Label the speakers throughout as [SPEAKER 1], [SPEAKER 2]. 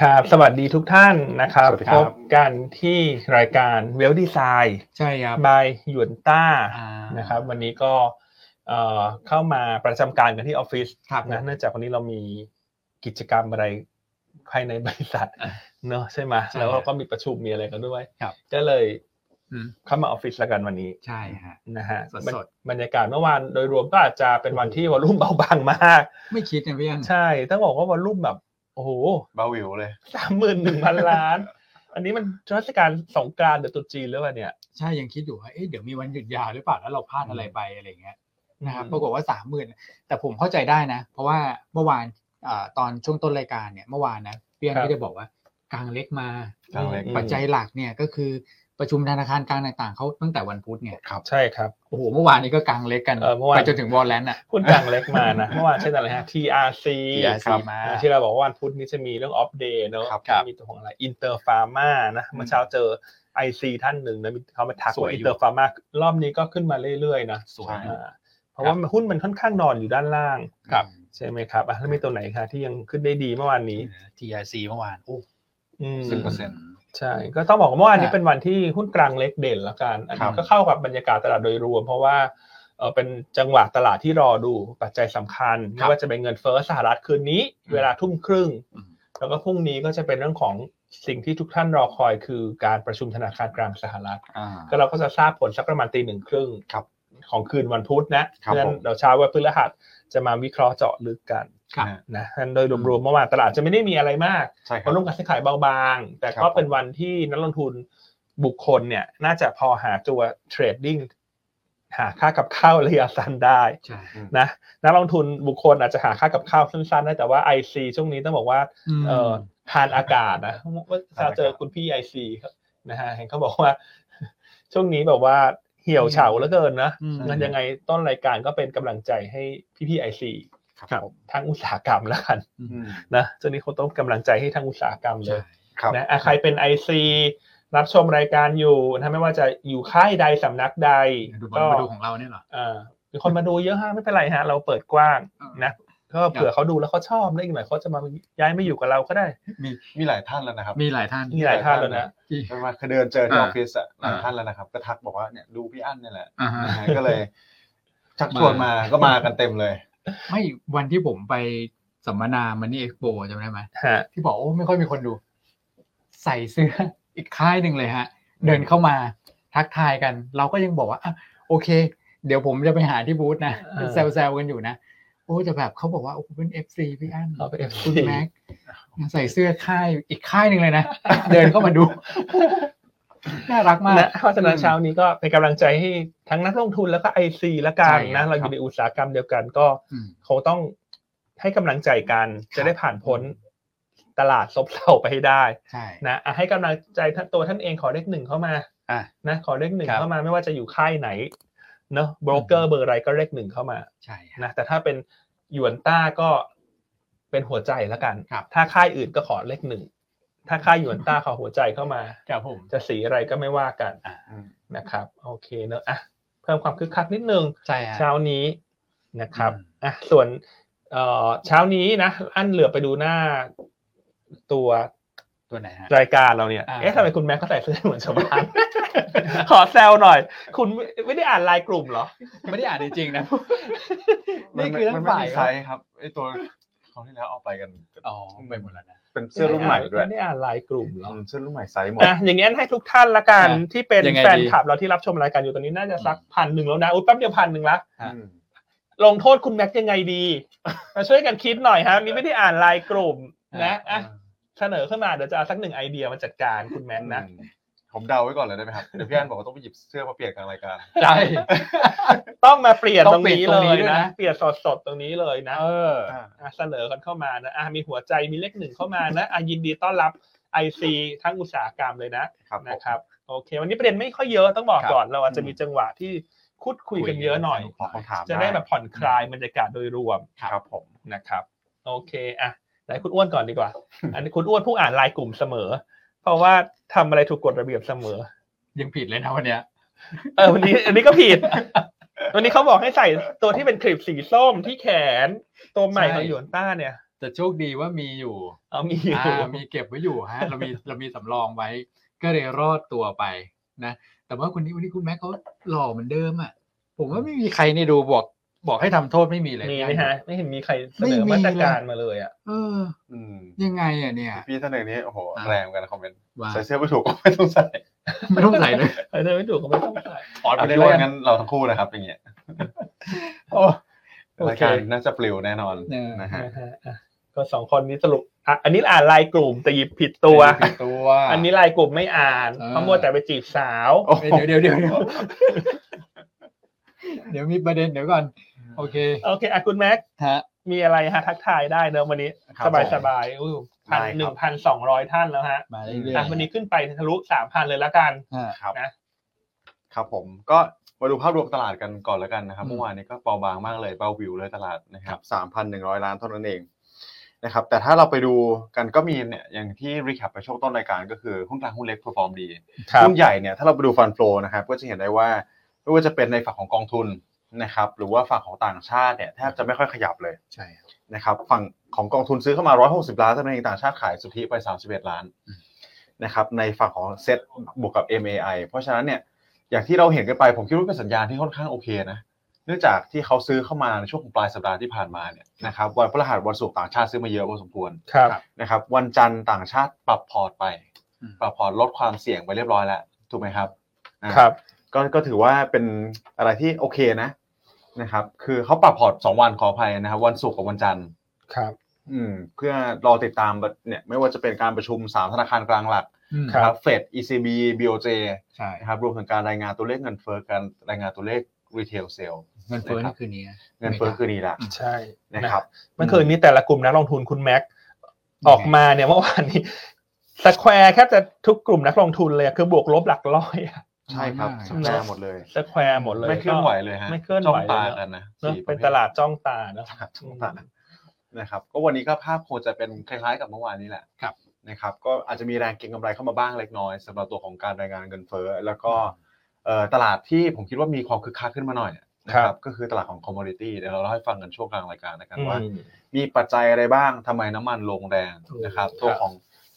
[SPEAKER 1] ครับ สวัสดีทุกท่านนะครับ
[SPEAKER 2] สวัสดีค
[SPEAKER 1] พ
[SPEAKER 2] รับ
[SPEAKER 1] บกันที่รายการเวลดีไซน์
[SPEAKER 2] ใช่ครับ
[SPEAKER 1] บายหยวนต้า
[SPEAKER 2] อ่า
[SPEAKER 1] นะครับ วันนี้ก็เอ่อเข้ามาประจำการกันที่ออฟฟิศ
[SPEAKER 2] ครับ
[SPEAKER 1] นะ
[SPEAKER 2] นะ
[SPEAKER 1] เนื่องจากวันนี้เรามีกิจกรรมอะไรภายในบริษัท
[SPEAKER 2] อ่ะ
[SPEAKER 1] เนอะใช่ไหม
[SPEAKER 2] ใช่
[SPEAKER 1] แล้วก็มีประชุมมีอะไรกันด้วย
[SPEAKER 2] ครับ
[SPEAKER 1] ก็เลย
[SPEAKER 2] อืม
[SPEAKER 1] เข้ามาออฟฟิศละกันวันนี้
[SPEAKER 2] ใช่ฮะ
[SPEAKER 1] นะฮะ
[SPEAKER 2] สดๆ
[SPEAKER 1] บรรบรรยากาศเมื่อวานโดยรวมก็อาจจะเป็นวันที่ว อลลุ่มเบาบางมาก
[SPEAKER 2] ไม่คิดนะพี่อัน
[SPEAKER 1] ใช่ต้องบอกว่าวอลลุ่มแบบโอ้โห
[SPEAKER 3] เบาหวิวเลย
[SPEAKER 1] สามหมื่นหนึ่งพันล้าน อันนี้มันเทศกาลสงกรานต์หรือตรุษจีนหรือเปล่าเนี่ย
[SPEAKER 2] ใช่ยังคิดอยู่ว่าเอ๊ะเดี๋ยวมีวันหยุดยาวหรือเปล่าแล้วเราพลาดอะไรไปอะไรอย่างเงี้ยนะครับปรากฏว่าสามหมื่นแต่ผมเข้าใจได้นะ เพราะว่าเมื่อวานอ่าตอนช่วงต้นรายการเนี่ยเมื่อวานนะพี่อันก็ได้บอกว่ากลางเล็กมา
[SPEAKER 3] กลางเล็ก
[SPEAKER 2] ปัจจัยหลักเนี่ยก็คือประชุมธนาคารกลางต่างๆเขาตั้งแต่วันพุธเนี่ย
[SPEAKER 1] ใช่ครับ
[SPEAKER 2] โอ้โหเมื่อวานนี้ก็กลางเล็กกัน
[SPEAKER 1] เออเมื่อวาน
[SPEAKER 2] ไปจนถึงวอลเลนอ่ะ
[SPEAKER 1] หุ้นกลางเล็กมานะ เมื่อวานเช่นอะไรฮะ TRC
[SPEAKER 2] TRC
[SPEAKER 1] ครับ
[SPEAKER 2] มา
[SPEAKER 1] อ่ที่เราบอกว่าวันพุธนี้จะมีเรื่องออฟเดย์เนอะ
[SPEAKER 3] ครับ
[SPEAKER 1] ที่มีตัวของอะไรอินเตอร์ฟาร์มานะ เมื่อเช้าเจอ IC ท่านหนึ่งนะมีเขามาทัก
[SPEAKER 2] สวย
[SPEAKER 1] ว่า
[SPEAKER 2] อยู่
[SPEAKER 1] อินเตอร์ฟาร์มารอบนี้ก็ขึ้นมาเรื่อยๆนะ
[SPEAKER 2] สวย
[SPEAKER 1] อ่าเพราะว่ามันหุ้นมันค่อนข้างนอนอยู่ด้านล่างใช่ไหมครับอ่ะแล้วมีตัวไหนคะที่ยังขึ้นได้ดีเมื่อวานนี้
[SPEAKER 2] TRC เมื่อวานโอ้
[SPEAKER 1] อืม
[SPEAKER 3] 10%
[SPEAKER 1] ใช่ก็ต้องบอกว่าเมื่อวานนี้
[SPEAKER 2] อ่ะ
[SPEAKER 1] เป็นวันที่หุ้นกลางเล็กเด่นละกัน อัน
[SPEAKER 3] ครั
[SPEAKER 1] นี้
[SPEAKER 3] บ
[SPEAKER 1] ก็เข้ากับบรรยากาศตลาดโดยรวม เพราะว่าเอ่อเป็นจังหวะตลาดที่รอดูปัจจัยสำคัญ
[SPEAKER 2] ครั
[SPEAKER 1] ไม่
[SPEAKER 2] บ
[SPEAKER 1] ว่าจะเป็นเงินเฟ้อสหรัฐคืนนี้
[SPEAKER 2] อืม
[SPEAKER 1] เวลาทุ่มครึ่ง
[SPEAKER 2] อืม
[SPEAKER 1] แล้วก็พรุ่งนี้ก็จะเป็นเรื่องของสิ่งที่ทุกท่านรอคอยคือการประชุมธนาคารกลางสหรัฐ
[SPEAKER 3] อ่า
[SPEAKER 1] ก็เราก็จะทราบผลสักประมาณตีหนึ่งครึ่ง
[SPEAKER 3] ครับ
[SPEAKER 1] ของคืนวันพุธนะครับ เพราะฉะนั้น
[SPEAKER 3] ผม
[SPEAKER 1] เราเช้าวันพฤหัสจะมาวิเคราะห์เจาะลึกกัน
[SPEAKER 2] ครับ
[SPEAKER 1] นะฉะนั้นโดยรวมๆเมื่อวานตลาดจะไม่ได้มีอะไรมาก
[SPEAKER 3] ใช่ค
[SPEAKER 1] ค
[SPEAKER 3] รั
[SPEAKER 1] วอ
[SPEAKER 3] บ
[SPEAKER 1] ลุ่มการซื้อขายเบาบาง แต่
[SPEAKER 3] ครั
[SPEAKER 1] ก็
[SPEAKER 3] บ
[SPEAKER 1] เป็นวันที่นักลงทุนบุคคลเนี่ย น่าจะพอหาตัวเทรดดิ้งหาค่ากับข้าวระยะสั้นได้
[SPEAKER 2] ใช่
[SPEAKER 1] นะนักลงทุนบุคคลอาจจะหาค่ากับข้าวสั้นๆได้แต่ว่า IC ช่วงนี้ต้องบอกว่าเอ่อทานอากาศนะว่าเราเจอคุณพี่ IC ครับนะฮะเห็นเขาบอกว่า ช่วงนี้แบบว่าเหี่ยวเฉาเหลือเกินนะ
[SPEAKER 2] ม
[SPEAKER 1] งั้นยังไงต้นรายการก็เป็นกำลังใจให้พี่ๆ IC
[SPEAKER 3] ครับผม
[SPEAKER 1] ทั้งอุตสาหกรรมแล้วกัน
[SPEAKER 3] อืม
[SPEAKER 1] นะช่วงนี้คงต้องกำลังใจให้ทั้งอุตสาหกรรมเลย
[SPEAKER 3] ครับ
[SPEAKER 1] นะอ่ะใครเป็น IC รับชมรายการอยู่นะไม่ว่าจะอยู่ค่ายใดสำนักใด
[SPEAKER 2] ดูบอ
[SPEAKER 1] ก็
[SPEAKER 2] ลมาดูของเราเนี่ยเหรอ
[SPEAKER 1] เอ่อมีคนมาดูเยอะฮะไม่เป็นไรฮะ เราเปิดกว้างนะก็เผื่อเขาดูแล้วเขาชอบได้อีกหน่อยเขาจะมาย้ายมาอยู่กับเราก็ได้
[SPEAKER 3] มีหลายท่านแล้วนะครับ
[SPEAKER 2] มีหลายท่าน
[SPEAKER 1] มีหลายท่านแล้วนะ
[SPEAKER 2] ที่
[SPEAKER 3] ประมาณคือเดินเจอที่อ
[SPEAKER 2] อ่า
[SPEAKER 3] อฟฟิศอะหลาย
[SPEAKER 2] อ่า
[SPEAKER 3] ท่านแล้วนะครับก็ทักบอกว่าเนี่ยดูพี่อั้นเนี่ยแหละ
[SPEAKER 2] อ่าฮะ
[SPEAKER 3] นะฮะก็เลย ชักชวนมาก็มากันเต็มเลย
[SPEAKER 2] ไม่วันที่ผมไปสัมมนามันนี่เอ็กโปจำได้ไหม
[SPEAKER 1] ฮะ
[SPEAKER 2] ที่บอกโอ้ไม่ค่อยมีคนดู ใส่เสื้อ อีกค่ายหนึ่งเลยฮะ เดินเข้ามาทักทายกัน เราก็ยังบอกว่าอ่ะโอเค เดี๋ยวผมจะไปหาที่บูธนะ
[SPEAKER 1] เออ
[SPEAKER 2] แซวๆกันอยู่นะ โอ้จะแบบเขาบอกว่าโอ้เป็นเอฟซีพี่อั้น
[SPEAKER 1] เราไปเอฟ
[SPEAKER 2] คุณ
[SPEAKER 1] ซี
[SPEAKER 2] แม็กใส่เสื้อค่ายอีกค่ายหนึ่ง เลยนะ เดินเข้ามาดู น่ารักมาก
[SPEAKER 1] นะเพราะฉะนั้นเช้านี้ก็เป็นกำลังใจให้ทั้งนักลงทุนแล้วก็ IC ละกัน
[SPEAKER 2] ใช่ครั
[SPEAKER 1] นะ
[SPEAKER 2] บ
[SPEAKER 1] เราอยู่ในอุตสาหกรรมเดียวกันก็
[SPEAKER 2] อืม
[SPEAKER 1] คงต้องให้กำลังใจกันจะได้ผ่านพ้นตลาดซบเซาไปให้ได้
[SPEAKER 2] ใช่
[SPEAKER 1] นะอ่ะให้กำลังใจท่านตัวท่านเองขอเลขหนึ่งเข้ามา
[SPEAKER 2] อ่ะ
[SPEAKER 1] นะขอเลขหนึ่ง
[SPEAKER 2] ครับ
[SPEAKER 1] เข้ามาไม่ว่าจะอยู่ค่ายไหนเนอะโบรกเกอ
[SPEAKER 2] อื
[SPEAKER 1] ร์
[SPEAKER 2] ม
[SPEAKER 1] เบอร์อะไรก็เลขหนึ่งเข้ามา
[SPEAKER 2] ใช่ฮะ
[SPEAKER 1] นะแต่ถ้าเป็นหยวนต้าก็เป็นหัวใจแล้วกัน
[SPEAKER 2] ครับ
[SPEAKER 1] ถ้าค่ายอื่นก็ขอเลขหนึ่งถ้าค่ายหยวนต้าขอหัวใจเข้ามา
[SPEAKER 2] ครับผม
[SPEAKER 1] จะสีอะไรก็ไม่ว่ากัน
[SPEAKER 2] อ่ะ
[SPEAKER 3] อืม
[SPEAKER 1] นะครับ โอเคเนอะอ่ะเพิ่มความคึกคักนิดนึง
[SPEAKER 2] ใช่ฮะ
[SPEAKER 1] เช้านี้นะครับ
[SPEAKER 2] อืม
[SPEAKER 1] อ่ะส่วนเอ่อเช้านี้นะ อันเหลือไปดูหน้าตัว
[SPEAKER 2] ตัวไหนฮะ
[SPEAKER 1] รายการเราเนี่ย
[SPEAKER 2] อ่า
[SPEAKER 1] เอ๊ะทำไมคุณแม็กก็ใส่เสื้อเหมือนชาว บ้าน ขอแซวหน่อย คุณไม่ไม่ได้อ่านไลน์กลุ่มเหรอ
[SPEAKER 2] ไม่ได้อ่านจริงๆนะ
[SPEAKER 3] มั
[SPEAKER 2] นี่คือทั้
[SPEAKER 3] มั
[SPEAKER 2] ง
[SPEAKER 3] ไม่
[SPEAKER 2] ฝ่ายเห
[SPEAKER 3] มี
[SPEAKER 2] รอ
[SPEAKER 3] ใครครับไอตัวเขาวที่แล้วเอาไปกัน
[SPEAKER 2] อ๋อไปหมดแล้วนะ
[SPEAKER 3] เป็นเสื้อรุ่นใหม่ด้วย
[SPEAKER 1] ไม่ได้อ่านไลน์กลุ่มเหรอ
[SPEAKER 3] อืมเสื้อรุ่นใหม่ไซส์หมด
[SPEAKER 1] อ่ะ อย่างงี้ให้ทุกท่านละกัน
[SPEAKER 2] อ่ะ
[SPEAKER 1] ที่เป็น
[SPEAKER 2] ยังไงดี
[SPEAKER 1] แฟนคลับเราที่รับชมรายการอยู่ตอนนี้น่าจะสักพันหนึ่งแล้วนะ อุ้ยแป๊บเดียวพันหนึ่งละ
[SPEAKER 2] อ่ะ
[SPEAKER 3] อืม
[SPEAKER 1] ลงโทษคุณแม็กยังไงดี มาช่วยกันคิดหน่อยฮะ นี่ไม่ได้อ่านไลน์กลุ่มนะอ่ะเสนอขึ้นมาเดี๋ยวจะเอาสักหนึ่งไอเดียมาจัดการคุณแม็กนะ
[SPEAKER 3] อืมผมเดาไว้ก่อนเลยได้ไหมครับเดี๋ยวพี่อั้นบอกว่าต้องไปหยิบเสื้อมาเปลี่ยนกลางรายการ
[SPEAKER 2] ใช่
[SPEAKER 1] ต้องมาเปลี่ยน
[SPEAKER 2] ต้
[SPEAKER 1] ต
[SPEAKER 2] อ
[SPEAKER 1] รง ง
[SPEAKER 2] เปลี่ยน
[SPEAKER 1] นี้
[SPEAKER 2] ต
[SPEAKER 1] เล
[SPEAKER 2] รงนี้
[SPEAKER 1] ย
[SPEAKER 2] ด้วย
[SPEAKER 1] นะ
[SPEAKER 2] นะ
[SPEAKER 1] เปลี่ยนสดๆตรงนี้เลยนะ
[SPEAKER 2] เออ
[SPEAKER 1] อ่ะเสนอกันเข้ามานะอ่ะมีหัวใจมีเลขหนึ่งเข้ามานะอ่ะยินดีต้อนรับ IC ทั้งอุตสาหกรรมเลยนะครับ
[SPEAKER 3] ผม
[SPEAKER 1] นะครับโอเค วันนี้ประเด็นไม่ค่อยเยอะต้องบอก
[SPEAKER 2] ครับ
[SPEAKER 1] ก่อนเราอาจจะ
[SPEAKER 2] อืม
[SPEAKER 1] มีจังหวะที่คุดคุยกันเยอะหน่อย
[SPEAKER 3] ขอคำถาม
[SPEAKER 1] จะได้แบบผ่อนคลายบรรยากาศโดยรวม
[SPEAKER 3] ครับผม
[SPEAKER 1] นะครับ โอเคอ่ะไหนคุณอ้วนก่อนดีกว่า อันนี้คุณอ้วนผู้อ่านไลน์กลุ่มเสมอ เพราะว่าทำอะไรถูกกฎระเบียบเสมอ
[SPEAKER 2] ยังผิดเลยนะวันเนี้ย
[SPEAKER 1] เออวันนี้อันนี้ก็ผิด วันนี้เขาบอกให้ใส่ตัวที่เป็นคลิปสีส้มที่แขน ตัวใหม่ของ
[SPEAKER 2] ใช่
[SPEAKER 1] หยวนต้าเนี่ย
[SPEAKER 2] จะ แต่โชคดีว่ามีอยู่
[SPEAKER 1] เอามีอยู่
[SPEAKER 2] อ่ามีเก็บไว้อยู่ฮะเรามีเรามีสำรองไว้ ก็เลยรอดตัวไปนะ แต่ว่าคนนี้วันนี้คุณแม็กเขาหล่อเหมือนเดิมอ่ะผมว่าไม่มีใครในดูบอกบอกให้ทำโทษไม่มีเลย
[SPEAKER 1] มีไหม
[SPEAKER 2] พี่อั้น
[SPEAKER 1] ฮะ ไม่เห็นมีใครเสน
[SPEAKER 2] ไม่
[SPEAKER 1] อ
[SPEAKER 2] มี
[SPEAKER 1] มาตรการมาเลยอ่ะ
[SPEAKER 2] เออ
[SPEAKER 3] อืม
[SPEAKER 2] ยังไงอ่ะเนี่ย
[SPEAKER 3] พี่ท่านหนึ่งนี้โอ้โหแรงเหมือนกันนะคอมเมนต์
[SPEAKER 2] ว่า
[SPEAKER 3] ใส่เสื้อไม่ถูกก็ไม่ต้องใส่
[SPEAKER 2] ไม่ต้องใส่เลย
[SPEAKER 1] เออเดินไม่ถูกก็ไม่ต้องใส่
[SPEAKER 3] ออดไปเลย
[SPEAKER 2] อ่ะพี่อ้วน
[SPEAKER 3] งั้นเราทั้งคู่นะครับอย่างเงี้ย
[SPEAKER 2] โอ้
[SPEAKER 3] รายการน่าจะปลิวแน่นอน
[SPEAKER 2] เออ
[SPEAKER 3] นะฮะ
[SPEAKER 1] นะฮะอ่ะก็สองคนนี้สรุปอ่ะอันนี้อ่านลายกลุ่มแต่หยิบผิดตัว
[SPEAKER 3] ผิดตัว
[SPEAKER 1] อันนี้ลายกลุ่มไม่อ่าน
[SPEAKER 2] เออ
[SPEAKER 1] เพราะมัวแต่ไปจีบสาว
[SPEAKER 3] โอ้โห
[SPEAKER 2] เดี๋ยวเดี๋ยวเดี๋ยวเดี๋ยวเดี๋ยวมีประเด็นเดี๋ยวก่อน โอเค
[SPEAKER 1] โอเคอ่ะคุณแม็ก
[SPEAKER 2] ฮะ
[SPEAKER 1] มีอะไรฮะทักทายได้เนอะวันนี้
[SPEAKER 3] ครั
[SPEAKER 1] ส
[SPEAKER 3] บ
[SPEAKER 1] บาย
[SPEAKER 3] ผม
[SPEAKER 1] สบายๆอู้พัน
[SPEAKER 3] ได้ครับ
[SPEAKER 1] หนึ่งพันสองร้อยท่านแล้วฮะ
[SPEAKER 2] มาเรื่อย
[SPEAKER 1] อ่ะ
[SPEAKER 2] ๆ
[SPEAKER 1] วันนี้ขึ้นไปทะลุสามพันเลยละกัน
[SPEAKER 2] ฮะ
[SPEAKER 3] ครับ
[SPEAKER 1] นะ
[SPEAKER 3] ครับผมก็มาดูภาพรวมตลาดกันก่อนแล้วกันนะครับ
[SPEAKER 2] อืม
[SPEAKER 3] เมื่อวานนี้ก็เบาบางมากเลยเบาวิวเลยตลาดนะครับสามพันหนึ่งร้อยล้านเท่านั้นเองนะครับแต่ถ้าเราไปดูกันก็มีเนี่ยอย่างที่รีแคปไปช่วงต้นรายการก็คือหุ้นกลางหุ้นเล็กเพอร์ฟอร์มดี หุ้นใหญ่เนี่ยถ้าเราไปดูฟันโฟนะครับก็จะเห็นได้ว่าไม่ว่าจะเป็นในฝั่งของกองทุนนะครับหรือว่าฝั่งของต่างชาติเนี่ยแทบจะไม่ค่อยขยับเลย
[SPEAKER 2] ใช่ครับ
[SPEAKER 3] นะครับฝั่งของกองทุนซื้อเข้ามา 160 ล้านเท่านั้นเองต่างชาติขายสุทธิไป 31 ล้าน
[SPEAKER 2] อืม
[SPEAKER 3] นะครับในฝั่งของเซ็ตบวกกับ MAI เพราะฉะนั้นเนี่ยอย่างที่เราเห็นกันไปผมคิดว่าเป็นสัญญาณที่ค่อนข้างโอเคนะเนื่องจากที่เขาซื้อเข้ามาในช่วงของปลายสัปดาห์ที่ผ่านมาเนี่ยนะครับวันพฤหัสวันศุกร์ต่างชาติซื้อมาเยอะพอสมควร
[SPEAKER 1] ครับ
[SPEAKER 3] นะครับวันจันทร์ต่างชาติปรับพอร์ตไป
[SPEAKER 2] อืม
[SPEAKER 3] ปรับพอร์ตลดความเสี่ยงไปเรียบร้อยแล้วถูกไหมครับอ่า
[SPEAKER 1] ครับ
[SPEAKER 3] ก็ก็ถือว่าเป็นอะไรที่โอเคนะนะครับ คือเขาปรับพอร์ตสองวันขออภัยนะครับวันศุกร์กับวันจันทร์
[SPEAKER 1] ครับ
[SPEAKER 3] อืมเพื่อรอติดตามเนี่ยไม่ว่าจะเป็นการประชุมสามธนาคารกลางหลัก
[SPEAKER 2] อืม
[SPEAKER 1] ครับ
[SPEAKER 3] เฟด ECB BOJ
[SPEAKER 2] ใช่
[SPEAKER 3] นะครับรวมถึงการรายงานตัวเลขเงินเฟ้อการรายงานตัวเลข retail sale
[SPEAKER 2] เงินเฟ้อ
[SPEAKER 3] นะครั
[SPEAKER 2] นี่
[SPEAKER 3] บ
[SPEAKER 2] คืนนี้นะ
[SPEAKER 3] เงินเฟ้อคือนี่ละ
[SPEAKER 1] ใช่
[SPEAKER 3] นะครับ
[SPEAKER 1] เมื่อคืนนี้แต่ละกลุ่มนักลงทุนคุณแม็ก ออกมาเนี่ยเมื่อวานนี้สแควร์แทบจะทุกกลุ่มนักลงทุนเลยอะคือบวกลบหลักร้อยอะ
[SPEAKER 3] ใช่ครับ
[SPEAKER 2] น้อยมาก
[SPEAKER 3] สัปดาห์หมดเลย
[SPEAKER 1] สแควร์หมดเลย
[SPEAKER 3] ไม่เคลื่อนไหวเลยฮะ
[SPEAKER 1] ไม่เคลื่อนไหว
[SPEAKER 3] จ้งตา
[SPEAKER 1] เลยนะ
[SPEAKER 3] กันนะ
[SPEAKER 1] เนอะ
[SPEAKER 3] สี่ระภ
[SPEAKER 1] เป็น
[SPEAKER 3] ท
[SPEAKER 1] ตลาดจ้องตาเนอะ
[SPEAKER 3] ครับถูกต้องนะครับก็วันนี้ก็ภาพคงจะเป็นคล้ายๆกับเมื่อวานนี้แหละ
[SPEAKER 2] ครับ
[SPEAKER 3] นะครับ ก็อาจจะมีแรงเก็งกำไรเข้ามาบ้างเล็กน้อยสำหรับตัวของการรายงานเงินเฟ้อแล้วก็เอ่อตลาดที่ผมคิดว่ามีความคึกคักขึ้นมาหน่อยนะครับก็คือตลาดของคอมม o d ิตี้เดี๋ยวเราเล่าให้ฟังกันช่วงกลางรายการนะครับ
[SPEAKER 1] อื
[SPEAKER 3] ว่าม มีปัจจัยอะไรบ้างทำไมน้ำมันลงแรง
[SPEAKER 1] ถูก
[SPEAKER 3] นะครับ
[SPEAKER 1] ครับ
[SPEAKER 3] ตัวของ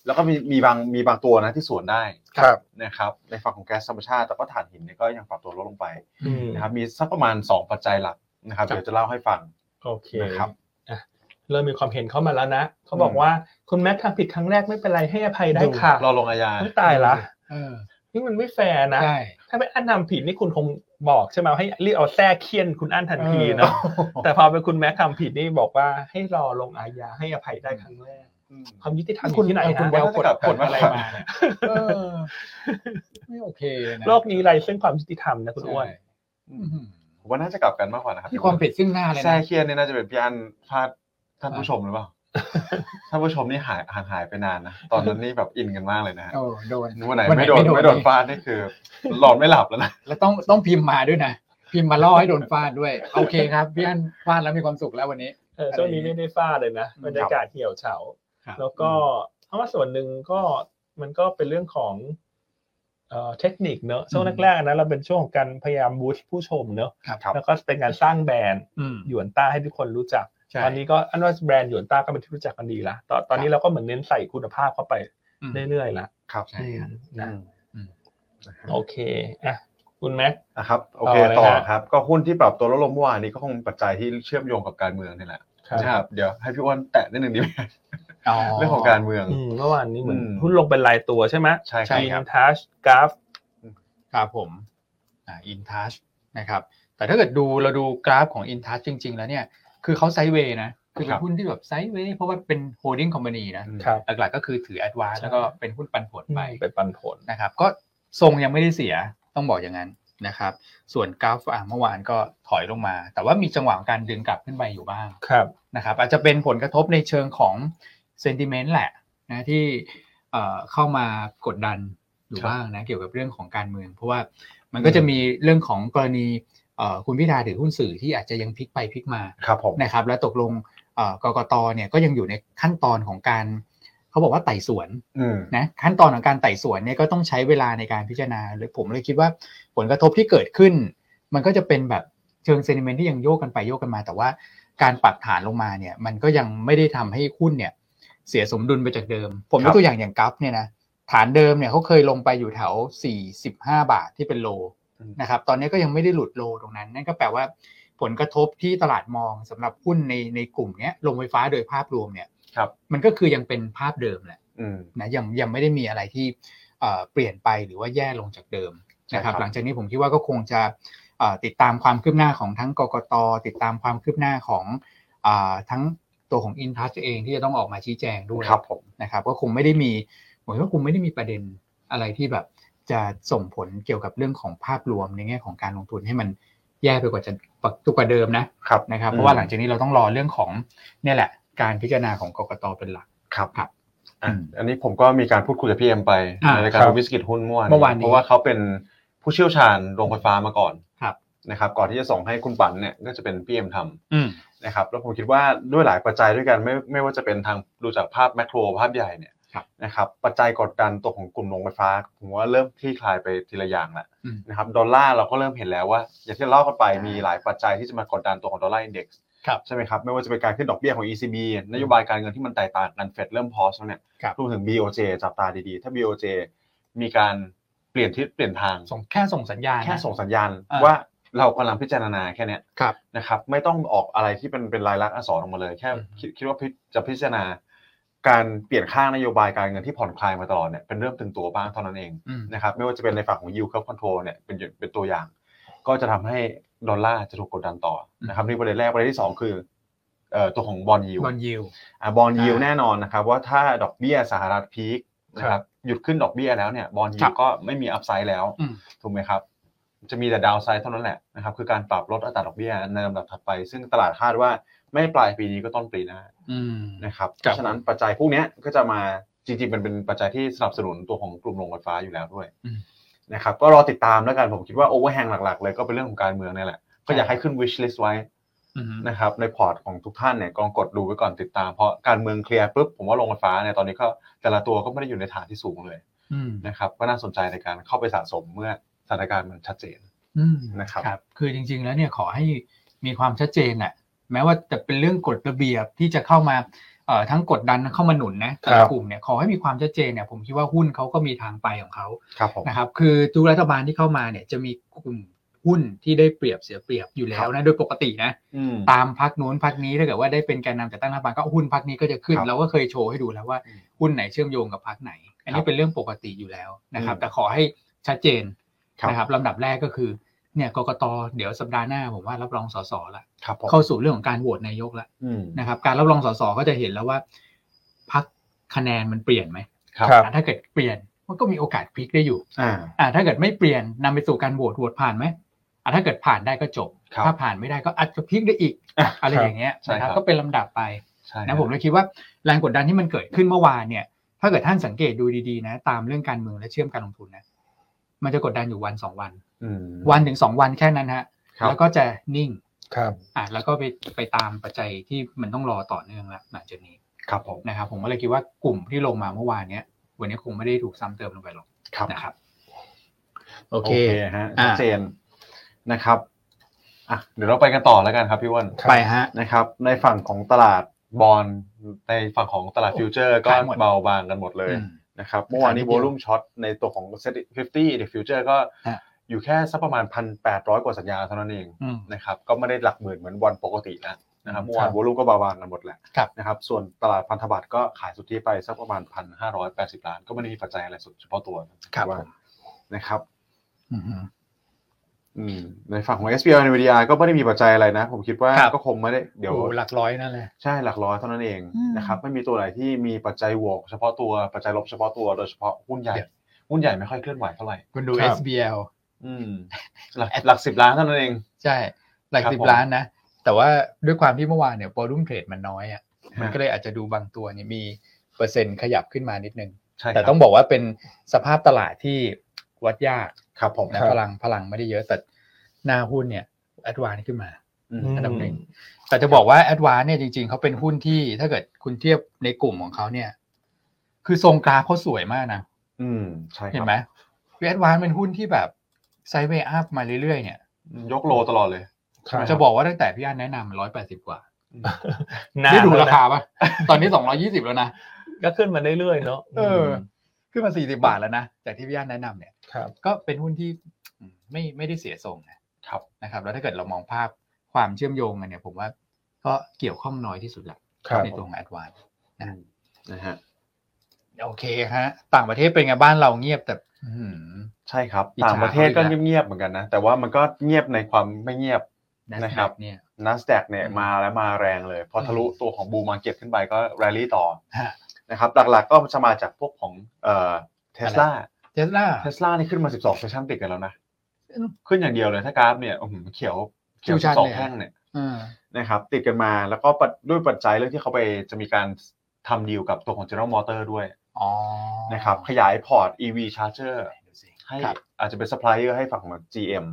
[SPEAKER 3] แล้วก็มีมีบางมีบางตัวนะที่สวนได้
[SPEAKER 1] ครับ
[SPEAKER 3] นะครับในฝั่งของแก๊สธรรมชาติแต่ก็ถ่านหินเนี่ยก็ยังปรับตัวลดลงไป
[SPEAKER 1] อืม
[SPEAKER 3] นะครับมีสักประมาณ 2 ปัจจัยหลักนะครับ
[SPEAKER 2] ครับ
[SPEAKER 3] เดี๋ยวจะเล่าให้ฟัง
[SPEAKER 1] โอเค
[SPEAKER 3] นะครับ
[SPEAKER 1] อ่ะเริ่มมีความเห็นเข้ามาแล้วนะเขาบอกว่าคุณแม็กทำผิดครั้งแรกไม่เป็นไรให้อภัยได้ค่ะ
[SPEAKER 3] เราลงอาญา
[SPEAKER 1] ไม่ตายละ
[SPEAKER 2] เออ
[SPEAKER 1] นี่มันไม่แฟร์นะ
[SPEAKER 2] ใช่
[SPEAKER 1] ถ้าไม่อั้นทำผิดนี่คุณคงบอกใช่ไหมให้รีบเอาแส้เคี่ยนคุณอั้นทันทีเนาะแต่พอเป็นคุณแม็กทำผิดนี่บอกว่าให้รอลงอาญาให้อภัยได้ครั้งแรก ความยุติธรรมอยู่ที่ไหน
[SPEAKER 2] เออคุณ
[SPEAKER 1] นะ
[SPEAKER 2] แววกด
[SPEAKER 3] กลับกั
[SPEAKER 2] ก
[SPEAKER 3] น
[SPEAKER 2] ดอะไร
[SPEAKER 3] มากกว่า
[SPEAKER 2] มาเนี่ยเออไม่โอเคเลยนะ
[SPEAKER 1] โลกนี้ไรซึ่งความยุติธรรมนะคุณอ้วน
[SPEAKER 2] ใช่อื้อหือ
[SPEAKER 3] ผมว่าน่าจะกลับกันมากกว่านะครับ
[SPEAKER 2] นี่ความผิดซึ่งหน้าเลย
[SPEAKER 3] แซ่
[SPEAKER 2] นะ
[SPEAKER 3] เครียดเนี่ยน่าจะเป็นพี่อันพลาดท่านผู้ชมหรือเปล่า ท่านผู้ชมนี่หายห่างหายไปนานนะ ตอนนั้นนี่แบบอินกันมากเลยนะฮะ
[SPEAKER 2] โอ้โดน
[SPEAKER 3] วันไหน
[SPEAKER 2] วันไหน
[SPEAKER 3] ไม่โดน
[SPEAKER 2] ไม่โดน
[SPEAKER 3] ไม่โดนฟาดนี่คือ หลอนไม่หลับแล้วนะ
[SPEAKER 2] แล้วต้องต้องพิมพ์มาด้วยนะ พิมพ์มาล่อให้โดนฟาดด้วย โอเคครับพี่อันฟาดแล้วมีความสุขแล้ววันนี้
[SPEAKER 1] เออช่วงนี้ไม่ได้ฟาดเลยนะ
[SPEAKER 2] อืม
[SPEAKER 1] บรรยากาศเหี่ยวเฉา
[SPEAKER 2] ครับ
[SPEAKER 1] แล้วก็เพราะว่าส่วนหนึ่งก็มันก็เป็นเรื่องของเอ่อเทคนิคเนอะช่วงแรกๆนะเราเป็นช่วงของการพยายามบูสต์ผู้ชมเนอะ
[SPEAKER 2] ครับ
[SPEAKER 3] ครับ
[SPEAKER 1] แล้วก็เป็นการสร้างแบรนด์
[SPEAKER 2] อืม
[SPEAKER 1] หยวนต้าให้ทุกคนรู้จัก
[SPEAKER 2] ใช่
[SPEAKER 1] ตอนนี้ก็อันว่าแบรนด์หยวนต้าก็เป็นที่รู้จักกันดีละตอนตอนนี้
[SPEAKER 2] ครับ
[SPEAKER 1] เราก็เหมือนเน้นใส่คุณภาพเข้าไป
[SPEAKER 2] อืม
[SPEAKER 1] เรื่อยๆละ
[SPEAKER 3] ครับ
[SPEAKER 2] ใช่ครับ
[SPEAKER 1] นะ
[SPEAKER 2] อืม
[SPEAKER 1] โอเคอ่ะคุณแม็ก
[SPEAKER 3] นะครับโอเค
[SPEAKER 1] ต่อเลยฮะ
[SPEAKER 3] ต่อครับ ก็หุ้นที่ปรับตัวลดลงเมื่อวานนี้ก็คงปัจจัยที่เชื่อมโยงกับการเมืองนี่แหละ
[SPEAKER 1] ครับ
[SPEAKER 3] นะครับเดี๋ยวให้พี่อ้วนแตะนิดนึงดีไหมเรื่องของการเมือง
[SPEAKER 1] อืมเมื่อวานนี้เหมือน
[SPEAKER 3] อืม
[SPEAKER 1] หุ้นลงเป็นรายตัวใช่ไหม
[SPEAKER 3] ใช่ค
[SPEAKER 2] ใช่
[SPEAKER 3] รับ
[SPEAKER 2] ครับ
[SPEAKER 1] ทัชกราฟ
[SPEAKER 2] ครับผมอ่าอินทัชนะครับแต่ถ้าเกิดดูเราดูกราฟของอินทัชจริง ๆ แล้วเนี่ย คือเขาไซด์เวย์นะ คือเป็
[SPEAKER 3] ครั
[SPEAKER 2] น
[SPEAKER 3] บ
[SPEAKER 2] หุ้นที่แบบไซด์เวย์เพราะว่าเป็นโฮลดิ้งคอมพานีนะ
[SPEAKER 3] อืม
[SPEAKER 1] ครับ
[SPEAKER 2] หลักๆก็คือถือแอดวาน
[SPEAKER 1] ใช่
[SPEAKER 2] แล้วก็เป็นหุ้นปันผลไป
[SPEAKER 1] ไปปันผล
[SPEAKER 2] นะครับก็ทรงยังไม่ได้เสียต้องบอกอย่างนั้นนะครับ ส่วนกราฟอ่ะเมื่อวานก็ถอยลงมา แต่ว่ามีจังหวะการดึงกลับขึ้นไปอยู่บ้าง
[SPEAKER 1] ครับ
[SPEAKER 2] นะครับ อาจจะเป็นผลกระทบในเชิงของเซนติเมนต์แหละนะที่เอ่อเข้ามากดดันอยู่
[SPEAKER 3] ครับ
[SPEAKER 2] บ้างนะเกี่ยวกับเรื่องของการเมือง เพราะว่ามันก็จะมีเรื่องของกรณีเอ่อคุณพิธาถือหุ้นสื่อที่อาจจะยังพลิกไปพลิกมา
[SPEAKER 3] ครับผม
[SPEAKER 2] นะครับและตกลงเอ่อกกตเนี่ยก็ยังอยู่ในขั้นตอนของการเขาบอกว่าไต่สวน
[SPEAKER 3] อืม
[SPEAKER 2] นะขั้นตอนของการไต่สวนเนี่ยก็ต้องใช้เวลาในการพิจารณาเลยผมเลยคิดว่าผลกระทบที่เกิดขึ้น มันก็จะเป็นแบบเชิงเซนิเมนที่ยังโยกกันไปโยกกันมา แต่ว่า การปรับฐานลงมาเนี่ย มันก็ยังไม่ได้ทำให้หุ้นเนี่ย เสียสมดุลไปจากเดิม ผมยกตัวอย่างอย่างกัฟเนี่ยนะฐานเดิมเนี่ยเขาเคยลงไปอยู่แถว 45 บาทที่เป็นโล
[SPEAKER 3] อืม
[SPEAKER 2] นะครับ ตอนนี้ก็ยังไม่ได้หลุดโลตรงนั้น นั่นก็แปลว่าผลกระทบที่ตลาดมองสำหรับหุ้นในในกลุ่มเนี้ยลงไฟฟ้าโดยภาพรวมเนี่ย
[SPEAKER 3] ครับ
[SPEAKER 2] มันก็คือยังเป็นภาพเดิมแหละ
[SPEAKER 3] อืม
[SPEAKER 2] นะยังยังไม่ได้มีอะไรที่เอ่อเปลี่ยนไปหรือว่าแย่ลงจากเดิมนะครับ
[SPEAKER 3] ใช่ครับ
[SPEAKER 2] หลังจากนี้ผมคิดว่าก็คงจะเอ่อติดตามความคืบหน้าของทั้งกกตติดตามความคืบหน้าของอ่าทั้งตัวของอินทัชเองที่จะต้องออกมาชี้แจงด้วย
[SPEAKER 3] ครับผม
[SPEAKER 2] นะครับ ก็คงไม่ได้มีผมว่าคงไม่ได้มีประเด็นอะไรที่แบบจะส่งผลเกี่ยวกับเรื่องของภาพรวมในแง่ของการลงทุนให้มันแย่ไปกว่าจะตุกกว่าเดิมนะครับ นะครับ
[SPEAKER 3] อืม
[SPEAKER 2] เพราะว่าหลังจากนี้เราต้องรอเรื่องของเนี่ยแหละ การพิจารณาของกกตเป็นหลัก
[SPEAKER 3] ครับ
[SPEAKER 2] ครับ
[SPEAKER 3] อ่ะอันนี้ผมก็มีการพูดคุยกับพี่เอ็มไป
[SPEAKER 2] อ่า
[SPEAKER 3] ในรายการ
[SPEAKER 1] ครับ
[SPEAKER 3] วิสกิตหุ้นเมื่อวาน
[SPEAKER 2] เมื่อวานนี้
[SPEAKER 3] เพราะว่าเขาเป็นผู้เชี่ยวชาญโรงไฟฟ้ามาก่อน
[SPEAKER 2] ครับ
[SPEAKER 3] นะครับก่อนที่จะส่งให้คุณปันเนี่ยก็จะเป็นพี่เอ็มท
[SPEAKER 2] อืม
[SPEAKER 3] ำนะครับแล้วผมคิดว่าด้วยหลายปัจจัยด้วยกันไม่ไม่ว่าจะเป็นทางดูจากภาพแมกโรภาพใหญ่เนี่ย
[SPEAKER 2] ครับ
[SPEAKER 3] นะครับปัจจัยกดดันตัวของกลุ่มโรงไฟฟ้าผมว่าเริ่มคลี่คลายไปทีละอย่างละ
[SPEAKER 2] อืม
[SPEAKER 3] นะครับดอลลาร์เราก็เริ่มเห็นแล้วว่า อย่างที่เราเล่ากันไปมีหลายปัจจัยที่จะมากดดันตัวของดอลลาร์อินเด็กซ์ ใช่ไหมครับไม่ว่าจะเป็นการขึ้นดอกเบี้ยของ ECB นโยบายการเงินที่มันแตกต่างกันเฟดเริ่มพอสแล้วเนี่ย
[SPEAKER 2] ครับ
[SPEAKER 3] รวมถึง BOJ จับตาดีๆ ถ้า BOJ มีการเปลี่ยนทิศเปลี่ยนทาง
[SPEAKER 2] ส่งแค่ส่งสัญญาณนะ
[SPEAKER 3] แค่ส่งสัญญาณ
[SPEAKER 2] อ่า
[SPEAKER 3] ว่าเรากำลังพิจารณาแค่เนี้ย
[SPEAKER 2] ครับ
[SPEAKER 3] นะครับไม่ต้องออกอะไรที่เป็นเป็นลายลักษณ์อักษรออกมาเลย แค่
[SPEAKER 2] อืม
[SPEAKER 3] คิดคิดว่าพิจะพิจารณา การเปลี่ยนข้างนโยบายการเงินที่ผ่อนคลายมาตลอดเนี่ยเป็นเริ่มตึงตัวบ้างเท่านั้นเอง
[SPEAKER 2] อืม
[SPEAKER 3] นะครับไม่ว่าจะเป็นในฝั่งของ yield curve control เนี่ยเป็นเป็นตัวอย่าง ก็จะทำให้ดอลลาร์จะถูกกดดันต่อนะครับนี่ประเด็นแรกประเด็นที่สองคือเอ่อตัวของบอลยิว
[SPEAKER 2] บอลยิว
[SPEAKER 3] อ่ะบอลยิว
[SPEAKER 2] อ่า
[SPEAKER 3] แน่นอนนะครับว่าถ้าดอกเบี้ยสหรัฐพีคนะครับหยุดขึ้นดอกเบี้ยแล้วเนี่ยบอลยิ
[SPEAKER 2] ครั
[SPEAKER 3] ว
[SPEAKER 2] บ
[SPEAKER 3] ก็ไม่มีอัพไซด์แล้ว
[SPEAKER 2] อืม
[SPEAKER 3] ถูกไหมครับ จะมีแต่ดาวไซด์เท่านั้นแหละนะครับคือการปรับลดอัตราดอกเบี้ยในลำดับถัดไป ซึ่งตลาดคาดว่าไม่ปลายปีนี้ก็ต้นปีหน้า
[SPEAKER 2] อืม
[SPEAKER 3] นะครับเพ
[SPEAKER 2] ครับ
[SPEAKER 3] ราะฉะนั้นปัจจัยพวกเนี้ยก็จะมาจริงๆมันเป็นปัจจัยที่สนับสนุนตัวของกลุ่มโรงไฟฟ้าอยู่แล้วด้วย
[SPEAKER 2] อืม
[SPEAKER 3] นะครับก็รอติดตามแล้วกันผมคิดว่าโอเวอร์แฮงหลักๆ เลยก็เป็นเรื่องของการเมืองเนี่ยแหละก็อยากให้ขึ้น wish list ไว้
[SPEAKER 2] อืม
[SPEAKER 3] นะครับในพอร์ตของทุกท่านเนี่ยกองกดดูไว้ก่อนติดตามเพราะการเมืองเคลียร์ปุ๊บผมว่าโรงไฟฟ้าเนี่ยตอนนี้ก็แต่ละตัวก็ไม่ได้อยู่ในฐานที่สูงเลย
[SPEAKER 2] อืม
[SPEAKER 3] นะครับก็น่าสนใจในการเข้าไปสะสมเมื่อสถานการณ์มันชัดเจน
[SPEAKER 2] อืม
[SPEAKER 3] นะครับ
[SPEAKER 2] ครับ คือจริง ๆ แล้วเนี่ยขอให้มีความชัดเจนแหละแม้ว่าจะเป็นเรื่องกฎระเบียบที่จะเข้ามาเอ่อทั้งกดดันเข้ามาหนุนนะแต่
[SPEAKER 3] ครั
[SPEAKER 2] ละ
[SPEAKER 3] บ
[SPEAKER 2] กลุ่มเนี่ยขอให้มีความชัดเจนเนี่ยผมคิดว่าหุ้นเขาก็มีทางไปของเขา
[SPEAKER 3] ครับผม
[SPEAKER 2] นะครับ คือทุกรัฐบาลที่เข้ามาเนี่ยจะมีกลุ่มหุ้นที่ได้เปรียบเสียเปรียบอยู่แล้วนะโดยปกตินะ
[SPEAKER 3] อืม
[SPEAKER 2] ตามพักนู้นพักนี้ถ้าเกิดว่าได้เป็นแกนนำจัดตั้งรัฐบาลก็หุ้นพักนี้ก็จะขึ้น
[SPEAKER 3] ครับ
[SPEAKER 2] เราก็เคยโชว์ให้ดูแล้วว่า
[SPEAKER 3] อืม
[SPEAKER 2] หุ้นไหนเชื่อมโยงกับพักไหน อัน
[SPEAKER 3] ครั
[SPEAKER 2] นี้
[SPEAKER 3] บ
[SPEAKER 2] เป็นเรื่องปกติอยู่แล้วนะครับ
[SPEAKER 3] อืม
[SPEAKER 2] แต่ขอให้ชัดเจน
[SPEAKER 3] ครับ
[SPEAKER 2] นะครับลำดับแรกก็คือเนี่ยกกตเดี๋ยวสัปดาห์หน้าผมว่ารับรองสสละ
[SPEAKER 3] ครับผม
[SPEAKER 2] เข้าสู่เรื่องของการโหวตนายกละ
[SPEAKER 3] อืม
[SPEAKER 2] นะครับ การรับรองสสก็จะเห็นแล้วว่าพักคะแนนมันเปลี่ยนไหม
[SPEAKER 3] ครับ
[SPEAKER 1] ครับ
[SPEAKER 2] อ่ะถ้าเกิดเปลี่ยนมันก็มีโอกาสพลิกได้อยู่
[SPEAKER 3] อ่า
[SPEAKER 2] อ่าถ้าเกิดไม่เปลี่ยนนำไปสู่การโหวตโหวตผ่านไหมอ่าถ้าเกิดผ่านได้ก็จบ
[SPEAKER 3] ครับ
[SPEAKER 2] ถ้าผ่านไม่ได้ก็อาจจะพลิกได้อีก
[SPEAKER 3] อ่ะ
[SPEAKER 2] อะไร
[SPEAKER 1] ครับ
[SPEAKER 2] อย่างเงี้ย
[SPEAKER 3] ใช่
[SPEAKER 2] นะครับ
[SPEAKER 3] ครับ
[SPEAKER 2] ก็เป็นลำดับไป
[SPEAKER 3] ใช่
[SPEAKER 2] นะผมเลยคิดว่าแรงกดดันที่มันเกิดขึ้นเมื่อวานเนี่ย ถ้าเกิดท่านสังเกตดูดีๆนะ ตามเรื่องการเมืองและเชื่อมการลงทุนนะมันจะกดดันอยู่วันสองวัน
[SPEAKER 3] อืม
[SPEAKER 2] วันถึงสองวันแค่นั้นฮะ
[SPEAKER 3] ครับ
[SPEAKER 2] แล้วก็จะนิ่ง
[SPEAKER 1] ครับ
[SPEAKER 2] อ่ะแล้วก็ไปไปตามปัจจัยที่มันต้องรอต่อเนื่องละหลังจากนี้
[SPEAKER 3] ครับผม
[SPEAKER 2] นะครับผมก็เลยคิดว่ากลุ่มที่ลงมาเมื่อวานเนี้ยวันนี้คงไม่ได้ถูกซ้ำเติมลงไปหรอก
[SPEAKER 3] ครับ
[SPEAKER 2] นะครับ
[SPEAKER 3] โอเคฮะ
[SPEAKER 2] อ่า
[SPEAKER 3] ชัดเจนนะครับอ่ะเดี๋ยวเราไปกันต่อแล้วกันครับพี่อ้วัน
[SPEAKER 2] ไปฮะ
[SPEAKER 3] นะครับ ในฝั่งของตลาดบอลในฝั่งของตลาดฟิวเจอร์ ก็
[SPEAKER 2] ขายหมด
[SPEAKER 3] เบาบางกันหมดเลย
[SPEAKER 2] อืม
[SPEAKER 3] นะครับเมื่อวานนี้
[SPEAKER 2] ขายนิด
[SPEAKER 3] โว
[SPEAKER 2] เดียว
[SPEAKER 3] ลุ่มช็อตในตัวของ s ซต50 The Future ก็
[SPEAKER 2] ฮะ
[SPEAKER 3] อยู่แค่สักประมาณ 1,800 กว่าสัญญาเท่านั้นเอง
[SPEAKER 2] อืม
[SPEAKER 3] นะครับก็ไม่ได้หลักหมื่นเหมือนวันปกติแล้วนะครับเมื่อวา
[SPEAKER 2] ครั
[SPEAKER 3] น
[SPEAKER 2] บ
[SPEAKER 3] โวลุ่มก็เบาบางกันหมดแหละ
[SPEAKER 2] ครับ
[SPEAKER 3] นะครับส่วนตลาดพันธบัตรก็ขายสุทธิไปสักประมาณ 1,580 ล้าน ก็ไม่ได้มีปัจจัยอะไรสุดเฉพาะตัว
[SPEAKER 2] ครับ
[SPEAKER 3] ว่า
[SPEAKER 2] ผม
[SPEAKER 3] นะครับ
[SPEAKER 2] อืม
[SPEAKER 3] อืมในฝั่งของ s p l NVDR ก็ไม่ได้มีปัจจัยอะไรนะ ผมคิดว่า
[SPEAKER 2] ครับ
[SPEAKER 3] ก็คงไม่ได้เดี๋ยว
[SPEAKER 2] โอ้หลักร้อยนั่นแหละ
[SPEAKER 3] ใช่หลักร้อยเท่านั้นเอง
[SPEAKER 2] อืม
[SPEAKER 3] นะครับไม่มีตัวไหนที่มีปัจจัยบวกเฉพาะตัวปัจจัยลบเฉพาะตัวโดยเฉพาะหุ้นใหญ่
[SPEAKER 2] เดี๋ยว
[SPEAKER 3] หุ้นใหญ่ไม่ค่อยเคลื่อนไหวเท่าไหร่
[SPEAKER 2] คุณดู
[SPEAKER 1] ครับ
[SPEAKER 2] SBL
[SPEAKER 3] อืมหลักหลักสิบล้านเท่านั้นเอง
[SPEAKER 2] ใช่หลัก
[SPEAKER 3] ครับ
[SPEAKER 2] สิบ
[SPEAKER 3] ผม
[SPEAKER 2] ล้านนะ แต่ว่าด้วยความที่เมื่อวานเนี่ย o อ u ุ่มเทรดมันน้อยอะ่ะมันก็เลยอาจจะดูบางตัวเนี่ยมีเปอร์เซ็นต์ขยับขึ้นมานิดนึง
[SPEAKER 3] ใช่
[SPEAKER 2] แต่
[SPEAKER 3] ครับ
[SPEAKER 2] ต้องบอกว่าเป็นสภาพตลาดที่วัดยาก
[SPEAKER 3] ครับผม
[SPEAKER 2] นะ
[SPEAKER 1] ครั
[SPEAKER 2] พ
[SPEAKER 1] บ
[SPEAKER 2] ลังพลังไม่ได้เยอะแต่หน้าหุ้นเนี่ยแอดวานขึ้นมา
[SPEAKER 3] อืม
[SPEAKER 2] อันดับหนึ่ง แต่จะบอกว่าแอดวานเนี่ยจริงๆ เขาเป็นหุ้นที่ถ้าเกิดคุณเทียบในกลุ่มของเขาเนี่ย คือทรงกราฟเขาสวยมากนะ
[SPEAKER 3] อืมใช่ครับ
[SPEAKER 2] เห็นไหมคือแอดวานเป็นหุ้นที่แบบไซด์เวย์อัพมาเรื่อยๆเนี่ย
[SPEAKER 3] ยกโลตลอดเลย
[SPEAKER 1] ครับ
[SPEAKER 2] จะบอกว่าตั้งแต่พี่อันแนะนำร้อยแปดสิบกว่า
[SPEAKER 1] นา
[SPEAKER 2] ได้
[SPEAKER 1] น
[SPEAKER 2] ดู
[SPEAKER 1] แล้ว
[SPEAKER 2] รา
[SPEAKER 1] นะ
[SPEAKER 2] คาป่ะ ตอนนี้สองร้อยี่สิบแล้วนะ
[SPEAKER 1] ก็ขึ้นมาเรื่อยๆเนาะ
[SPEAKER 2] เออ ขึ้นมาสี่สิบาทแล้วนะ จากที่พี่ย่านแนะนำเนี่ย
[SPEAKER 1] ครับ
[SPEAKER 2] ก็เป็นหุ้นที่อืมไม่ไม่ได้เสียทรงนะครับ นะครับ แล้วถ้าเกิดเรามองภาพความเชื่อมโยงกันเนี่ย ผมว่าก็เกี่ยวข้องน้อยที่สุดละ
[SPEAKER 1] ครับ
[SPEAKER 2] ในตรงแอดวาน
[SPEAKER 3] นะฮะ
[SPEAKER 2] โอเคฮะ ต่างประเทศเป็นไงบ้านเราเงียบแต่ อื้อหือ
[SPEAKER 3] ใช่ครับ
[SPEAKER 2] อิจฉา
[SPEAKER 3] ต่างประเทศก็เงียบๆเหมือนกันนะ แต่ว่ามันก็เงียบในความไม่เงียบ นะ
[SPEAKER 2] นะ
[SPEAKER 3] ค
[SPEAKER 2] ค
[SPEAKER 3] รั
[SPEAKER 2] รับ บเนี่ย
[SPEAKER 3] นัสแดกเนี่ยมาแล้วมาแรงเลย พอทะลุตัวของบูมาเก็ตขึ้นไปก็แรลลี่ต่อ
[SPEAKER 2] ฮะ
[SPEAKER 3] นะครับหลักๆก็จะมาจากพวกของเอ่อเทสลา
[SPEAKER 2] เทสลา
[SPEAKER 3] เทสลานี่ขึ้นมา 12เซสชั่นติดกันแล้วนะ
[SPEAKER 2] อืม
[SPEAKER 3] ขึ้นอย่างเดียวเลยถ้ากราฟเนี่ยโอ้โหเขียวเขียว
[SPEAKER 2] ชูชัน
[SPEAKER 3] สอง
[SPEAKER 2] เลย
[SPEAKER 3] แท่งเนี่ย
[SPEAKER 2] อ่า
[SPEAKER 3] นะครับติดกันมาแล้วก็ปัจด้วยปัจจัยเรื่องที่เขาไปจะมีการทำดีลกับตัวของ General Motor ด้วย
[SPEAKER 2] อ๋อ
[SPEAKER 3] นะครับขยายพอร์ต EV Charger
[SPEAKER 2] ดูสิ
[SPEAKER 3] ให้
[SPEAKER 2] ครับ
[SPEAKER 3] อาจจะเป็นซัพพลายเออร์ให้ฝั่งของ GM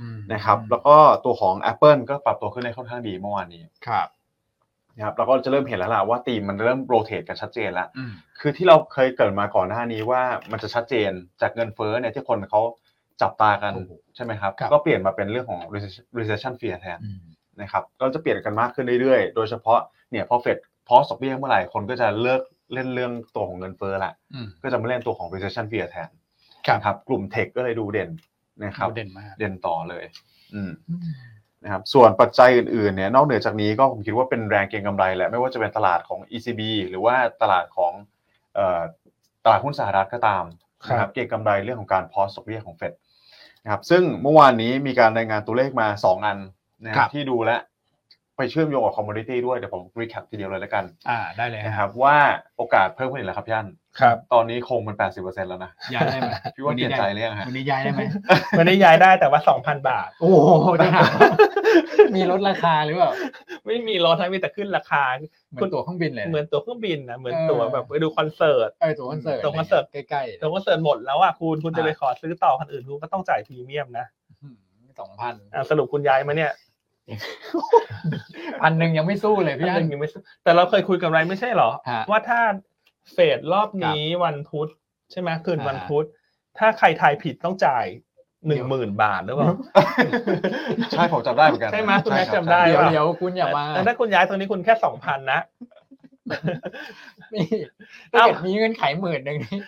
[SPEAKER 2] อืม
[SPEAKER 3] นะครับแล้วก็ตัวของ Apple ก็ปรับตัวขึ้นได้ค่อนข้างดีเมื่อวานนี้
[SPEAKER 2] ครับ
[SPEAKER 3] นะครับเราก็จะเริ่มเห็นแล้วล่ะว่าทีมมันเริ่มโรเตทกันชัดเจนแล้ว
[SPEAKER 2] อืม
[SPEAKER 3] คือที่เราเคยเกริดมาก่อนหน้านี้ว่ามันจะชัดเจนจากเงินเฟ้อเนี่ยที่คนเขาจับตากัน
[SPEAKER 2] โอ้โห
[SPEAKER 3] ใช่ไหมครับ
[SPEAKER 2] ครับ
[SPEAKER 3] ก็เปลี่ยนมาเป็นเรื่องของ recession- recession fear แทน
[SPEAKER 2] อืม
[SPEAKER 3] นะครับก็จะเปลี่ยนกันมากขึ้นเรื่อยๆ โดยเฉพาะเนี่ยพอเฟดพอสอกเบี้ยเมื่อไหร่คนก็จะเลิกเล่นเรื่องตัวของเงินเฟ้อละ
[SPEAKER 2] อืม
[SPEAKER 3] ก็จะมาเล่นตัวของ recession fear แทน
[SPEAKER 2] ครับ
[SPEAKER 3] นะครับกลุ่มเทคก็เลยดูเด่นนะครับ
[SPEAKER 2] เด่นมาก
[SPEAKER 3] เด่นต่อเลย อืม
[SPEAKER 2] อืม
[SPEAKER 3] นะครับส่วนปัจจัยอื่นๆเนี่ยนอกเหนือจากนี้ก็ผมคิดว่าเป็นแรงเก็งกำไรแหละไม่ว่าจะเป็นตลาดของ ECB หรือว่าตลาดของเอ่อตลาดหุ้นสหรัฐก็ตามนะค
[SPEAKER 1] ครั
[SPEAKER 3] รับบ เก็งกำไรเรื่องของการพอสดอกเบี้ยของเฟดนะครับซึ่งเมื่อวานนี้มีการรายงานตัวเลขมา 2 อันนะค
[SPEAKER 2] ครั
[SPEAKER 3] รับบ ที่ดูและไปเชื่อมโยงกับคอมมูนิตี้ด้วยเดี๋ยวผมรีแคปทีเดียวเลยแล้วกัน
[SPEAKER 2] อ่าได้เลย
[SPEAKER 3] นะ
[SPEAKER 2] ฮะ
[SPEAKER 3] ครับว่าโอกาสเพิ่มขึ้นอีกแล้วครับย่าน
[SPEAKER 1] ครับ
[SPEAKER 3] ตอนนี้คงมัน 80%แล้วนะ
[SPEAKER 2] ย้ายได้ไหม
[SPEAKER 3] พี่ว่าเปลี่ยนใจหรือยังฮะ
[SPEAKER 2] วันนี้ย้ายได้ไหม
[SPEAKER 1] มันได้ย้ายได้แต่ว่าสองพันบาท
[SPEAKER 2] โอ้โหจะถามมีลดราคาหรือเปล่า
[SPEAKER 1] ไม่มีรถนะมีแต่ขึ้นราคา
[SPEAKER 2] เหมือนตั๋วเครื่องบินเลยนะ
[SPEAKER 1] เหมือนตั๋วเครื่องบินนะเหมือน
[SPEAKER 2] เออ
[SPEAKER 1] ตั๋วแบบไปดูคอนเสิร์ต
[SPEAKER 2] เออตั๋วคอนเสิร์ต
[SPEAKER 1] ตั๋วคอนเสิร์ต
[SPEAKER 2] ใกล้ๆ
[SPEAKER 1] ตั๋วคอนเสิร์ตหมดแล้วอ่ะคุณคุณจะไปขอซื้อต่อคนอื่นคุณก็ต้องจ่ายพรีเมียมนะ
[SPEAKER 2] สองพัน
[SPEAKER 1] อ่ะสรุปคุณย้ายมาเนี่ย
[SPEAKER 2] พันหนึ่งยังไม่สู้เลยพี่
[SPEAKER 1] อั
[SPEAKER 2] อั
[SPEAKER 1] นห
[SPEAKER 2] น
[SPEAKER 1] นึ่งยังไม่ซื้อแต่เราเคยคุยกันไรไม่ใช่เหรอ
[SPEAKER 2] ฮะ
[SPEAKER 1] ว่าถ้าเฟดรอบนี้วันพุธใช่ไหมคืน
[SPEAKER 2] อ่า
[SPEAKER 1] วันพุธถ้าใครทายผิดต้องจ่ายห
[SPEAKER 2] เดี๋
[SPEAKER 1] นึ่ง
[SPEAKER 2] ยว
[SPEAKER 1] หมื่นบาทหรือเปล่า
[SPEAKER 3] ใช่ผมจำได้เหมือนกัน
[SPEAKER 1] ใช่ไหมคุณแม่
[SPEAKER 3] รับ
[SPEAKER 1] จำได้
[SPEAKER 2] เดี๋ยว
[SPEAKER 1] ป่ะ
[SPEAKER 2] เดี๋ยวคุณอย่ามา
[SPEAKER 1] แต่ถ้าคุณย้ายตรงนี้คุณแค่สองพันนะ
[SPEAKER 2] นี่ถ้า
[SPEAKER 1] เอ้า
[SPEAKER 2] เกิดมีเงื่อนไขหมื่นหนึ่งนี่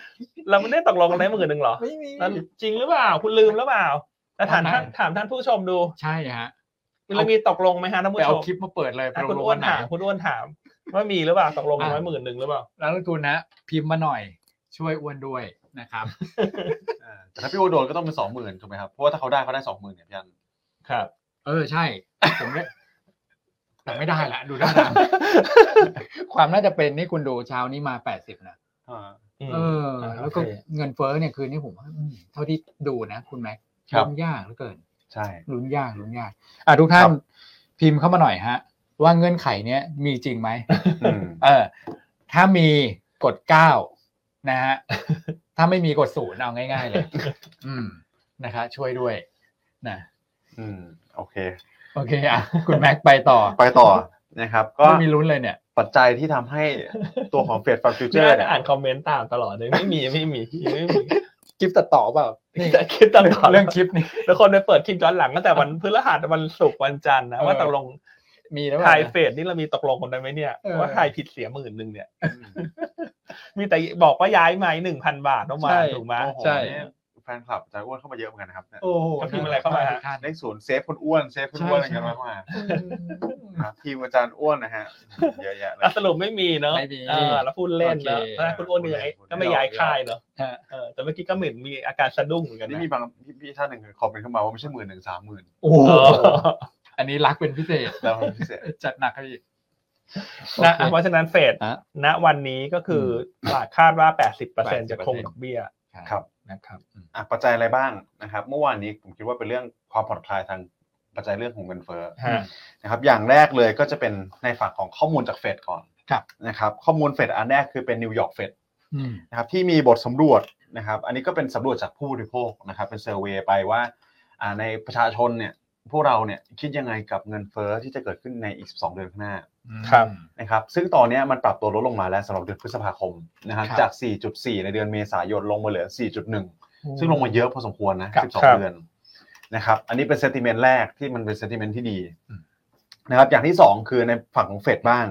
[SPEAKER 1] เราไม่ได้ตกลงกันได้หมื่นหนึ่งเหรอ
[SPEAKER 2] ไม่มี
[SPEAKER 1] แล้วจริงหรือเปล่า คุณลืมหรือเปล่าแล้วถาม
[SPEAKER 2] ไม่
[SPEAKER 1] ท่านถามท่านผู้ชมดู
[SPEAKER 2] ใช่ฮะ เอา
[SPEAKER 1] เรามีตกลงไหมฮะท่าน
[SPEAKER 2] ไป
[SPEAKER 1] ผู้ช
[SPEAKER 2] เอา
[SPEAKER 1] ม
[SPEAKER 2] คลิปมาเปิดเลย
[SPEAKER 1] อ่ะ
[SPEAKER 2] ลง
[SPEAKER 1] คุณ
[SPEAKER 2] ลง
[SPEAKER 1] อ้ว
[SPEAKER 2] วัน นไหน
[SPEAKER 1] ถามคุณอ้วนถาม ว่ามีหรือเปล่าตกลงกันไว้
[SPEAKER 2] อ่ะ
[SPEAKER 1] หมื่นหนึ่งหรือเปล่า
[SPEAKER 2] นักลงทุนนะ พิมพ์มาหน่อย ช่วยอ้วนด้วยนะครับ
[SPEAKER 3] อ่าแต่ถ้าพี่โอโดนก็ต้องเป็นสองหมื่นถูกไหมครับเพราะว่าถ้าเขาได้เขาได้สองหมื่นเนี่ยพี่อัน
[SPEAKER 1] ครับ
[SPEAKER 2] เออใช่ ผมเนี่ยแต่ไม่ได้ละดูด้าน หลังความน่าจะเป็นนี่คุณดูเช้านี้มาแปดสิบนะเออ
[SPEAKER 1] อ่า
[SPEAKER 2] แล้วก็
[SPEAKER 1] โอเค
[SPEAKER 2] เงินเฟ้อเนี่ยคืนนี้ผมว่าอืมเท่าที่ดูนะคุณแม็ก
[SPEAKER 3] ครับ
[SPEAKER 2] ลุ้นยากเหลือเกิน
[SPEAKER 3] ใช่
[SPEAKER 2] ลุ้นยากลุ้นยากอ่ะทุกท่า
[SPEAKER 3] ครั
[SPEAKER 2] น
[SPEAKER 3] บ
[SPEAKER 2] พิมพ์เข้ามาหน่อยฮะ ว่าเงื่อนไขเนี้ยมีจริงไหม
[SPEAKER 3] อืม
[SPEAKER 2] เออ ถ้ามีกดเก้านะ ฮะ ถ้าไม่มีกดศูนย์เอาง่าย ๆ เลย อืมนะคะ ช่วยด้วยนะ
[SPEAKER 3] อืม โอเค
[SPEAKER 2] โอเค อ่ะ คุณแม็กไปต่อ
[SPEAKER 3] ไปต่อนะครับ ก็
[SPEAKER 2] ไม่มีลุ้นเลยเนี่ย
[SPEAKER 3] ปัจจัยที่ทำให้ตัวของเฟดฟังฟิวเจ
[SPEAKER 1] เจ
[SPEAKER 3] อ
[SPEAKER 1] อ
[SPEAKER 3] ร์
[SPEAKER 1] จะ
[SPEAKER 3] เนี่ย
[SPEAKER 1] อ่านคอมเมนต์ตามตลอดเลยไม่มีไม่มีไม่มี
[SPEAKER 2] คลิปตัดต่อเปล่านี่
[SPEAKER 1] แต่คิดตลอด
[SPEAKER 2] เรื่องคลิปนี่
[SPEAKER 1] แล้วคนไปเปิดคลิปย้อนหลังตั้งแต่วันพฤหัสวันศุกร์วันจันทร์นะ
[SPEAKER 2] เออ
[SPEAKER 1] ว่าตกลง
[SPEAKER 2] มีแล้ว
[SPEAKER 1] ทายเฟดนี่เรามีตกลงกันได้ไหมเนี่ย
[SPEAKER 2] เออ
[SPEAKER 1] ว่าทายผิดเสียหมื่นหนึ่งเนี่ย มีแต่บอกว่าย้ายไหมหนึ่งพันบาทต้องมา
[SPEAKER 2] ใช่
[SPEAKER 1] ถูกไหม
[SPEAKER 3] โอ้โห
[SPEAKER 2] ใช่
[SPEAKER 3] เนี่ยแฟนคลับอาจะอ้วนเข้ามาเยอะเหมือนกันนะครับเนี่ย
[SPEAKER 2] โอ้โห
[SPEAKER 1] ก็พิมพ์อะไรเข้ามาฮะ
[SPEAKER 2] ท่น
[SPEAKER 3] เลขศูนย์เซฟคนอ้วนเซฟคนอ้วนอะไร
[SPEAKER 2] ใช่
[SPEAKER 3] กันมากมายนะครับทีมอาจารย์อ้วนนะฮะเยอะแยะเลย
[SPEAKER 1] อ่ะสรุปไม่มีเนอะ
[SPEAKER 2] ไม่มี
[SPEAKER 1] เออแล้วพูดเล่นเนอะ
[SPEAKER 2] โอเค
[SPEAKER 1] ถ้าคุณอ้วนยังไง
[SPEAKER 3] พูดเล่น
[SPEAKER 1] ก็ไม่ย้ายค่ายเนอะ
[SPEAKER 2] ฮะ
[SPEAKER 1] เออแต่เมื่อกี้ก็เหมือนมีอาการสะดุ้งเหมือนกัน
[SPEAKER 3] นี่
[SPEAKER 1] นะ
[SPEAKER 3] มีบางพี่พี่ท่านหนึ่งคอมเมนต์เข้ามาว่าไม่ใช่หมื่นหนึ่งสามหมื่น
[SPEAKER 2] โอ้โห
[SPEAKER 1] เออ
[SPEAKER 2] อันนี้รักเป็นพิเศษ
[SPEAKER 3] แล้วมันพิเศษ
[SPEAKER 2] จัดหนักให้อีก
[SPEAKER 1] นะเพราะฉะนั้นเฟด
[SPEAKER 2] ฮะ
[SPEAKER 1] ณวันนี้ก็คืออตลาดคาดว่าแปดสิบเปอร์เซ็น
[SPEAKER 2] 80%
[SPEAKER 1] จะคงดอกเบี้ย
[SPEAKER 3] ครับ
[SPEAKER 1] นะครับ
[SPEAKER 3] อ่ะปัจจัยอะไรบ้างนะครับ เมื่อวานนี้ผมคิดว่าเป็นเรื่องความผ่อนคลายทางปัจจัยเรื่องของเงินเฟ้อ
[SPEAKER 1] ฮะ
[SPEAKER 3] นะครับอย่างแรกเลยก็จะเป็นในฝั่งของข้อมูลจากเฟดก่อน
[SPEAKER 2] ครับ
[SPEAKER 3] นะครับข้อมูลเฟดอันแรกคือเป็นนิวยอร์กเฟด
[SPEAKER 2] อืม
[SPEAKER 3] นะครับที่มีบทสำรวจนะครับอันนี้ก็เป็นสำรวจจากผู้บริโภคนะครับเป็นเซอร์เวย์ไปว่าอ่าในประชาชนเนี่ยพวกเราเนี่ยคิดยังไงกับเงินเฟ้อที่จะเกิดขึ้นในอีก 12 เดือนข้างหน้า
[SPEAKER 1] ครับ
[SPEAKER 3] นะครับซึ่งตอนเนี้ยมันปรับตัวลดลงมาแล้วสำหรับเดือนพฤษภาคมนะครับ
[SPEAKER 2] ครับ
[SPEAKER 3] จาก 4.4 ในเดือนเมษายนลงมาเหลือ 4.1 ซึ่งลงมาเยอะพอสมควรนะ
[SPEAKER 2] ครับ
[SPEAKER 3] 12
[SPEAKER 1] ครับ
[SPEAKER 3] เดือนนะครับ อันนี้เป็นเซนติเมนต์แรกที่มันเป็นเซนติเมนต์ที่ดี
[SPEAKER 2] อืม
[SPEAKER 3] นะครับอย่างที่สองคือในฝั่งของเฟดบ้าง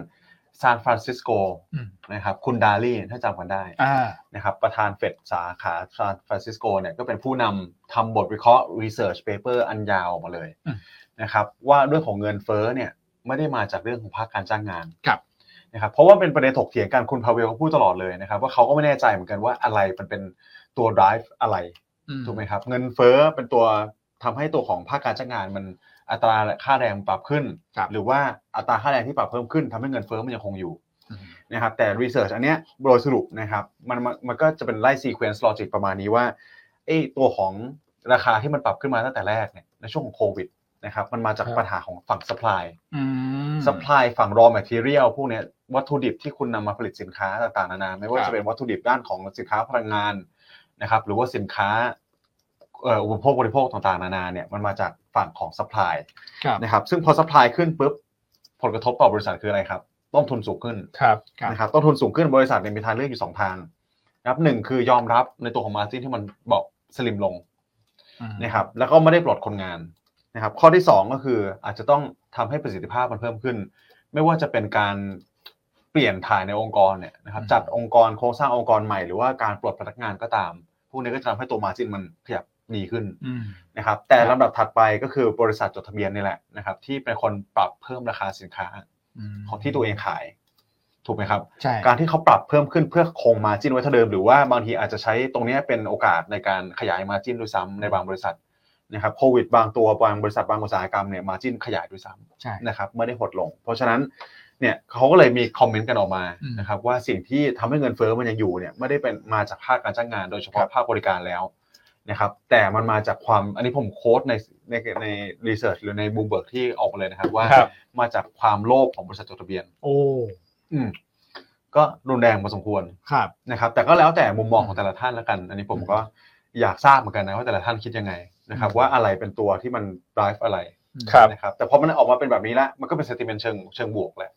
[SPEAKER 3] ซานฟรานซิสโก
[SPEAKER 2] อืม
[SPEAKER 3] นะครับคุณดาลี่ถ้าจำกันได้
[SPEAKER 2] อ่า
[SPEAKER 3] นะครับประธานเฟดสาขาซานฟรานซิสโกเนี่ยก็เป็นผู้นำทำบทวิเคราะห์ Research Paper อันยาวออกมาเลย
[SPEAKER 2] อืม
[SPEAKER 3] นะครับว่าเรื่องของเงินเฟ้อเนี่ยไม่ได้มาจากเรื่องของภาคการจ้างงาน
[SPEAKER 2] ครับ
[SPEAKER 3] นะครับเพราะว่าเป็นประเด็นถกเถียงกันคุณพาเวลก็พูดตลอดเลยนะครับว่าเขาก็ไม่แน่ใจเหมือนกันว่าอะไรมันเป็นตัว drive อะไร
[SPEAKER 2] อื
[SPEAKER 3] ถูกไหมครับเงินเฟ้อเป็นตัวทำให้ตัวของภาคการจ้างงานมันอัตราค่าแรงปรับขึ้น
[SPEAKER 2] ครับ
[SPEAKER 3] หรือว่าอัตราค่าแรงที่ปรับเพิ่มขึ้นทำให้เงินเฟ้อมันยังคงอยู่
[SPEAKER 2] อืม
[SPEAKER 3] นะครับแต่รีเสิร์ชอันเนี้ยโดยสรุปนะครับมันมันมันก็จะเป็นไล่ซีเควนซ์ลอจิกประมาณนี้ว่าไอ้ตัวของราคาที่มันปรับขึ้นมาตั้งแต่แรกเนี่ยในช่วงของโควิดนะครับมันมาจาก
[SPEAKER 1] ครับ
[SPEAKER 3] ปัญหาของฝั่ง supply
[SPEAKER 2] อืม
[SPEAKER 3] supply ฝั่ง raw material พวกเนี้ยวัตถุดิบที่คุณนำมาผลิตสินค้าต่างๆนานาไม่ว่า
[SPEAKER 2] ครับ
[SPEAKER 3] จะเป็นวัตถุดิบด้านของสินค้าพลังงานนะครับ หรือว่าสินค้าเอ่ออุปโภคบริโภคต่างๆนานาเนี่ยมันมาจากฝั่งของ supply
[SPEAKER 2] ครับ
[SPEAKER 3] นะครับ ซึ่งพอ supply ขึ้นปุ๊บผลกระทบต่อบริษัทคืออะไรครับ ต้นทุนสูงขึ้น
[SPEAKER 1] ครับ
[SPEAKER 2] ครับ
[SPEAKER 3] นะครับต้นทุนสูงขึ้นบริษัทเนี่ยมีทางเลือกอยู่สองทางนะครับหนึ่งคือยอมรับในตัวของ margin ที่มันเบาสลิมลง
[SPEAKER 2] อืม
[SPEAKER 3] นะครับแล้วก็ไม่ได้ปลดคนงานนะครับข้อที่ 2 ก็คืออาจจะต้องทำให้ประสิทธิภาพมันเพิ่มขึ้น ไม่ว่าจะเป็นการเปลี่ยนถ่ายในองค์กรเนี่ยนะครับ
[SPEAKER 2] อืม
[SPEAKER 3] จัดองค์กรโครงสร้างองค์กรใหม่หรือว่าการปลดพนักงานก็ตาม พวกนี้ก็จะทำให้ตัวมาจินมันขยับดีขึ้น
[SPEAKER 2] อืม
[SPEAKER 3] นะครับแต่
[SPEAKER 2] ครับ
[SPEAKER 3] ลำดับถัดไปก็คือบริษัทจดทะเบียนนี่แหละนะครับที่เป็นคนปรับเพิ่มราคาสินค้า
[SPEAKER 2] ม
[SPEAKER 3] ของที่ตัวเองขาย ถูกไหมครับ
[SPEAKER 2] ใช่
[SPEAKER 3] การที่เขาปรับเพิ่มขึ้นเพื่อคงมาจินไว้เท่าเดิมหรือว่าบางทีอาจจะใช้ตรงเนี้ยเป็นโอกาสในการขยายมาจินด้วยซ้ำในบางบริษัทนะครับโควิดบางตัวบางบริษัทบางอุตสาหกรรมเนี่ยมาจินขยายด้วยซ้
[SPEAKER 2] ใช่
[SPEAKER 3] ำนะครับไม่ได้หดลง เพราะฉะนั้นเนี่ยเขาก็เลยมีคอมเมนต์กันออกมา
[SPEAKER 2] อืม
[SPEAKER 3] นะครับว่าสิ่งที่ทำให้เงินเฟ้อมันยังอยู่เนี่ยไม่ได้เป็นมาจากภาคการจ้างงาน โดยเฉ
[SPEAKER 2] ครั
[SPEAKER 3] พาะ
[SPEAKER 2] บ
[SPEAKER 3] ภาคบริการแล้วนะครับแต่มันมาจากความอันนี้ผมโค้ดในในในรีเสิร์ชหรือในบูมเบิร์กที่ออกมาเลยนะครับว่า
[SPEAKER 1] ครับ
[SPEAKER 3] มาจากความโลภของบริษัทจดทะเบียน
[SPEAKER 2] โอ้
[SPEAKER 3] อืมก็รุนแรงพอสมควร
[SPEAKER 2] ครับ
[SPEAKER 3] นะครับ แต่ก็แล้วแต่มุมมองของแต่ละท่านละกัน อันนี้ผม
[SPEAKER 2] อืม
[SPEAKER 3] ก็อยากทราบเหมือนกันนะว่าแต่ละท่านคิดยังไงนะครับ
[SPEAKER 2] อืม
[SPEAKER 3] ว่าอะไรเป็นตัวที่มัน drive อะไร
[SPEAKER 1] ครับ
[SPEAKER 3] นะครับ แต่พอมันออกมาเป็นแบบนี้ละมันก็เป็น sentiment เชิงเชิงบวกแหละ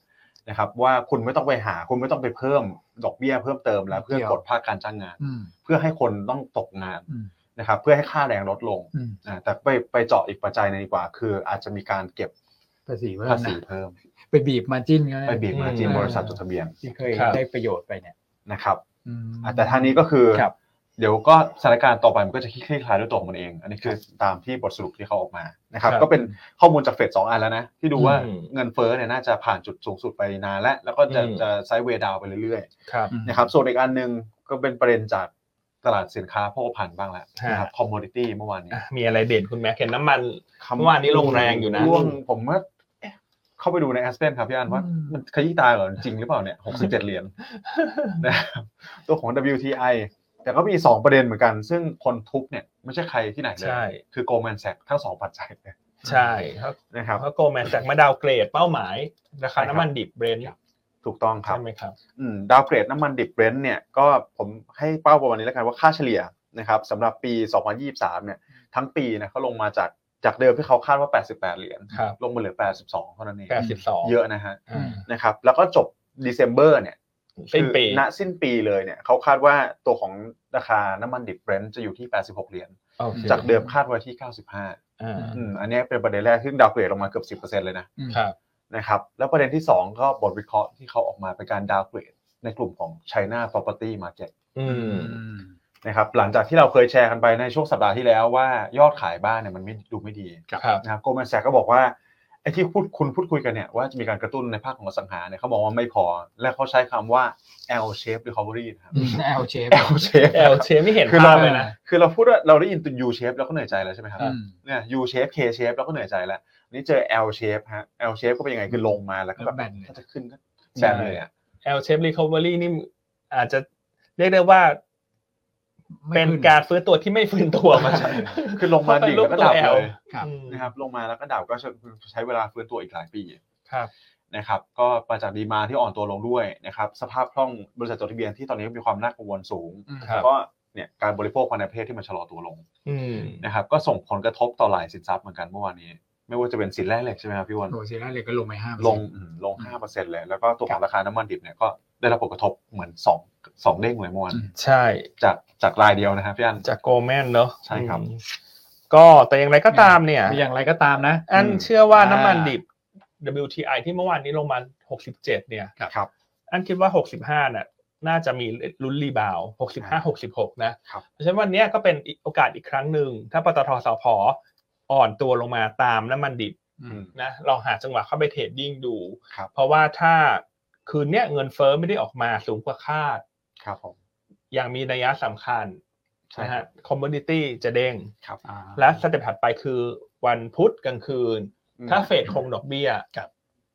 [SPEAKER 3] นะครับ ว่าคุณไม่ต้องไปหาคุณไม่ต้องไปเพิ่มดอกเบี้ยเพิ่มเติมแล้วเพื่อกดภาคการจ้างงาน
[SPEAKER 2] อืม
[SPEAKER 3] เพื่อให้คนต้องตกงาน
[SPEAKER 2] อืม
[SPEAKER 3] นะครับ เพื่อให้ค่าแรงลดลง
[SPEAKER 2] อืม
[SPEAKER 3] อ่าแต่ไปไปเจาะอีกปัจจัยหนึงดีกว่า คืออาจจะมีการเก็บ
[SPEAKER 2] ภาษีเพิ่
[SPEAKER 3] ภาม ษี
[SPEAKER 2] นะ
[SPEAKER 3] เพิ่ม
[SPEAKER 2] ไปบีบมาจิ้นเขา
[SPEAKER 3] ไปบีบมาจีน
[SPEAKER 1] อืม
[SPEAKER 3] บริษัทจดทะเบียน
[SPEAKER 2] ที่เคย
[SPEAKER 1] ครับ
[SPEAKER 2] ได้ประโยชน์ไปเนี่ย
[SPEAKER 3] นะครับ
[SPEAKER 2] อืม
[SPEAKER 3] อ่ะแต่ทางนี้ก็คือ
[SPEAKER 2] ครับ
[SPEAKER 3] เดี๋ยวก็สถานการณ์ต่อไปมันก็จะคลี่คลายด้วยตัวของมันเอง อันนี้คือตามที่บทสรุปที่เขาออกมานะครับ
[SPEAKER 1] ครับ
[SPEAKER 3] ก็เป็นข้อมูลจากเฟดสองอันแล้วนะ ที่ดูว่า
[SPEAKER 1] อืม
[SPEAKER 3] เงินเฟ้อเนี่ยน่าจะผ่านจุดสูงสุดไปนานแล้ว แล้วก็จะ
[SPEAKER 1] อืม
[SPEAKER 3] จะไซด์เวย์ดาวน์ไปเรื่อย
[SPEAKER 1] ครับ
[SPEAKER 2] อืม
[SPEAKER 3] ๆนะครับส่วนอีกอันหนึ่งก็เป็นประเด็นจากตลาดสินค้าโภคภัณฑ์บ้างแล้วนะครับคอมมอดิตี้เมื่อวานนี้
[SPEAKER 1] อ่ะมีอะไรเด่นคุณแม็กเห็นน้ำมัน
[SPEAKER 3] คำ
[SPEAKER 1] เมื่อวานนี้ลงแรงอยู่นะ
[SPEAKER 3] ร่วงผมว่าเอ๊ะเข้าไปดูในแอสเปนครับพี่อันว่า
[SPEAKER 2] อืม
[SPEAKER 3] มันขยี้ตาเหรอจริงหรือเปล่าเนี่ยหกสิบเจ็ด เหรียญ นะครับตัวของ WTI แต่ก็มี 2 ประเด็นเหมือนกัน ซึ่งคนทุบเนี่ยไม่ใช่ใครที่ไหนเลย
[SPEAKER 1] ใช่
[SPEAKER 3] คือ Goldman Sachs ทั้ง 2 ปัจจัยเลย
[SPEAKER 1] ใช่ครับ
[SPEAKER 3] นะครับ
[SPEAKER 1] เพราะโกลแมนจากมาดาวเกรดเป้าหมายราคาน้ำมันดิบเบรนท์
[SPEAKER 3] ถูกต้องครั
[SPEAKER 1] ใช่
[SPEAKER 3] บ
[SPEAKER 1] ไหมครับ
[SPEAKER 3] อืมดาวเกรดน้ำมันดิบเบรนท์เนี่ยก็ผมให้เป้าประมาณนี้แล้วกันว่าค่าเฉลี่ยนะครับสำหรับปี 2023 เนี่ยทั้งปีนะเขาลงมาจากจากเดิมที่เขาคาดว่า 88 เหรียญ
[SPEAKER 1] ครับ
[SPEAKER 3] ลงมาเหลือ 82 เท่านั้นเอง
[SPEAKER 1] 82
[SPEAKER 3] เยอะนะฮะ
[SPEAKER 1] อ่า
[SPEAKER 3] นะครับแล้วก็จบ December เนี่ย
[SPEAKER 1] สิ้นปี
[SPEAKER 3] คือณสิ้นปีเลยเนี่ยเขาคาดว่าตัวของราคาน้ำมันดิบเบรนท์จะอยู่ที่ 86 เหรียญ
[SPEAKER 1] โอค
[SPEAKER 3] จากเดิมคาดไว้ที่ 95
[SPEAKER 1] อ่า
[SPEAKER 3] อืมอันเนี้ยเป็นประเด็นแรกที่ดาวเกรดลงมาเกือบ10%เลยนะครับ นะครับแล้วประเด็นที่ 2 ก็บทวิเคราะห์ที่เขาออกมาเป็นการดาวเกรดในกลุ่มของ China Property Market
[SPEAKER 1] อื
[SPEAKER 2] อื
[SPEAKER 1] ม
[SPEAKER 2] ม
[SPEAKER 3] นะครับหลังจากที่เราเคยแชร์กันไปในช่วงสัปดาห์ที่แล้วว่ายอดขายบ้านเนี่ยมันไม่ดูไม่ดี
[SPEAKER 1] ครับ
[SPEAKER 3] นะครับโกลแมนแซกก็บอกว่าไอ้ที่พูดคุณพูดคุยกันเนี่ยว่าจะมีการกระตุ้นในภาคของอสังหาเนี่ยเขาบอกว่าไม่พอ และเขาใช้คำว่า L shape recovery นะครับ
[SPEAKER 2] อืม L shape
[SPEAKER 3] L shape
[SPEAKER 1] แอลเชไม่เห็น
[SPEAKER 3] คือ
[SPEAKER 1] ภา
[SPEAKER 3] เรา
[SPEAKER 1] พเลยนะ
[SPEAKER 3] คือเราพูดว่าเราได้ยินตัว U shape แล้วก็เหนื่อยใจแล้วใช่ไหมครับ
[SPEAKER 2] อืม
[SPEAKER 3] เนี่ย U shape K shape แล้วก็เหนื่อยใจแล้วนี่เจอ L shape ฮะ L shape ก็เป็นยังไงคือลงมาแล้วก็แบบ
[SPEAKER 2] แบนเลย
[SPEAKER 3] ถ้าจะขึ้นก็
[SPEAKER 1] ใช่
[SPEAKER 3] แบนเลยอ่ะ
[SPEAKER 1] แอลเชฟรีคอเวอรี่นี่อาจจะเรียกได้ว่า
[SPEAKER 2] ไม่
[SPEAKER 1] เป็น
[SPEAKER 2] ขึ้น
[SPEAKER 1] การฟื้นตัวที่ไม่ฟื้นตัวมา
[SPEAKER 3] คือลงมาดิ่งแล้วก็ดับ
[SPEAKER 1] เพราะเป็นรูปตัว L
[SPEAKER 3] เลย
[SPEAKER 2] ครับ
[SPEAKER 1] อืม
[SPEAKER 3] นะครับลงมาแล้วก็ดับก็ใช้เวลาฟื้นตัวอีกหลายปี
[SPEAKER 1] ครับ
[SPEAKER 3] นะครับก็มาจากดีมาที่อ่อนตัวลงด้วยนะครับสภาพคล่องบริษัทจดทะเบียนที่ตอนนี้มีความน่ากังวลสูง
[SPEAKER 2] อืม
[SPEAKER 1] ครับ
[SPEAKER 3] ก็เนี่ยการบริโภคภายในประเทศที่มันชะลอตัวลง
[SPEAKER 1] อืม
[SPEAKER 3] นะครับก็ส่งผลกระทบต่อหลายสินทรัพย์เหมือนกันเมื่อวานนี้ ไม่ว่าจะเป็นสินแร่เหล็กใช่ไหมครับพี่อ้วัน
[SPEAKER 2] โอ้เซร่าเลยก็ลงไปห้า
[SPEAKER 3] ลงอืมลงห้าเปอร์เซ็นต์เลย แล้วก็ตัวของราคาน้ำมันดิบเนี่ยก็ได้รับผลกระทบเหมือนสองสองเด้งเลยเมื่อวาน
[SPEAKER 2] อืม
[SPEAKER 1] ใช่
[SPEAKER 3] จากจากรายเดียวนะครับพี่อัน
[SPEAKER 1] จากโกลแมนเนอะ
[SPEAKER 3] ใช่ครับ
[SPEAKER 1] อืมก็แต่อย่างไรก็ตามเนี่ย
[SPEAKER 2] อย่างไรก็ตามนะ
[SPEAKER 1] อันเชื่อว่าน้ำมันดิบ WTI ที่เมื่อวานนี้ลงมา 67 เนี่ย
[SPEAKER 3] ครับ
[SPEAKER 1] อันคิดว่า 65น่ะน่าจะมีลุ้นรีบาว65 66 นะครับ เพราะฉะนั้นวันเนี้ยก็เป็นอีกโอกาสอีกครั้งหนึ่ง ถ้าปตทสพอ่อนตัวลงมาตามน้ำมันดิบ
[SPEAKER 3] อืม
[SPEAKER 1] นะลองหาจังหวะเข้าไปเทรดดิ้งดู
[SPEAKER 3] ครับ
[SPEAKER 1] เพราะว่าถ้าคืนเนี้ยเงินเฟ้อไม่ได้ออกมาสูงกว่าคาด
[SPEAKER 3] ครับผม
[SPEAKER 1] อย่างมีนัยสำคัญนะฮะคอมมูนิตี้จะเด้ง
[SPEAKER 3] ครับ
[SPEAKER 2] อ่า
[SPEAKER 1] และสเต็ปถัดไปคือวันพุธกลางคืน
[SPEAKER 3] อืม
[SPEAKER 1] ถ้าเฟดคงดอกเบี้ย
[SPEAKER 2] ครับ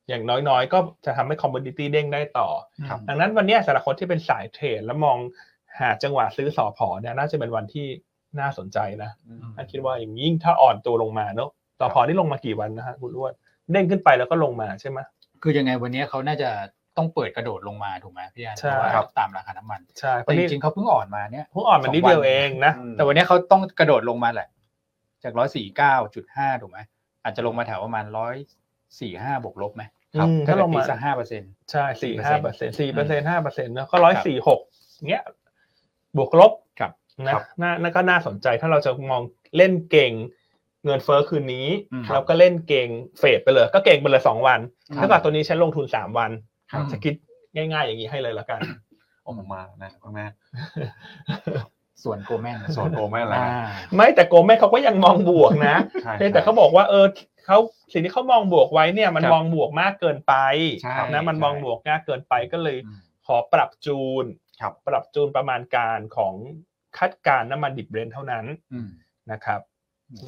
[SPEAKER 1] อย่างน้อยๆ ก็จะทำให้คอมมูนิตี้เด้งได้ต่อ
[SPEAKER 3] ครับ
[SPEAKER 1] ดังนั้นวันเนี้ยสำหรับคนที่เป็นสายเทรดแล้วมองหาจังหวะซื้อสอพอเนี่ยน่าจะเป็นวันที่น่าสนใจนะ
[SPEAKER 3] อืม
[SPEAKER 1] อันคิดว่าอย่างยิ่งถ้าอ่อนตัวลงมาเนอะสอพอนี่ลงมากี่วันนะฮะคุณรวดเด้งขึ้นไปแล้วก็ลงมาใช่ไหม
[SPEAKER 2] คือยังไงวันนี้เขาน่าจะต้องเปิดกระโดดลงมาถูกไหมพี่อัน
[SPEAKER 1] ใช่
[SPEAKER 2] เพราะว่า
[SPEAKER 3] ครับ
[SPEAKER 2] ตามราคาน้ำมัน
[SPEAKER 1] ใช่เพ
[SPEAKER 2] แต่
[SPEAKER 1] ราะ
[SPEAKER 2] จ
[SPEAKER 1] นี่
[SPEAKER 2] ริงๆเขาเพิ่งอ่อนมาเนี่ย
[SPEAKER 1] เพิ่งอ่อนมานิดเดียวเองนะ
[SPEAKER 3] อืม
[SPEAKER 2] แต่วันนี้เขาต้องกระโดดลงมาแหละ จากร้อยสี่เก้าจุดห้าถูกไหมอาจจะลงมาแถวประมาณร้อยสี่ห้าบวกลบไหม
[SPEAKER 1] อืม
[SPEAKER 2] ถ้า
[SPEAKER 1] ถ้า
[SPEAKER 2] ล
[SPEAKER 1] ล
[SPEAKER 2] ง
[SPEAKER 1] ง
[SPEAKER 2] มา
[SPEAKER 1] มา
[SPEAKER 2] สักห้าเปอร์เซ็นต์
[SPEAKER 1] ใช่สี่ห้าเปอร์เซ็น
[SPEAKER 2] 4%
[SPEAKER 1] สี่เปอร์เซ็นห้าเปอร์เซ็นนะก็ร้อยสี่หกเงี้ยบวกลบ
[SPEAKER 2] ครับ
[SPEAKER 1] นะครับ น่าน่าก็น่าสนใจถ้าเราจะมองเล่นเก่งเงินเฟ้อคืนนี้
[SPEAKER 2] อืม
[SPEAKER 1] เราก็เล่นเก่งเฟดไปเลย ก็เก่งไปเลยสองวัน
[SPEAKER 3] ครับ
[SPEAKER 1] ถ้าเกิดตัวนี้ฉันลงทุนสามวัน
[SPEAKER 2] ครับ
[SPEAKER 1] จะคิดง่ายๆอย่างนี้ให้เลยละกัน
[SPEAKER 3] โอ้ผมมานะคุณแม่
[SPEAKER 2] ส่วนโกลแมน
[SPEAKER 3] สอนโกแม่แล้ว
[SPEAKER 2] อ่า
[SPEAKER 1] ไม่แต่โกลแม่เขาก็ยังมองบวกนะ
[SPEAKER 3] ใช่
[SPEAKER 1] เพียงแต่เขาบอกว่าเออเขาสิ่งที่เขามองบวกไว้เนี่ยมัน
[SPEAKER 2] ครับ
[SPEAKER 1] มองบวกมากเกินไป
[SPEAKER 2] ใช่
[SPEAKER 1] นะมัน
[SPEAKER 2] ใช่
[SPEAKER 1] มองบวกมากเกินไปก็เลย
[SPEAKER 2] อืม
[SPEAKER 1] ขอปรับจูน
[SPEAKER 3] ครับ
[SPEAKER 1] ปรับจูนประมาณการของคาดการณ์น้ำมันดิบเบรนท์เท่านั้น
[SPEAKER 2] อืม
[SPEAKER 1] นะครับ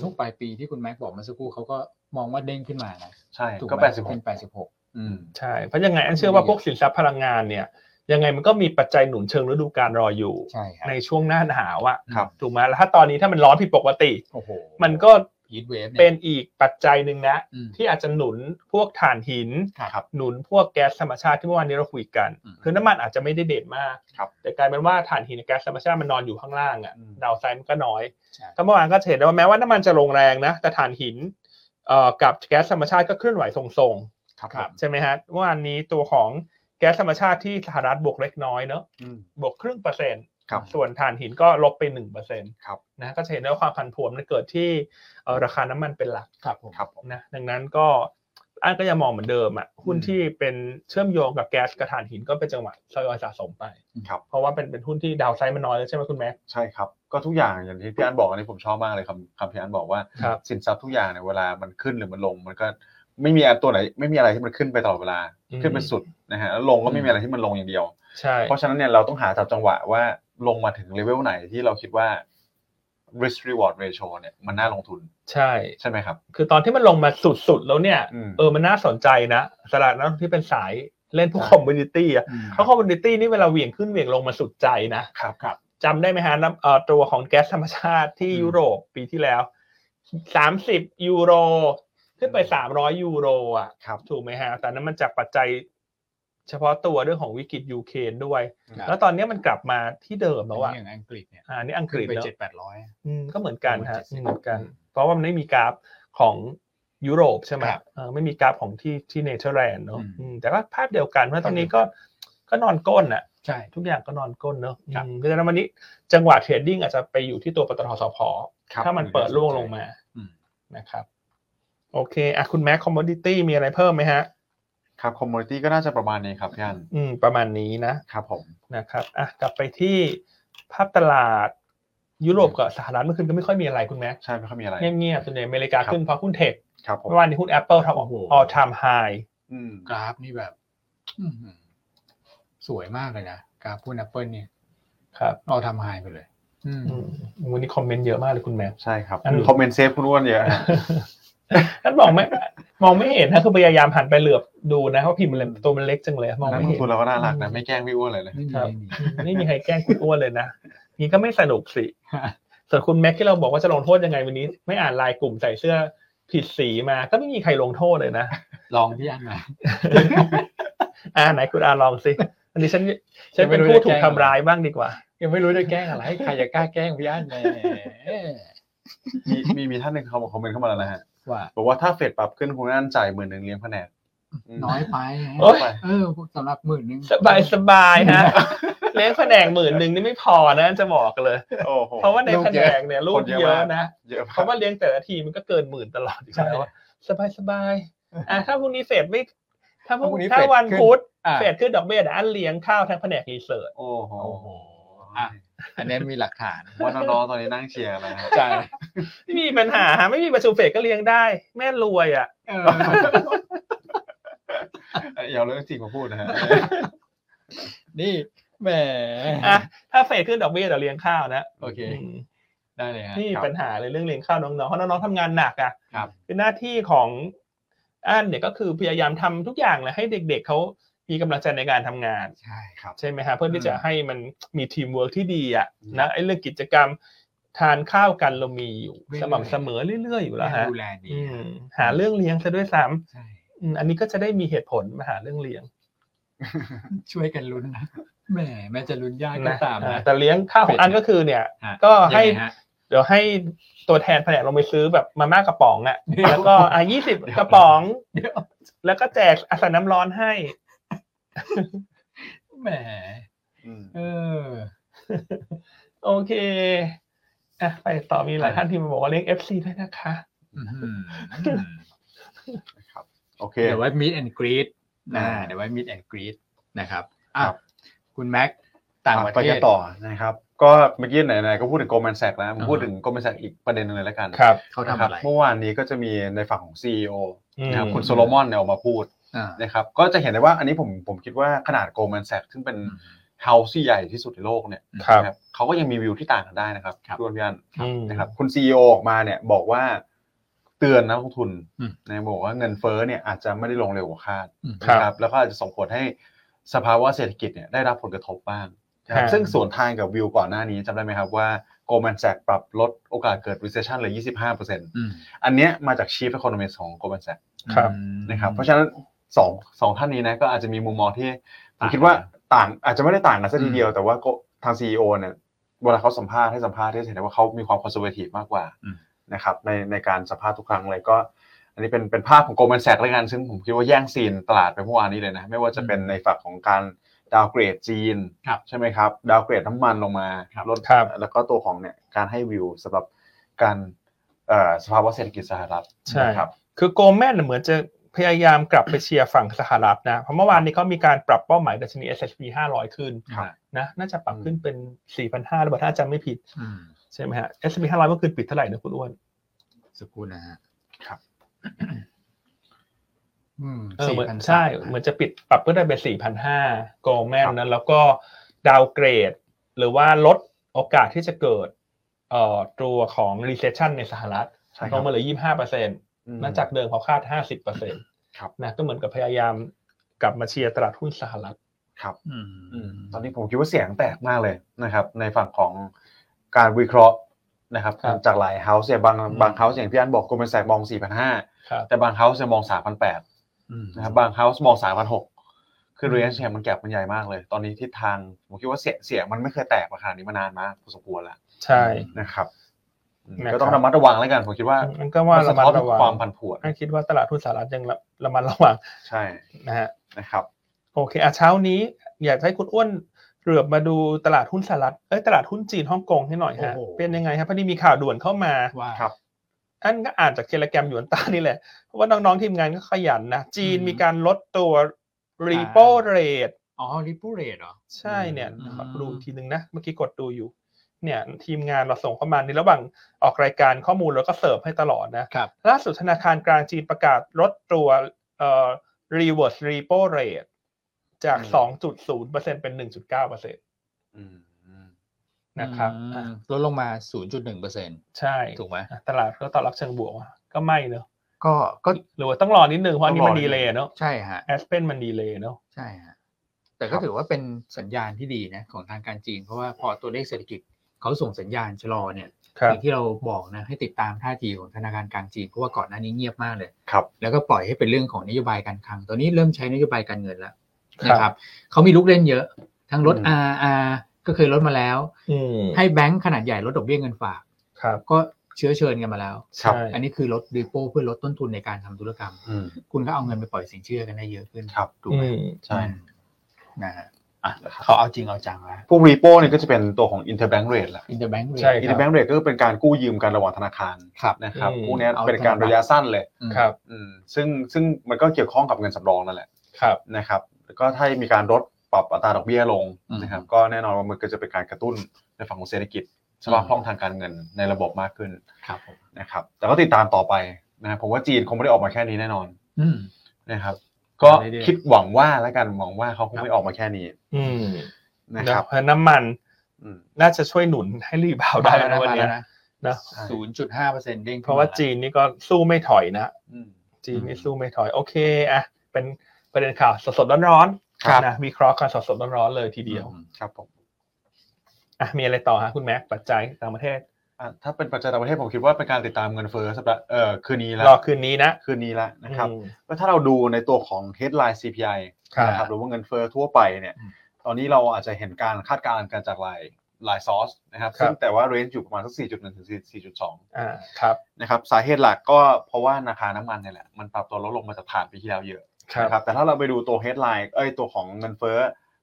[SPEAKER 2] ช่วงปลายปีที่คุณแม็กบอกเมื่อสักครู่เขาก็มองว่าเด้งขึ้นมานะ
[SPEAKER 3] ใช่
[SPEAKER 2] ถูไหม
[SPEAKER 3] ก็แปดสิบห
[SPEAKER 2] เป็
[SPEAKER 3] ก
[SPEAKER 2] นแปดสิบหกอืม
[SPEAKER 1] ใช่ เพราะยังไงอันเชื่อว่าพวกสินทรัพย์พลังงานเนี่ยยังไงมันก็มีปัจจัยหนุนเชิงฤดูกาลรออยู่
[SPEAKER 2] ใช่ครับ
[SPEAKER 1] ในช่วงหน้าหนาวอะ
[SPEAKER 3] ครับ
[SPEAKER 1] ถูกไหมแล้วถ้าตอนนี้ถ้ามันร้อนผิดปกติ
[SPEAKER 2] โอ้โห
[SPEAKER 1] มันก็
[SPEAKER 2] ฮีทเวฟ
[SPEAKER 1] เป็นอีกปัจจัยหนึ่งนะ
[SPEAKER 2] อืม
[SPEAKER 1] ที่อาจจะหนุนพวกถ่านหิน
[SPEAKER 3] ครับ
[SPEAKER 1] หนุนพวกแก๊สธรรมชาติที่เมื่อวานนี้เราคุยกัน
[SPEAKER 2] อืม
[SPEAKER 1] คือน้ำมันอาจจะไม่ได้เด่นมาก
[SPEAKER 3] ครับ
[SPEAKER 1] แต่กลายเป็นว่าถ่านหินกับแก๊สธรรมชาติมันนอนอยู่ข้างล่างอะ
[SPEAKER 3] อืม
[SPEAKER 1] ดาวไซด์มันก็น้อย
[SPEAKER 2] ใช่
[SPEAKER 1] ก็เมื่อวานก็จะเห็นได้ว่าแม้ว่าน้ำมันจะลงแรงนะแต่ถ่านหินเอ่อกับแก๊สธรรมชาติก็เคลื่อนไหวทรง
[SPEAKER 3] ครับ
[SPEAKER 2] ครับ
[SPEAKER 1] ๆใช่ไหมฮะเมื่อวานนี้ตัวของแก๊สธรรมชาติที่สหรัฐบวกเล็กน้อยเนอะ
[SPEAKER 3] อืม
[SPEAKER 1] บวกครึ่งเปอร์เซ็นต์
[SPEAKER 3] ครับ
[SPEAKER 1] ส่วนถ่านหินก็ลบไปหนึ่งเปอร์เซ็นต์
[SPEAKER 3] ครับ
[SPEAKER 1] นะก็จะเห็นได้ว่าความผันผวนมันเกิดที่เอ่อราคาน้ำมันเป็นหลัก
[SPEAKER 2] ครับผม
[SPEAKER 3] ครับผม
[SPEAKER 1] นะดังนั้นก็อันก็ยังมองเหมือนเดิมอ่ะหุ้น
[SPEAKER 3] อืม
[SPEAKER 1] ที่เป็นเชื่อมโยงกับแก๊สกับถ่านหินก็เป็นจังหวะทยอยสะสมไป
[SPEAKER 3] ครับ
[SPEAKER 1] เพราะว่าเป็นเป็นหุ้นที่ดาวไซด์มันน้อยแล้วใช่ไหมคุณแม็ก
[SPEAKER 3] ใช่ครับ ก็ทุกอย่างอย่างที่พี่อันบอกอันนี้ผมชอบมากเลยคำคำพี่อันบอกว่า
[SPEAKER 1] ครับ
[SPEAKER 3] สินทรัพย์ทุกอย่างเนี่ยเวลามันขึ้นหรือมันลง มันก็ไม่มีอันตัวไหน ไม่มีอะไรที่มันขึ้นไปตลอดเวลา ขึ้นไปสุดนะฮะแล้วลงก็ไม่มีอะไรที่มันลงอย่างเดียว
[SPEAKER 1] ใช่
[SPEAKER 3] เพราะฉะนั้นเนี่ยเราต้องหาจับจังหวะว่าลงมาถึงเลเวลไหนที่เราคิดว่า risk reward ratio เนี่ยมันน่าลงทุน
[SPEAKER 1] ใช่
[SPEAKER 3] ใช่ไหมครับ
[SPEAKER 1] คือตอนที่มันลงมาสุดๆ แล้วเนี่ย
[SPEAKER 3] อืม
[SPEAKER 1] เออมันน่าสนใจนะสลาดนักลงทุนที่เป็นสายเล่นพวก
[SPEAKER 3] ใช่
[SPEAKER 1] คอมมูนิตี้อ่ะ
[SPEAKER 2] อืม
[SPEAKER 1] เพราะคอมมูนิตี้นี่เวลาเหวี่ยงขึ้นเหวี่ยงลงมาสุดใจนะครับ
[SPEAKER 3] ครับ
[SPEAKER 1] จำได้ไหมฮะน้ำเอ่อตัวของแก๊สธรรมชาติที่
[SPEAKER 3] อืม
[SPEAKER 1] ยุโรปปีที่แล้วสามสิบยูโร ขึ้นไปสามร้อยยูโรอ่ะ
[SPEAKER 3] ครับ
[SPEAKER 1] ถูกไหมฮะแต่นั้นมันจากปัจจัย เฉพาะตัวเรื่องของวิกฤตยูเครนด้วย
[SPEAKER 2] ครับ
[SPEAKER 1] แล้วตอนนี้มันกลับมาที่เดิมแล้วอ่ะ
[SPEAKER 2] อย่างอังกฤษเนี่ย
[SPEAKER 1] อ่านี่อังก
[SPEAKER 2] ขึ้น
[SPEAKER 1] ฤษ
[SPEAKER 2] ไป
[SPEAKER 1] เนอะ
[SPEAKER 2] เจ็ดแปดร้อย
[SPEAKER 1] อืมก็เหมือนกันฮะ
[SPEAKER 2] ประมาณ70
[SPEAKER 1] เหมือนกัน เพราะว่ามันไม่มีกราฟของยุโรปใช่ไหม
[SPEAKER 2] ครับ
[SPEAKER 1] เออไม่มีกราฟของที่ที่เนเธอร์แลนด์เนอะ
[SPEAKER 2] อืม
[SPEAKER 1] อืมแต่ก็ภาพเดียวกันเพราะตอนนี้ก็ก็นอนก้นอ่ะ
[SPEAKER 2] ใช่
[SPEAKER 1] ทุกอย่างก็นอนก้นเนอะ
[SPEAKER 2] ครับ
[SPEAKER 1] อืมเพราะฉะนั้นวันนี้จังหวะเทรดดิ้งอาจจะไปอยู่ที่ตัวปตทสพ
[SPEAKER 3] ครับ
[SPEAKER 1] ถ้ามันเปิดร่วงลงมา
[SPEAKER 2] อืม
[SPEAKER 1] นะครับ โอเคอ่ะคุณแม็กคอมมอดิตี้มีอะไรเพิ่มไหมฮะ
[SPEAKER 3] ครับ commodity ก็น่าจะประมาณนี้ครับพี่อัน
[SPEAKER 1] อืม ประมาณนี้นะ
[SPEAKER 3] ครับผม
[SPEAKER 1] นะครับอ่ะกลับไปที่ภาพตลาดยุโรปกับสหรัฐเมื่อคืนก็ไม่ค่อยมีอะไรคุณแม็ก
[SPEAKER 3] ใช่ไม่ค่อยมีอะไร
[SPEAKER 1] เงียบๆส่วนใหญ่อเมริกา
[SPEAKER 3] ครับ
[SPEAKER 1] ขึ้นเพราะหุ้นเทค
[SPEAKER 3] ครับผม
[SPEAKER 1] เมื่อวานนี้หุ้น Apple ทำอ
[SPEAKER 2] โอ้
[SPEAKER 1] อก
[SPEAKER 2] โห
[SPEAKER 1] ออทามไฮ
[SPEAKER 3] อืม
[SPEAKER 2] กราฟนี่แบบ อื้อหือสวยมากเลยนะ กราฟพูดแอปเปิลเนี่ย
[SPEAKER 1] ครับ
[SPEAKER 2] เราทำไฮไปเลย อืม
[SPEAKER 1] อืมวันนี้คอมเมนต์เยอะมากเลยคุณแม่
[SPEAKER 3] ใช่ครับ
[SPEAKER 1] อัน
[SPEAKER 3] คอมเมนต์เซฟคุณอ้วนเยอะ
[SPEAKER 1] ท่านมองไม่มองไม่เห็นนะคือพยายามหันไปเหลือบดูนะเพราะพิมพ์มันเล็กตัวมันเล็กจังเลยมอง
[SPEAKER 3] นัก
[SPEAKER 1] ไม่
[SPEAKER 3] ลง
[SPEAKER 1] เห็น
[SPEAKER 3] ทุนเราก็น่ารักนะไม่แกล้งพี่อ้วนเลยนะ
[SPEAKER 2] ไม่มี
[SPEAKER 1] ครับ
[SPEAKER 2] ไม่มี
[SPEAKER 1] ไม่มีใครแกล้งคุณอ้วนเลยนะนี่ก็ไม่สนุกสิ ส่วนคุณแม็กที่เราบอกว่าจะลงโทษยังไงวันนี้ ไม่อ่านไลายกลุ่มใส่เสื้อผิดสีมา ก็ไม่มีใครลงโทษเลยนะ
[SPEAKER 2] ลองพี่อันหน่อย
[SPEAKER 1] อ่าไหนคุณอาลองสิอันนี้ฉันฉันเป็น
[SPEAKER 2] ไม่รู้
[SPEAKER 1] ผู้
[SPEAKER 2] จะ
[SPEAKER 1] ถูก
[SPEAKER 2] แกล้ง
[SPEAKER 1] ทำร้ายบ้างดีกว่า
[SPEAKER 2] ยังไม่รู้จะแกล้งอะไร ใครจะกล้าแกล้งพี่อันแหม่
[SPEAKER 3] มีมีมีท่านหนึ่งเขาคอมเมนต์เข้ามาแล้วนะฮะ
[SPEAKER 2] ว่า
[SPEAKER 3] บอกว่าถ้าเฟดปรับขึ้นคุณอันจ่ายหมื่นหนึ่งเลี้ยงแผนกม
[SPEAKER 2] น้อยไป
[SPEAKER 1] โอ๊ย
[SPEAKER 3] ไป
[SPEAKER 2] เออสำหรับหมื่นหนึง
[SPEAKER 1] สบายสบายๆฮะ เลี้ยงแผนกหมื่นหนึ่งนี่ไม่พอนะจะบอกเลย
[SPEAKER 3] โอ้โห
[SPEAKER 1] เพราะว่าในแผนกเนี่ยลูก
[SPEAKER 3] คนเยอะ
[SPEAKER 1] เยอะ
[SPEAKER 3] มาก
[SPEAKER 1] นะ
[SPEAKER 3] เยอะมก
[SPEAKER 1] เพราะว่าเลี้ยงแต่ละทีมันก็เกินหมื่นตลอดอยู่แล้วสบายสบาย
[SPEAKER 3] เอ
[SPEAKER 1] อ่ะถ้าพรุ่งนี้เฟดไม่ ถ้าพรุ่ง
[SPEAKER 2] ถ้าพรุ่งนี้
[SPEAKER 1] ถ้า
[SPEAKER 2] เฟด
[SPEAKER 1] วัน
[SPEAKER 2] ขึ้น
[SPEAKER 1] พุธ
[SPEAKER 2] อ่ะ
[SPEAKER 1] เฟดขึ้นดอกเบี้ยนะอันเลี้ยงข้าวทั้งแผนกรีเสิร์ช
[SPEAKER 3] โอ้โห
[SPEAKER 2] อ่ะอันนี้มีหลักฐาน
[SPEAKER 3] ว่าน้องๆตอนนี้นั่งเชียร์อะไรครับ
[SPEAKER 2] ใช่
[SPEAKER 1] ไม่มีปัญหาฮะไม่มีประชุมเฟดก็เลี้ยงได้ แม่รวยอ่ะ
[SPEAKER 2] เออ
[SPEAKER 3] อย่าเอาเรื่องจริงมาพูดนะฮะ
[SPEAKER 2] นี่แหม
[SPEAKER 1] อ่ะถ้าเฟดขึ้นดอกเบี้ยเดี๋ยวเลี้ยงข้าวนะ
[SPEAKER 2] โอเค
[SPEAKER 1] อืม
[SPEAKER 2] ได้เลยฮะ
[SPEAKER 1] นี่
[SPEAKER 3] ครับ
[SPEAKER 1] ปัญหาเลยเรื่องเลี้ยงข้าวน้องๆเพราะน้องๆทำงานหนักอ่ะ
[SPEAKER 2] ครับ
[SPEAKER 1] เป็นหน้าที่ของอันเนี่ยก็คือพยายามทำทุกอย่างเลยให้เด็กๆเขามีกำลังใจในการทำงาน
[SPEAKER 2] ใช่ครับ
[SPEAKER 1] ใช่ไหมฮะเพื่อที่
[SPEAKER 2] อื
[SPEAKER 1] จะ
[SPEAKER 2] ม
[SPEAKER 1] ให้มันมีทีมเวิร์กที่ดีอ่ะ
[SPEAKER 3] อืม
[SPEAKER 1] นะไอ้เรื่องกิจกรรมทานข้าวกันเรามีอยู่สม่ำเสมอเรื่อยๆอยู่แล้วฮะ
[SPEAKER 2] ดูแลดี
[SPEAKER 1] อืมหาเรื่องเลี้ยงซะด้วยซ้
[SPEAKER 2] ใช่
[SPEAKER 1] ำอืมอันนี้ก็จะได้มีเหตุผลมาหาเรื่องเลี้ยง
[SPEAKER 2] ช่วยกันลุ้นนะแหมแม้จะลุ้นยากก็
[SPEAKER 1] นะ
[SPEAKER 2] ตาม
[SPEAKER 1] อ่า
[SPEAKER 2] นะ
[SPEAKER 1] แต่เลี้ยงข้าวของอันก็คือเนี่ย
[SPEAKER 2] ฮะ
[SPEAKER 1] ก็ให้
[SPEAKER 2] ยังไงฮะ
[SPEAKER 1] เดี๋ยวให้ตัวแทนแผนกลงไปซื้อแบบมาม่ากระป๋องอ่ะ
[SPEAKER 2] เดี๋ยว
[SPEAKER 1] แล้วก็อ่ะยี่สิบ
[SPEAKER 2] เดี๋ยว
[SPEAKER 1] กระป๋อง
[SPEAKER 2] เดี๋ยว
[SPEAKER 1] แล้วก็แจกอาสาน้ำร้อนให้
[SPEAKER 2] แหม
[SPEAKER 3] อืม
[SPEAKER 2] เออ
[SPEAKER 1] โอเคอ่ะไปต่อมีหลายท่านที่มาบอกว่าเลี้ยง FC ด้วยนะคะ
[SPEAKER 2] อื้อหือ
[SPEAKER 3] โอเค
[SPEAKER 2] เดี๋ยวไว้ meet and greet นะ
[SPEAKER 3] อ่า
[SPEAKER 2] เดี๋ยวไว้ meet and greet นะครับอ่ะ
[SPEAKER 3] ครับ
[SPEAKER 2] คุณแม็กซ์ต่างประ
[SPEAKER 3] ไป
[SPEAKER 2] เท
[SPEAKER 3] กั
[SPEAKER 2] ศ
[SPEAKER 3] นต่อนะครับ ก็เมื่อกี้ไหนๆก็พูดถึง Goldman Sachs แล้วผม
[SPEAKER 2] อ่า
[SPEAKER 3] พูดถึง Goldman Sachs อีกประเด็นหนึงเลยแล้วกัน
[SPEAKER 1] ครับ
[SPEAKER 2] เขา
[SPEAKER 3] นะ
[SPEAKER 2] ทำ
[SPEAKER 3] ครั
[SPEAKER 2] อะไร
[SPEAKER 3] เมื่อวานนี้ก็จะมีในฝั่งของ CEO นะครับ
[SPEAKER 1] อืม
[SPEAKER 3] คุณโซโลมอนเนี่ยออกมาพูด
[SPEAKER 2] อ่า
[SPEAKER 3] นะครับ ก็จะเห็นได้ว่าอันนี้ผมผมคิดว่าขนาด Goldman Sachs ซึ่งเป็นเฮาส์ที่ใหญ่ที่สุดในโลกเนี่ย
[SPEAKER 1] ครับ
[SPEAKER 3] นะครับเขาก็ยังมีวิวที่ต่างกันได้นะครับ
[SPEAKER 2] ครับ
[SPEAKER 3] ทุกท่าน
[SPEAKER 1] อืม
[SPEAKER 3] นะครับคุณ CEO ออกมาเนี่ยบอกว่าเตือนนักลงทุน
[SPEAKER 2] อืม
[SPEAKER 3] นะบอกว่าเงินเฟ้อเนี่ยอาจจะไม่ได้ลงเร็วกว่าคาด
[SPEAKER 2] อืม
[SPEAKER 1] ครับ
[SPEAKER 3] นะครับแล้วก็อาจจะส่งผลให้สภาวะเศรษฐกิจเนี่ยได้รับผลกระทบบ้างนะครับ
[SPEAKER 1] ครับ
[SPEAKER 3] ซึ่งส่วนทางกับวิวก่อนหน้านี้จำได้ไหมครับว่า Goldman Sachs ปรับลดโอกาสเกิด recession เหลือ 25%
[SPEAKER 2] อืม
[SPEAKER 3] อันเนี้ยมาจาก Chief Economist ของ Goldman Sachs
[SPEAKER 1] ครับ
[SPEAKER 2] อืม
[SPEAKER 3] นะครับเพราะฉะนั้นสองสองท่านนี้นะก็อาจจะมีมุมมองที่ผม
[SPEAKER 2] ต่าง
[SPEAKER 3] คิดว่าต่างอาจจะไม่ได้ต่างกันซะทีเดียว
[SPEAKER 2] อืม
[SPEAKER 3] แต่ว่าก็ทาง CEO เนี่ยเวลาเขาสัมภาษณ์ให้สัมภาษณ์ที่เห็นได้ว่าเขามีความคอนเซอร์เวทีฟมากกว่า
[SPEAKER 2] อืม
[SPEAKER 3] นะครับในในการสัมภาษณ์ทุกครั้งเลยก็ อันนี้เป็นเป็นภาพของ Goldman Sachs แล้วกัน ซึ่งผมคิดว่าแย่งซีนตลาดไปเมื่อวานนี้เลยนะ ไม่ว่าจะเป็นในฝั่งของการดาวเกรดจีน
[SPEAKER 2] ครับ
[SPEAKER 3] ใช่ไหมครับดาวเกรดน้ำมันลงมา
[SPEAKER 2] ครับ
[SPEAKER 3] ลด
[SPEAKER 1] ครับ
[SPEAKER 3] แล้วก็ตัวของเนี่ยการให้วิวสำหรับการเอ่อสภาวะเศรษฐกิจสหรัฐ
[SPEAKER 1] ใช่
[SPEAKER 3] นะครับ
[SPEAKER 1] คือโกลแมนเหมือนจะพยายามกลับไปเชียร์ฝั่งสหรัฐนะ เพราะเมื่อวานนี้เขามีการปรับเป้าหมายดัชนี S&P 500 ขึ้น
[SPEAKER 2] ครับ
[SPEAKER 1] นะน่าจะปรับขึ้นเป็น 4,500หรือเปล่าถ้าจำไม่ผิด
[SPEAKER 2] อืม
[SPEAKER 1] ใช่ไหมฮะ S&P 500เมื่อคืนปิดเท่าไหร่นะคุณอ้วน
[SPEAKER 2] สักครู่นะฮะ
[SPEAKER 3] ครับ
[SPEAKER 2] อืม
[SPEAKER 1] เออเหมือน
[SPEAKER 2] 4,300
[SPEAKER 1] ใช่เหมือนจะปิดปรับเพื่อได้เป็นสี่พันห้าโกลแมนนะแล้วก็ดาวเกรด หรือว่าลดโอกาสที่จะเกิดเอ่อตัวของ recession ในสหรัฐ
[SPEAKER 3] ใช่ค
[SPEAKER 1] ล
[SPEAKER 3] รับ
[SPEAKER 1] งมาเหลือยี่ห้าเปอร์เซ็นต์
[SPEAKER 3] อืม
[SPEAKER 1] นอกจากเดิมเขาคาดห้าสิบเปอร์เซ็นต์
[SPEAKER 3] ครับ
[SPEAKER 1] นะก็เหมือนกับพยายามกลับมาเชียร์ตลาดหุ้นสหรัฐ
[SPEAKER 3] ครับ
[SPEAKER 2] อืม
[SPEAKER 3] ตอนนี้ผมคิดว่าเสียงแตกมากเลยนะครับ ในฝั่งของการวิเคราะห์นะครับ
[SPEAKER 1] ครับ
[SPEAKER 3] จากหลายเฮาส์เนี่ยบาง
[SPEAKER 1] อืม
[SPEAKER 3] บางเฮาส์อย่างพี่อันบอกกลมเป็นแสกมอง 4,500
[SPEAKER 1] ครับ
[SPEAKER 3] แต่บางเฮาส์จะมอง 3,800
[SPEAKER 2] อืม
[SPEAKER 3] นะครับบางเฮาส์มอง 3,600 คือ
[SPEAKER 2] อืม
[SPEAKER 3] เรนจ์เนี่ยมันแกลบมันใหญ่มากเลย ตอนนี้ทิศทางผมคิดว่าเสียงเสียงมันไม่เคยแตกมาขนาดนี้มานานมากพอสมควรแล้ว
[SPEAKER 1] ใช่
[SPEAKER 3] นะครับอืมก็ต้องระมัดระวังแล้วกันผมคิดว่า
[SPEAKER 1] มันก็ว่าระมัดระวัง
[SPEAKER 3] ความผันผวน
[SPEAKER 1] อันคิดว่าตลาดหุ้นสหรัฐยังระระมัดระวัง
[SPEAKER 3] ใช่
[SPEAKER 1] นะฮะ
[SPEAKER 3] นะครับ
[SPEAKER 1] โอเคอ่ะเช้านี้ อยากให้คุณอ้วนเหลือบมาดูตลาดหุ้นสหรัฐเอ้ยตลาดหุ้นจีนฮ่องกงให้หน่อยฮะ
[SPEAKER 2] โอ้โห
[SPEAKER 1] เป็นยังไงครับพอดีมีข่าวด่วนเข้ามา
[SPEAKER 2] ว่า
[SPEAKER 3] ครับ
[SPEAKER 1] อันก็อ่านจากเทเลแกรมหยวนต้านี่แหละ เพราะว่าน้องๆทีมงานก็ขยันนะ จีน
[SPEAKER 2] อืม
[SPEAKER 1] มีการลดตัวรีโป
[SPEAKER 2] อ่า
[SPEAKER 1] เรท
[SPEAKER 2] อ๋อริปูเรตเหรอ
[SPEAKER 1] ใช่เนี่ย
[SPEAKER 2] อืม
[SPEAKER 1] ขอดูอีกทีนึงนะ เมื่อกี้กดดูอยู่ เนี่ยทีมงานเราส่งเข้ามาในระหว่างออกรายการข้อมูลเราก็เสิร์ฟให้ตลอดนะ
[SPEAKER 2] ครับ
[SPEAKER 1] ล่าสุดธนาคารกลางจีนประกาศลดตัวเอ่อ reverse repo rate จาก
[SPEAKER 3] อื
[SPEAKER 1] 2.0%เป็น 1.9%
[SPEAKER 3] อืมอืม
[SPEAKER 1] นะครับ
[SPEAKER 2] อืม
[SPEAKER 1] อ่ะ
[SPEAKER 2] ลดลงมา 0.1เปอร์เซ็นต์
[SPEAKER 1] ใช่
[SPEAKER 2] ถูกไหม
[SPEAKER 1] อ่ะตลาดก็ตอบรับเชิงบวกว่ะก็ไม่เนอะ
[SPEAKER 2] ก็ก็
[SPEAKER 1] หรือว่าต้องรอนิดนึง เพราะอันนี้มัน
[SPEAKER 3] ต้องรอนิ
[SPEAKER 1] ดี
[SPEAKER 3] ดนึ
[SPEAKER 1] เล
[SPEAKER 3] ง
[SPEAKER 1] ย์เนอะ
[SPEAKER 2] ใช่ฮะ
[SPEAKER 1] แอสเพนมันดีเลย์เนอะ
[SPEAKER 2] ใช่ฮะ แต่ก็ถือว่าเป็นสัญญาณที่ดีนะของทางการจีน เพราะว่าพอตัวเลขเศรษฐกิจเขาส่งสัญญาณชะลอเนี่ยอย่างที่เราบอกนะให้ติดตามท่าทีของธนาคารกลางจีน เพราะว่าก่อนหน้านี้เงียบมากเลย
[SPEAKER 3] ครับ
[SPEAKER 2] แล้วก็ปล่อยให้เป็นเรื่องของนโยบายการคลัง ตอนนี้เริ่มใช้นโยบายการเงินแล้ว
[SPEAKER 1] ครับ
[SPEAKER 2] นะครับเขามีลูกเล่นเยอะ ทั้งลด
[SPEAKER 3] อืม
[SPEAKER 2] RR ก็เคยลดมาแล้ว
[SPEAKER 1] อืม
[SPEAKER 2] ให้แบงก์ขนาดใหญ่ลดดอกเบี้ยเงินฝาก
[SPEAKER 1] ครับ
[SPEAKER 2] ก็เชื้อเชิญกันมาแล้ว
[SPEAKER 3] ครับ
[SPEAKER 1] ใช่
[SPEAKER 2] อันนี้คือลดรีโปเพื่อลดต้นทุนในการทำธุรกรรม
[SPEAKER 3] อืม
[SPEAKER 2] คุณก็เอาเงินไปปล่อยสินเชื่อกันได้เยอะขึ้น
[SPEAKER 3] ครับ
[SPEAKER 2] ถูกไหม
[SPEAKER 1] อืม
[SPEAKER 3] ใช่
[SPEAKER 2] นะฮะ อ่ะเขาเอาจริงเอาจังแล้ว
[SPEAKER 3] พวกรีโปเนี่ยก็จะเป็นตัวของ interbank rate แหละ
[SPEAKER 2] อินเตอร์แบงก์
[SPEAKER 1] ใช่ ครับ
[SPEAKER 3] interbank rate ก็คือเป็นการกู้ยืมกันระหว่างธนาคาร
[SPEAKER 2] ครับ
[SPEAKER 3] นะครับ
[SPEAKER 1] อืม
[SPEAKER 3] พวกเนี้ย
[SPEAKER 2] เอา
[SPEAKER 3] เป็นการ
[SPEAKER 2] ธนาคาร
[SPEAKER 3] ระยะสั้นเลย
[SPEAKER 1] ครับ
[SPEAKER 3] อืมซึ่งซึ่งมันก็เกี่ยวข้องกับเงินสำรองนั่นแหละ
[SPEAKER 1] ครับ
[SPEAKER 3] นะครับแล้วก็ถ้ามีการลดปรับอัตราดอกเบี้ยลง
[SPEAKER 2] อืม
[SPEAKER 3] นะครับ ก็แน่นอนว่ามันก็จะเป็นการกระตุ้นในฝั่งของเศรษฐกิจสภาพคล่องทางการเงินในระบบมากขึ้น
[SPEAKER 2] ครับผม
[SPEAKER 3] นะครับ แต่ก็ติดตามต่อไปนะครับผมว่าจีนคงไม่ได้ออกมาแค่นี้แน่นอน
[SPEAKER 2] อืม
[SPEAKER 3] นะครับ ก็
[SPEAKER 2] ไม่ได้
[SPEAKER 3] คิดหวังว่าแล้วกันหวังว่าเขาคงไม่ออกมาแค่นี้
[SPEAKER 1] อืม
[SPEAKER 3] นะครับ
[SPEAKER 1] เพราะน้ำมัน
[SPEAKER 3] อืม
[SPEAKER 1] น่าจะช่วยหนุนให้รีบาวด์ได้แล้วนะวันเนี้ยนะ
[SPEAKER 2] ศูนย์จุดห้าเปอร์เซ็นต์เด้ง
[SPEAKER 1] เพราะว่าจีนนี่ก็สู้ไม่ถอยนะ
[SPEAKER 3] อืม
[SPEAKER 1] จีนนี่
[SPEAKER 2] อืม
[SPEAKER 1] สู้ไม่ถอย โอเคอ่ะเป็นประเด็นข่าวสดๆร้อน
[SPEAKER 3] ครับ
[SPEAKER 1] ๆนะวิเคราะห์กันสดๆร้อนๆเลยทีเดียว
[SPEAKER 3] ครับผม
[SPEAKER 1] อ่ะมีอะไรต่อฮะคุณแม็กปัจจัยต่างประเทศ
[SPEAKER 3] อ่ะถ้าเป็นปัจจัยต่างประเทศผมคิดว่าเป็นการติดตามเงินเฟ้อสัปดาห์เอ่อคืนนี้แล้ว
[SPEAKER 1] รอคืนนี้นะ
[SPEAKER 3] คืนนี้แล้วนะครับ
[SPEAKER 1] อืม
[SPEAKER 3] แล้วถ้าเราดูในตัวของ headline CPI
[SPEAKER 1] ครับ
[SPEAKER 3] นะครับหรือว่าเงินเฟ้อทั่วไปเนี่ย
[SPEAKER 2] อืม
[SPEAKER 3] ตอนนี้เราอาจจะเห็นการคาดการณ์กันจากหลายหลายซอสนะครับ
[SPEAKER 1] ครับ
[SPEAKER 3] ซึ่งแต่ว่าเรนจ์อยู่ประมาณสัก 4.1 ถึง 4.2
[SPEAKER 1] อ่าครับ
[SPEAKER 3] นะครับ สาเหตุหลักก็เพราะว่าราคาน้ำมันเนี่ยแหละ มันปรับตัวลดลงมาจากฐานปีที่แล้วเยอะ
[SPEAKER 1] ครับ
[SPEAKER 3] นะครับ แต่ถ้าเราไปดูตัว headline เอ้ยตัวของเงินเฟ้อ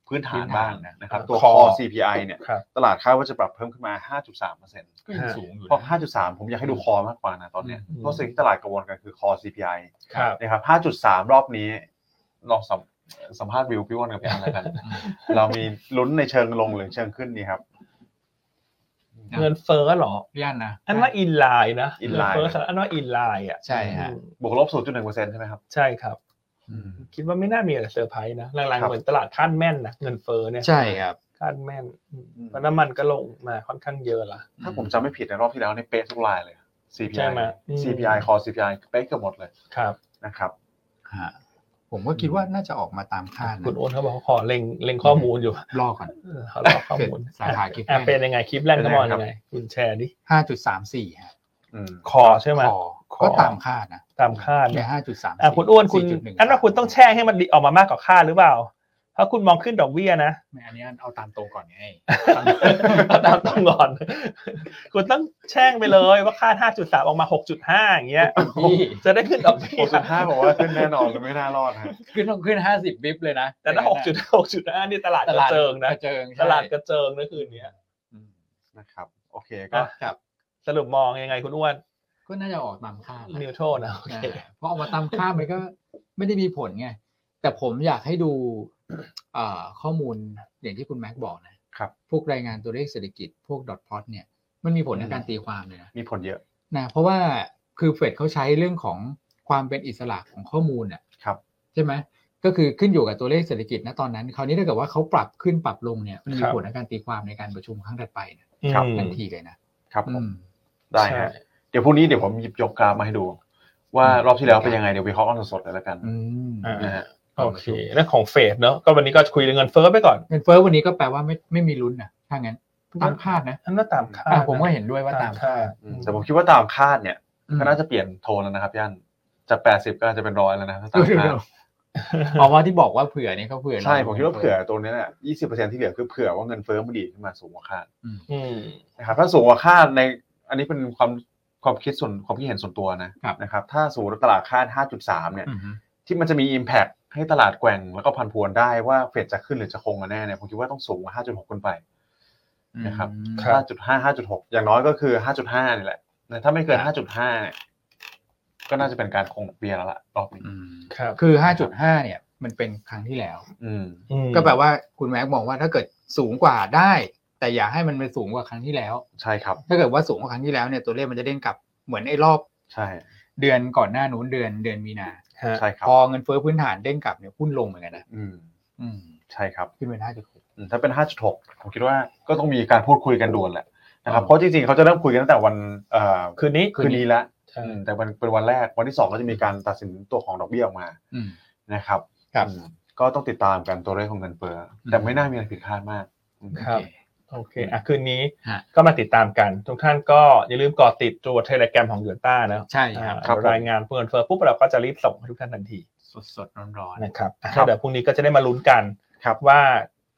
[SPEAKER 3] พื้นฐาน
[SPEAKER 2] พื้นฐาน
[SPEAKER 3] บ้างนะครับ ตัว
[SPEAKER 1] Core
[SPEAKER 3] core CPI เนี่ย
[SPEAKER 1] ครับ
[SPEAKER 3] ตลาดคาดว่าจะปรับเพิ่มขึ้นมา 5.3%
[SPEAKER 2] ก็ยังสูงอยู่
[SPEAKER 3] เพราะ
[SPEAKER 2] นะ
[SPEAKER 3] 5.3 ผมอยากให้ดูคอมากกว่านะตอนเนี้ย
[SPEAKER 1] อืม
[SPEAKER 3] เพราะสิ่งที่ตลาดกังวลกันคือคอ CPI
[SPEAKER 1] ครับ
[SPEAKER 3] นะครับ 5.3 รอบนี้ ลองสัมสัมภาษณ์วิวพี่อ้วนกับพี่อันแล้วกัน เรามีลุ้นในเชิงลงหรือเชิงขึ้นนี่ครับ
[SPEAKER 2] ครับ
[SPEAKER 1] เงินเฟ้อเหรอ
[SPEAKER 2] ย่านนะ
[SPEAKER 1] อันว่าอินไลน์นะเงิ
[SPEAKER 3] inline
[SPEAKER 1] เฟ้อสำหรับอันว่าอินไลน์อ่ะ
[SPEAKER 2] ใช่ฮะ
[SPEAKER 1] อืม
[SPEAKER 3] บวกลบ 0.1%ใช่ไหมครับ
[SPEAKER 1] ใช่ครับ
[SPEAKER 2] อืม
[SPEAKER 1] คิดว่าไม่น่ามีอะไรเซอร์ไพรส์นะหลัง
[SPEAKER 3] ค
[SPEAKER 1] ๆ
[SPEAKER 3] รับ
[SPEAKER 1] เหมือนตลาดคาดแม่นนะเงินเฟ้อเนี่ย
[SPEAKER 2] ใช่ครับ
[SPEAKER 1] คาดแม่นอืม
[SPEAKER 3] อืม
[SPEAKER 1] เพราะน้ำมันก็ลงมาค่อนข้างเยอะละ
[SPEAKER 3] ถ้าผมจำไม่ผิดในรอบที่แล้วในเป๊ะทุกรายเลย
[SPEAKER 1] ใช่
[SPEAKER 3] CPI
[SPEAKER 1] ไหมอืม
[SPEAKER 3] CPI คอ CPI เป๊ะเกือบหมดเลย
[SPEAKER 1] ครับ
[SPEAKER 3] นะครับ
[SPEAKER 2] ฮะผมก็คิดว่าน่าจะออกมาตามคาด
[SPEAKER 1] คุณ
[SPEAKER 2] นะ
[SPEAKER 1] โอ๊ตเขาบอกเขาขอเล็งเล็งข้อมูลอยู่
[SPEAKER 2] รอก่อน
[SPEAKER 1] เออเขารอข้อมูล
[SPEAKER 2] สาขาคลิปแรก
[SPEAKER 1] อ่ะเป็นยังไงคลิปแรก
[SPEAKER 3] เป็น
[SPEAKER 1] ก็มองยั
[SPEAKER 3] ยังไงครับ
[SPEAKER 1] งไงคุณแชร์ดิ
[SPEAKER 2] ห้าจุดสามสี่ฮะ
[SPEAKER 3] อืม
[SPEAKER 1] คอใช่ไหม
[SPEAKER 2] คอ
[SPEAKER 1] คอ
[SPEAKER 2] ก็ตามคาดนะ
[SPEAKER 1] ตามคาด
[SPEAKER 2] แค่
[SPEAKER 1] นะ
[SPEAKER 2] ห้าจุดสาม
[SPEAKER 1] อ่ะคุณอ้วนคุณอันว่าคุณต้องแช่ให้มันดีออกมามากกว่าคาดหรือเปล่า เพราะคุณมองขึ้นดอกเบี้ย นะ
[SPEAKER 2] อันนี้เอาตามตรงก่อน ไง
[SPEAKER 1] ตามต้องก่อน คุณต้องแช่งไปเลยว่าค่า 5.3 ออกมา 6.5 อย่างเงี้ย จะได้ขึ้นดอกเบี้ย
[SPEAKER 3] 6.5บอกว่าขึ้นแน่นอนหรือไม่น่ารอดฮะ
[SPEAKER 2] ขึ้นต้องขึ้นห้าสิบวิปเลยนะ
[SPEAKER 1] แต่ถ้า 6.5 6.5 นี่ตลาด
[SPEAKER 2] ต
[SPEAKER 1] ก
[SPEAKER 2] ลา
[SPEAKER 1] ระ
[SPEAKER 2] ด
[SPEAKER 1] เจิงนะ
[SPEAKER 2] กระเจิง
[SPEAKER 1] ต
[SPEAKER 2] ใช่
[SPEAKER 1] ลาดกระเจิงนะคืนเนี้ย
[SPEAKER 2] อืม
[SPEAKER 3] นะครับ โอเคก็
[SPEAKER 2] ก็ครับ
[SPEAKER 1] สรุปมองยังไงคุณอ้วน
[SPEAKER 2] ก็น่าจะออกตามคาดแหละ
[SPEAKER 1] นิวโทนะโอเค
[SPEAKER 2] อ่าเพราะออกมาตามคาดมันก็ไม่ได้มีผลไง แต่ผมอยากให้ดูเอ่อข้อมูลอย่างที่คุณแม็กบอกนะครับ พวกรายงานตัวเลขเศรษฐกิจพวกดอทพลอตเนี่ยมันมีผลในการตีความเลยนะ
[SPEAKER 3] มีผลเยอะ
[SPEAKER 2] นะเพราะว่าคือเฟดเขาใช้เรื่องของความเป็นอิสระของข้อมูลอ่ะ
[SPEAKER 3] ครับ
[SPEAKER 2] ใช่ไหมก็คือขึ้นอยู่กับตัวเลขเศรษฐกิจนะตอนนั้น คราวนี้ถ้าเกิดว่าเขาปรับขึ้นปรับลงเนี่ยมันมี
[SPEAKER 1] ครับ
[SPEAKER 2] ผลในการตีความในการประชุมครั้งถัดไปเนี่ย
[SPEAKER 3] ครับ
[SPEAKER 1] อืม
[SPEAKER 2] ทันทีเลยนะครับ
[SPEAKER 3] ผ
[SPEAKER 2] อื
[SPEAKER 3] ม
[SPEAKER 2] ม
[SPEAKER 3] ได้ฮะเดี๋ยวพรุ่งนี้เดี๋ยวผมหยิบยกกราฟมาให้ดู ว่า
[SPEAKER 2] อืม
[SPEAKER 3] รอบที่แล้วเป็นยังไงเดี๋ยววิเคราะห์กันสดๆเลยแล้วกัน
[SPEAKER 2] อืม
[SPEAKER 1] อ่า
[SPEAKER 3] นะฮะ
[SPEAKER 1] โอเคเรื่องของเฟดเนอะก็วันนี้ก็คุยเรื่องเงินเฟ้อไปก่อน
[SPEAKER 2] เงินเฟ้อวันนี้ก็แปลว่าไม่ไม่มีลุ้นนะถ้างั้นตามคาดนะ
[SPEAKER 1] อันนั้นตามคา
[SPEAKER 2] อ่ะ
[SPEAKER 1] ด
[SPEAKER 2] ผมก็เห็นด้วยว่าตามคาด
[SPEAKER 1] คาด
[SPEAKER 3] อืมแต่ผมคิดว่าตามคาดเนี่ยก็น่าจะเปลี่ยนโทนแล้วนะครับย่านจาก 80 ก็อาจจะเป็นร้อยแล้วนะถ้าตา
[SPEAKER 2] เดี๋ยว
[SPEAKER 3] มคาด
[SPEAKER 2] เดี๋ยวเอาว่าที่บอกว่าเผื่อนี่เขาเผื่อ
[SPEAKER 3] ใช่ผมคิดว่าเผื่อตัวนี้แหละยี่สิบเปอร์เซ็นที่เหลือคือเผื่อว่าเงินเฟ้อมันดีดขึ้นมาสูงกว่าคาด
[SPEAKER 1] อืม
[SPEAKER 3] นะครับถ้าสูงกว่าคาดในอันนี้เป็นความความคิดส่วนความคิดเห็นส่วนตัวนะนะครับถ้าสูงตลาดคาด 5.3 เนี่ย
[SPEAKER 2] อือฮึ
[SPEAKER 3] ที่มันจะมี Impact ให้ตลาดแกว่งแล้วก็พันพวนได้ว่าเฟดจะขึ้นหรือจะคงกันแน่เนี่ยผมคิดว่าต้องสูงกว่า 5.6 ขึ้นไป นะครับ
[SPEAKER 1] ครับ
[SPEAKER 3] 5.5 5.6 อย่างน้อยก็คือ 5.5 นี่แหละนะถ้าไม่เกิน 5.5 เนี่ยก็น่าจะเป็นการคงดอกเบี้ยแล้วล่ะรอบนี้
[SPEAKER 2] อืม
[SPEAKER 1] ครับ
[SPEAKER 2] คือห้าจุดห้าเนี่ย มันเป็นครั้งที่แล้ว
[SPEAKER 3] อืม
[SPEAKER 1] อืม
[SPEAKER 2] ก็แปลว่าคุณแม็กมองว่าถ้าเกิดสูงกว่าได้ แต่อย่าให้มันเป็นสูงกว่าครั้งที่แล้ว
[SPEAKER 3] ใช่ครับ
[SPEAKER 2] ถ้าเกิดว่าสูงกว่าครั้งที่แล้วเนี่ยตัวเลขมันจะเด้งกลับเหมือนไอ้รอบ
[SPEAKER 3] ใช่
[SPEAKER 2] เดือนก่อนหน้านู้นเดือนเดือนมีนา
[SPEAKER 1] ฮะ
[SPEAKER 3] ใช่ครับ
[SPEAKER 2] พอเงินเฟ้อพื้นฐานเด้งกลับเนี่ยหุ้นลงเหมือนกันนะ
[SPEAKER 3] อืม
[SPEAKER 2] อืม
[SPEAKER 3] ใช่ครับ
[SPEAKER 2] ขึ้นเป็นห้าจุด
[SPEAKER 3] อืมถ้าเป็น 5.6 ผมคิดว่าก็ต้องมีการพูดคุยกันด่วนแหละนะครับ
[SPEAKER 2] อ๋อ
[SPEAKER 3] เพราะจริงๆ เขาจะเริ่มคุยกันตั้งแต่วันเอ่อ
[SPEAKER 1] คืนนี้
[SPEAKER 3] คืนนี้แล้ว
[SPEAKER 1] ใช่
[SPEAKER 3] อืมแต่วันเป็นวันแรก วันที่สองก็จะมีการตัดสินตัวของดอกเบี้ยออกมา
[SPEAKER 2] อืม
[SPEAKER 3] นะครับ
[SPEAKER 2] ครับ
[SPEAKER 3] อืมก็ต้องติดตามกันตัวเลขของเงินเฟ้ออแต่ไม่น่ามีอะไรผิดคาดมากอืม
[SPEAKER 1] ครับ
[SPEAKER 2] โอเ
[SPEAKER 1] โอเค อ่ะ คืนนี้
[SPEAKER 2] ฮะ
[SPEAKER 1] ก็มาติดตามกัน ทุกท่านก็อย่าลืมกอติดตัวเทเลกรมของหยวนต้านะ
[SPEAKER 2] ใช่ค
[SPEAKER 1] อ่า
[SPEAKER 2] รับ
[SPEAKER 1] เดี๋ยวรายงานเพื่อนเฟอร์ปุ๊บเราก็จะรีบส่งให้ทุกท่านทันที
[SPEAKER 2] สดสดร้อนร้อน
[SPEAKER 1] นะครับอ่ะแล้วเดี๋ยวพรุ่งนี้ก็จะได้มาลุ้นกัน
[SPEAKER 3] ครับ
[SPEAKER 1] ว่า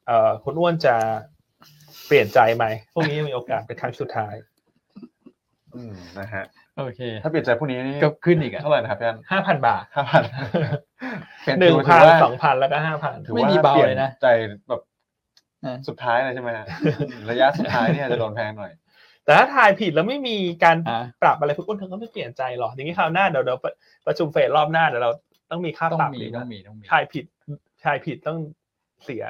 [SPEAKER 1] เอ่อคุณอ้วนจะเปลี่ยนใจไหมพรุ่งนี้มีโอกาสเป็นครั้งสุดท้าย
[SPEAKER 3] อืมนะฮะ
[SPEAKER 2] โอเค
[SPEAKER 3] ถ้าเปลี่ยนใจพวกนี้นี่
[SPEAKER 2] ก็ขึ้นอีกอะ
[SPEAKER 3] เท่าไหร่นะครับพี่อัน
[SPEAKER 1] 5,000 บาท
[SPEAKER 3] ห้าพัน
[SPEAKER 1] 1,000 2,000 แล้วก็ 5,000
[SPEAKER 3] ถือว่า
[SPEAKER 2] ไม่มีเบาเลยนะ
[SPEAKER 3] ใจแบบ สุดท้ายเลยใช่ไหม ฮะ ระยะสุดท้ายเนี่ยจะโดนแพงหน่อย
[SPEAKER 1] แต่ถ้าทายผิดแล้วไม่มีการ
[SPEAKER 2] อ่า
[SPEAKER 1] ปรับอะไรพวกคนเธอก็ไม่เปลี่ยนใจหรอกอย่างนี้คราวหน้าเดี๋ยวเดี๋ยวประชุมเฟสรอบหน้าเดี๋ยวเราต้องมีค่า
[SPEAKER 2] ต้อ
[SPEAKER 1] ป
[SPEAKER 2] ง
[SPEAKER 1] รับ
[SPEAKER 2] มี
[SPEAKER 1] ดี
[SPEAKER 2] ต้อ
[SPEAKER 1] นะ
[SPEAKER 2] งมีต้องมี
[SPEAKER 1] ทายผิดทายผิดต้องเสีย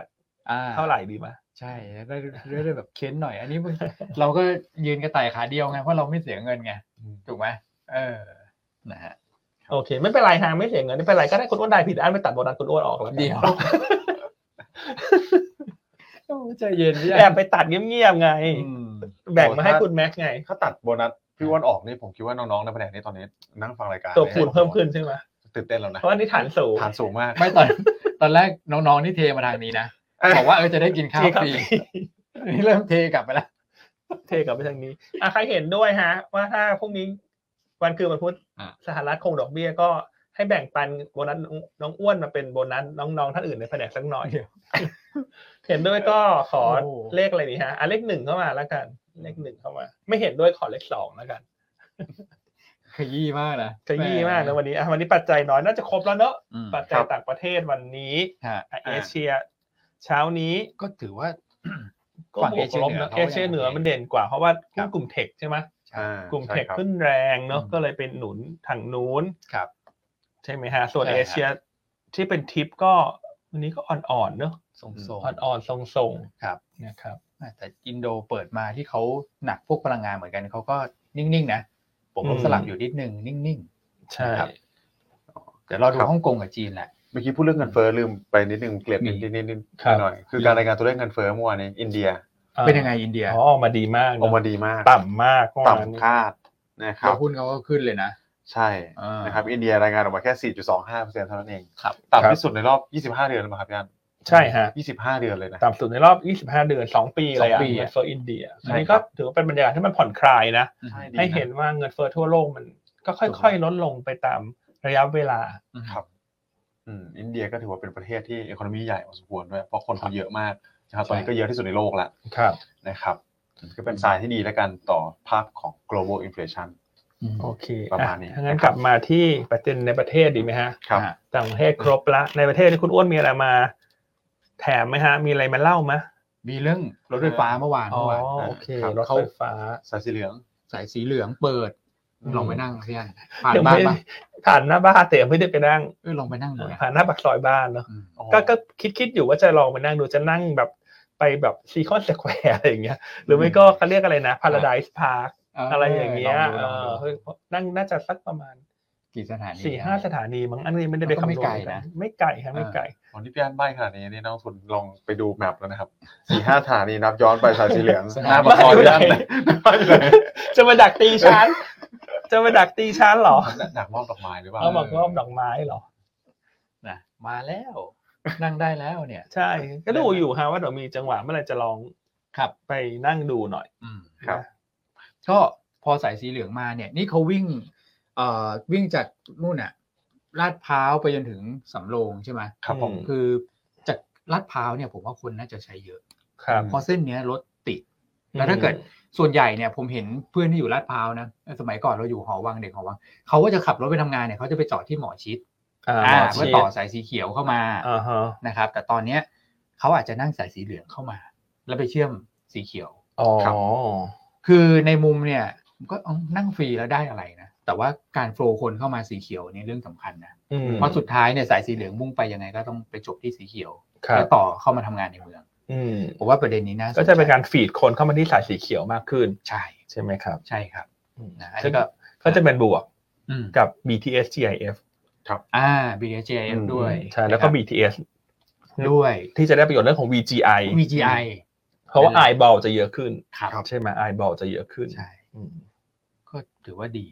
[SPEAKER 2] อ่า
[SPEAKER 1] เท่าไหร่ดีมะ
[SPEAKER 2] ใช่แล้วได้ได้ได้แบบเค้นหน่อย อันนี้ มึง เราก็ยืนกระต่ายขาเดียวไงเพราะเราไม่เสียเงินไงถูกไหมเออนะฮะ
[SPEAKER 1] โอเค ไม่เป็นไรฮะไม่เสียเงินไม่เป็นไรก็ได้คุณอ้วนได้ผิดอันไปตัดโบนัสคุณอ้วนออกแล้วกัน
[SPEAKER 2] เดี๋ยว โอ้ใจเย็นพี่
[SPEAKER 1] แอบไปตัดเงียบๆไง
[SPEAKER 2] อืม
[SPEAKER 1] แบ่งมาให้คุณแม็กซ์ไง
[SPEAKER 3] ถ้าตัดโบนัสพี่อ้วันออกนี่ผมคิดว่าน้องๆในแผนกนี้ตอนนี้นั่งฟังรายการ
[SPEAKER 1] ตัวคูณเพิ่มขึ้นใช่ไหม
[SPEAKER 3] ตื่นเต้นแล้วนะ
[SPEAKER 1] เพราะอันนี้ฐานสูง
[SPEAKER 3] ฐานสูงมาก
[SPEAKER 2] ไม่ตอนตอนแรกน้องๆนี่เทมาทางนี้นะบอกว่าเออจะได้กินข้าวฟรีนี่เริ่มเทกลับไปแล้ว
[SPEAKER 1] เทกลับไปทางนี้อ่ะใครเห็นด้วยฮะ ว่าถ้าพรุ่งนี้วันคือวันพุธ
[SPEAKER 2] อ่ะ
[SPEAKER 1] สหรัฐคงดอกเบี้ยก็ให้แบ่งปันโบนัสน้องน้องอ้วนมาเป็นโบนัสน้องๆท่านอื่นในแผนกสักหน่อย เห็นด้วยก็ขอ
[SPEAKER 2] โอ้
[SPEAKER 1] เลขอะไรดีฮะอ่ะเลขหนึ่งเข้ามาแล้วกัน เลขหนึ่งเข้ามา ไม่เห็นด้วยขอเลขสองแล้วกัน
[SPEAKER 2] ขยี้มากนะ
[SPEAKER 1] ขยี้มากนะวันนี้อ่ะวันนี้ปัจจัยน้อยน่าจะครบแล้วเนอะ
[SPEAKER 2] อืม
[SPEAKER 1] ปัจจัยต่างประเทศวันนี้
[SPEAKER 2] ฮะ
[SPEAKER 1] อ่ะเอเชีย เช้านี้
[SPEAKER 2] ก็ถือว่า
[SPEAKER 1] ก็
[SPEAKER 2] ฝั่ง
[SPEAKER 1] บวกลบนะเอ
[SPEAKER 2] เอเชี
[SPEAKER 1] เชีย
[SPEAKER 2] ย
[SPEAKER 1] เห
[SPEAKER 2] เหนื
[SPEAKER 1] นือ
[SPEAKER 2] อ
[SPEAKER 1] มันเด่นกว่าเพราะว่า
[SPEAKER 2] ครับ
[SPEAKER 1] กลุ่มเทคใช่ไหม
[SPEAKER 3] อ่าก
[SPEAKER 1] ลุ่มเท
[SPEAKER 3] ใช่
[SPEAKER 1] ค
[SPEAKER 3] ครับ
[SPEAKER 1] ขึ้นแรงเนาะ
[SPEAKER 2] อืม
[SPEAKER 1] ก็เลยเป็นหนุนทางนู้น
[SPEAKER 2] ครับ
[SPEAKER 1] ใช่ไหมฮะ ส่วน
[SPEAKER 2] ใช่ฮะ
[SPEAKER 1] เอเชียที่เป็นทิปก็วันนี้ก็อ่อนๆเนาะ
[SPEAKER 2] ส่ง
[SPEAKER 1] อ่อนๆทรง
[SPEAKER 2] ครับ
[SPEAKER 1] ๆนะครับ
[SPEAKER 2] อ่าแต่อินโดเปิดมาที่เขาหนักพวกพลังงานเหมือนกันเขาก็นิ่งๆนะผมลบสลับอยู่นิดนึงนิ่ง
[SPEAKER 1] ใช่
[SPEAKER 2] ครับ ๆเดี๋ยวเราดูฮ่องกงกับจีนแหละ
[SPEAKER 3] เมื่อกี้พูดเรื่องเงินเฟ้อลืมไปนิดนึงเกลียดนิดนิดนิดนิดหน่อยคือการรายงานตัวเลขเงินเฟ้อเมื่อวานนี้อินเดีย
[SPEAKER 2] เป็นยังไงอินเดีย
[SPEAKER 1] อ๋อออกมาดีมากเน
[SPEAKER 3] ออกมา
[SPEAKER 1] อะ
[SPEAKER 3] ดีมาก
[SPEAKER 1] ต่ำมากเมื่อวานนี้
[SPEAKER 3] ต่ำคาดนะครั
[SPEAKER 2] แล้
[SPEAKER 3] บ
[SPEAKER 2] วหุ้นเขาก็ขึ้นเลยนะ
[SPEAKER 3] ใช่
[SPEAKER 2] อ่า
[SPEAKER 3] นะครับอินเดียรายงานออกมาแค่ 4.25%เท่านั้นเอง
[SPEAKER 2] ครับ
[SPEAKER 3] ต่ำที่สุดในรอบ 25 เดือนหรือเปล่าครับพี่อัน
[SPEAKER 1] ใช่ฮะ
[SPEAKER 3] 25 เดือนเลยนะ
[SPEAKER 1] ต่ำสุดในรอบ 25 เดือน 2 ปีเลย
[SPEAKER 2] ส
[SPEAKER 1] อะ
[SPEAKER 2] องปี
[SPEAKER 1] เงิน
[SPEAKER 2] อะ
[SPEAKER 1] เฟ้ออินเดียอันนี้
[SPEAKER 2] ใช่ค
[SPEAKER 1] ก็
[SPEAKER 2] รับ
[SPEAKER 1] ถือว่าเป็นบรรยากาศที่มันผ่อนคลายนะ
[SPEAKER 3] ใช่ดี
[SPEAKER 1] ให้เห็นว่าเงินเฟ้อทั่วโลกมันก็ค่อยๆ ลดลงไปตามระยะเวลา
[SPEAKER 3] ครับอืมอินเดียก็ถือว่าเป็นประเทศที่ e อ o n o m y ใหญ่พอสมควรด้วย เพราะคนเขาเยอะมากนะครับตอนนี้ก็เยอะที่สุดในโลกแล้ว
[SPEAKER 1] ครับ
[SPEAKER 3] นะครับ ก็เป็นสายที่ดีแล้วกันต่อภาพของ global inflation
[SPEAKER 2] อืม
[SPEAKER 1] โอเค
[SPEAKER 3] ประมาณนี้
[SPEAKER 1] อ่ถ้างั้นกลับมาที่ประเด็นในประเทศดีไหมฮะ
[SPEAKER 3] ครับ
[SPEAKER 2] ฮะ
[SPEAKER 1] ต่างประเทศครบละในประเทศนี่คุณอ้วนมีอะไรมา แถมไหมฮะ มีอะไรมาเล่าไหม
[SPEAKER 2] มีเรื่องรถไฟฟ้าเมื่อวาน
[SPEAKER 1] อ๋อ
[SPEAKER 2] เมื่อวาน
[SPEAKER 1] โอเค
[SPEAKER 3] ครับ
[SPEAKER 1] รถ
[SPEAKER 2] เขา
[SPEAKER 1] ไฟฟ้า
[SPEAKER 3] สายสีเหลือง
[SPEAKER 2] สายสีเหลืองเปิด
[SPEAKER 3] อืม
[SPEAKER 2] ลองไปนั่งพี่อันผ่าน
[SPEAKER 1] ยัง
[SPEAKER 2] บ้าน
[SPEAKER 1] ไม่
[SPEAKER 2] ปะ
[SPEAKER 1] ผ่านหน้าบ้านแต่ยังไม่ได้ไปนั่ง
[SPEAKER 2] เออลองไปนั่งดูนะ
[SPEAKER 1] ผ่านหน้าปากซอยบ้านเนาะ
[SPEAKER 2] อืม
[SPEAKER 3] อ๋อ
[SPEAKER 1] ก็ก็คิดคิดอยู่ว่าจะลองไปนั่งดูจะนั่งแบบไปแบบซีคอนสแควร์อะไรอย่างเงี้ย หรือไม่ก็เขาเรียกอะไรนะพาราไดส์พาร์ค
[SPEAKER 2] เ
[SPEAKER 1] อะไรอย่างเงี้ย
[SPEAKER 2] ลดู
[SPEAKER 1] เอ
[SPEAKER 2] ลอ
[SPEAKER 1] อ
[SPEAKER 2] งดู
[SPEAKER 1] เฮ้ยนั่งน่าจะสักประมาณ
[SPEAKER 2] กี่สถานี
[SPEAKER 1] สี่ห้าสถานีมั้งอันนี้ไม่ได้ไป
[SPEAKER 2] มันก็ไม่
[SPEAKER 1] คำนวณ
[SPEAKER 2] ไกลนะ
[SPEAKER 1] ไม่ไกลครับไม่ไกล
[SPEAKER 3] วันที่พี่อันใบขนาดนี้นี่น้องทุนลองไปดูแมปแล้วนะครับสี่ห้าฐานนี่นับย้อนไปสายสีเหลือง
[SPEAKER 2] สถานี
[SPEAKER 3] หน้าปากซอยพี่อันเลย
[SPEAKER 1] จะมาดักตีฉันจะมาดักตีฉันเหรอ
[SPEAKER 3] หนักมอบดอกไม้หรือเปล่า
[SPEAKER 1] เอาบอกว่าดอกไม้เหรอ
[SPEAKER 2] นะมาแล้ว นั่งได้แล้วเนี่ย
[SPEAKER 1] ใช่ ก็ดูอยู่ฮะว่าเดี๋ยวมีจังหวะเมื่อไหรจะลอง
[SPEAKER 2] ครับ
[SPEAKER 1] ไปนั่งดูหน่อย
[SPEAKER 2] อืม
[SPEAKER 3] ครับ
[SPEAKER 2] ก็พอสายสีเหลืองมาเนี่ย นี่เขาวิ่ง เอ่อวิ่งจากนู่นอะลาดพร้าวไปจนถึงสำโรงใช่ไหม
[SPEAKER 3] ครับผม
[SPEAKER 2] คือจากลาดพร้าวเนี่ย ผมว่าคนน่าจะใช้เยอะ
[SPEAKER 1] ครับ
[SPEAKER 2] เพราะเส้นเนี้ยรถติด แล้วถ้าเกิดส่วนใหญ่เนี่ยผมเห็นเพื่อนที่อยู่ลาดพร้าวนะสมัยก่อนเราอยู่หอวังเด็กหอวังเขาก็จะขับรถไปทำงานเนี่ยเขาจะไปจอดที่หมอชิด
[SPEAKER 1] อ่า
[SPEAKER 2] อ่า
[SPEAKER 1] หมอ
[SPEAKER 2] เพื่อ
[SPEAKER 1] ชิด
[SPEAKER 2] ต่อสายสีเขียวเข้ามา
[SPEAKER 1] อ่าฮะ
[SPEAKER 2] นะครับ แต่ตอนเนี้ยเขาอาจจะนั่งสายสีเหลืองเข้ามา แล้วไปเชื่อมสีเขียว
[SPEAKER 1] อ๋อ
[SPEAKER 3] ครับ
[SPEAKER 2] คือในมุมเนี่ยก็เอานั่งฟรีแล้วได้อะไรนะแต่ว่าการโฟลว์คนเข้ามาสีเขียวเนี่ยเรื่องสำคัญนะ
[SPEAKER 1] อืม
[SPEAKER 2] เพราะสุดท้ายเนี่ยสายสีเหลืองมุ่งไปยังไงก็ต้องไปจบที่สีเขียว
[SPEAKER 1] ครับ
[SPEAKER 2] แล้วต่อเข้ามาทำงานในเมือง
[SPEAKER 1] อืม
[SPEAKER 2] ผมว่าประเด็นนี้น่าสใจ
[SPEAKER 1] ก็จะเป็นการฟีดคนเข้ามาที่สายสีเขียวมากขึ้น
[SPEAKER 2] ใช่
[SPEAKER 1] ใช่ไหมครับ
[SPEAKER 2] ใช่ครับนะอัน
[SPEAKER 1] ซึ่
[SPEAKER 2] นี้
[SPEAKER 1] ง
[SPEAKER 2] ก็
[SPEAKER 1] ก็จะเป็นบวก
[SPEAKER 2] อืม
[SPEAKER 1] กับ BTS GIF
[SPEAKER 2] อ่า BJF ด้วย
[SPEAKER 1] ใช่แล้วก็
[SPEAKER 2] นะครับ
[SPEAKER 1] BTS
[SPEAKER 2] ด้วย
[SPEAKER 1] ที่จะได้ประโยชน์เรื่องของ VGI
[SPEAKER 2] VGI
[SPEAKER 1] เพราะว่า eyeball จะเยอะขึ้น
[SPEAKER 2] ครับ
[SPEAKER 1] ใช่ไหม eyeball จะเยอะขึ้น
[SPEAKER 2] ใช่
[SPEAKER 1] อืม
[SPEAKER 2] ก็ถือว่าดี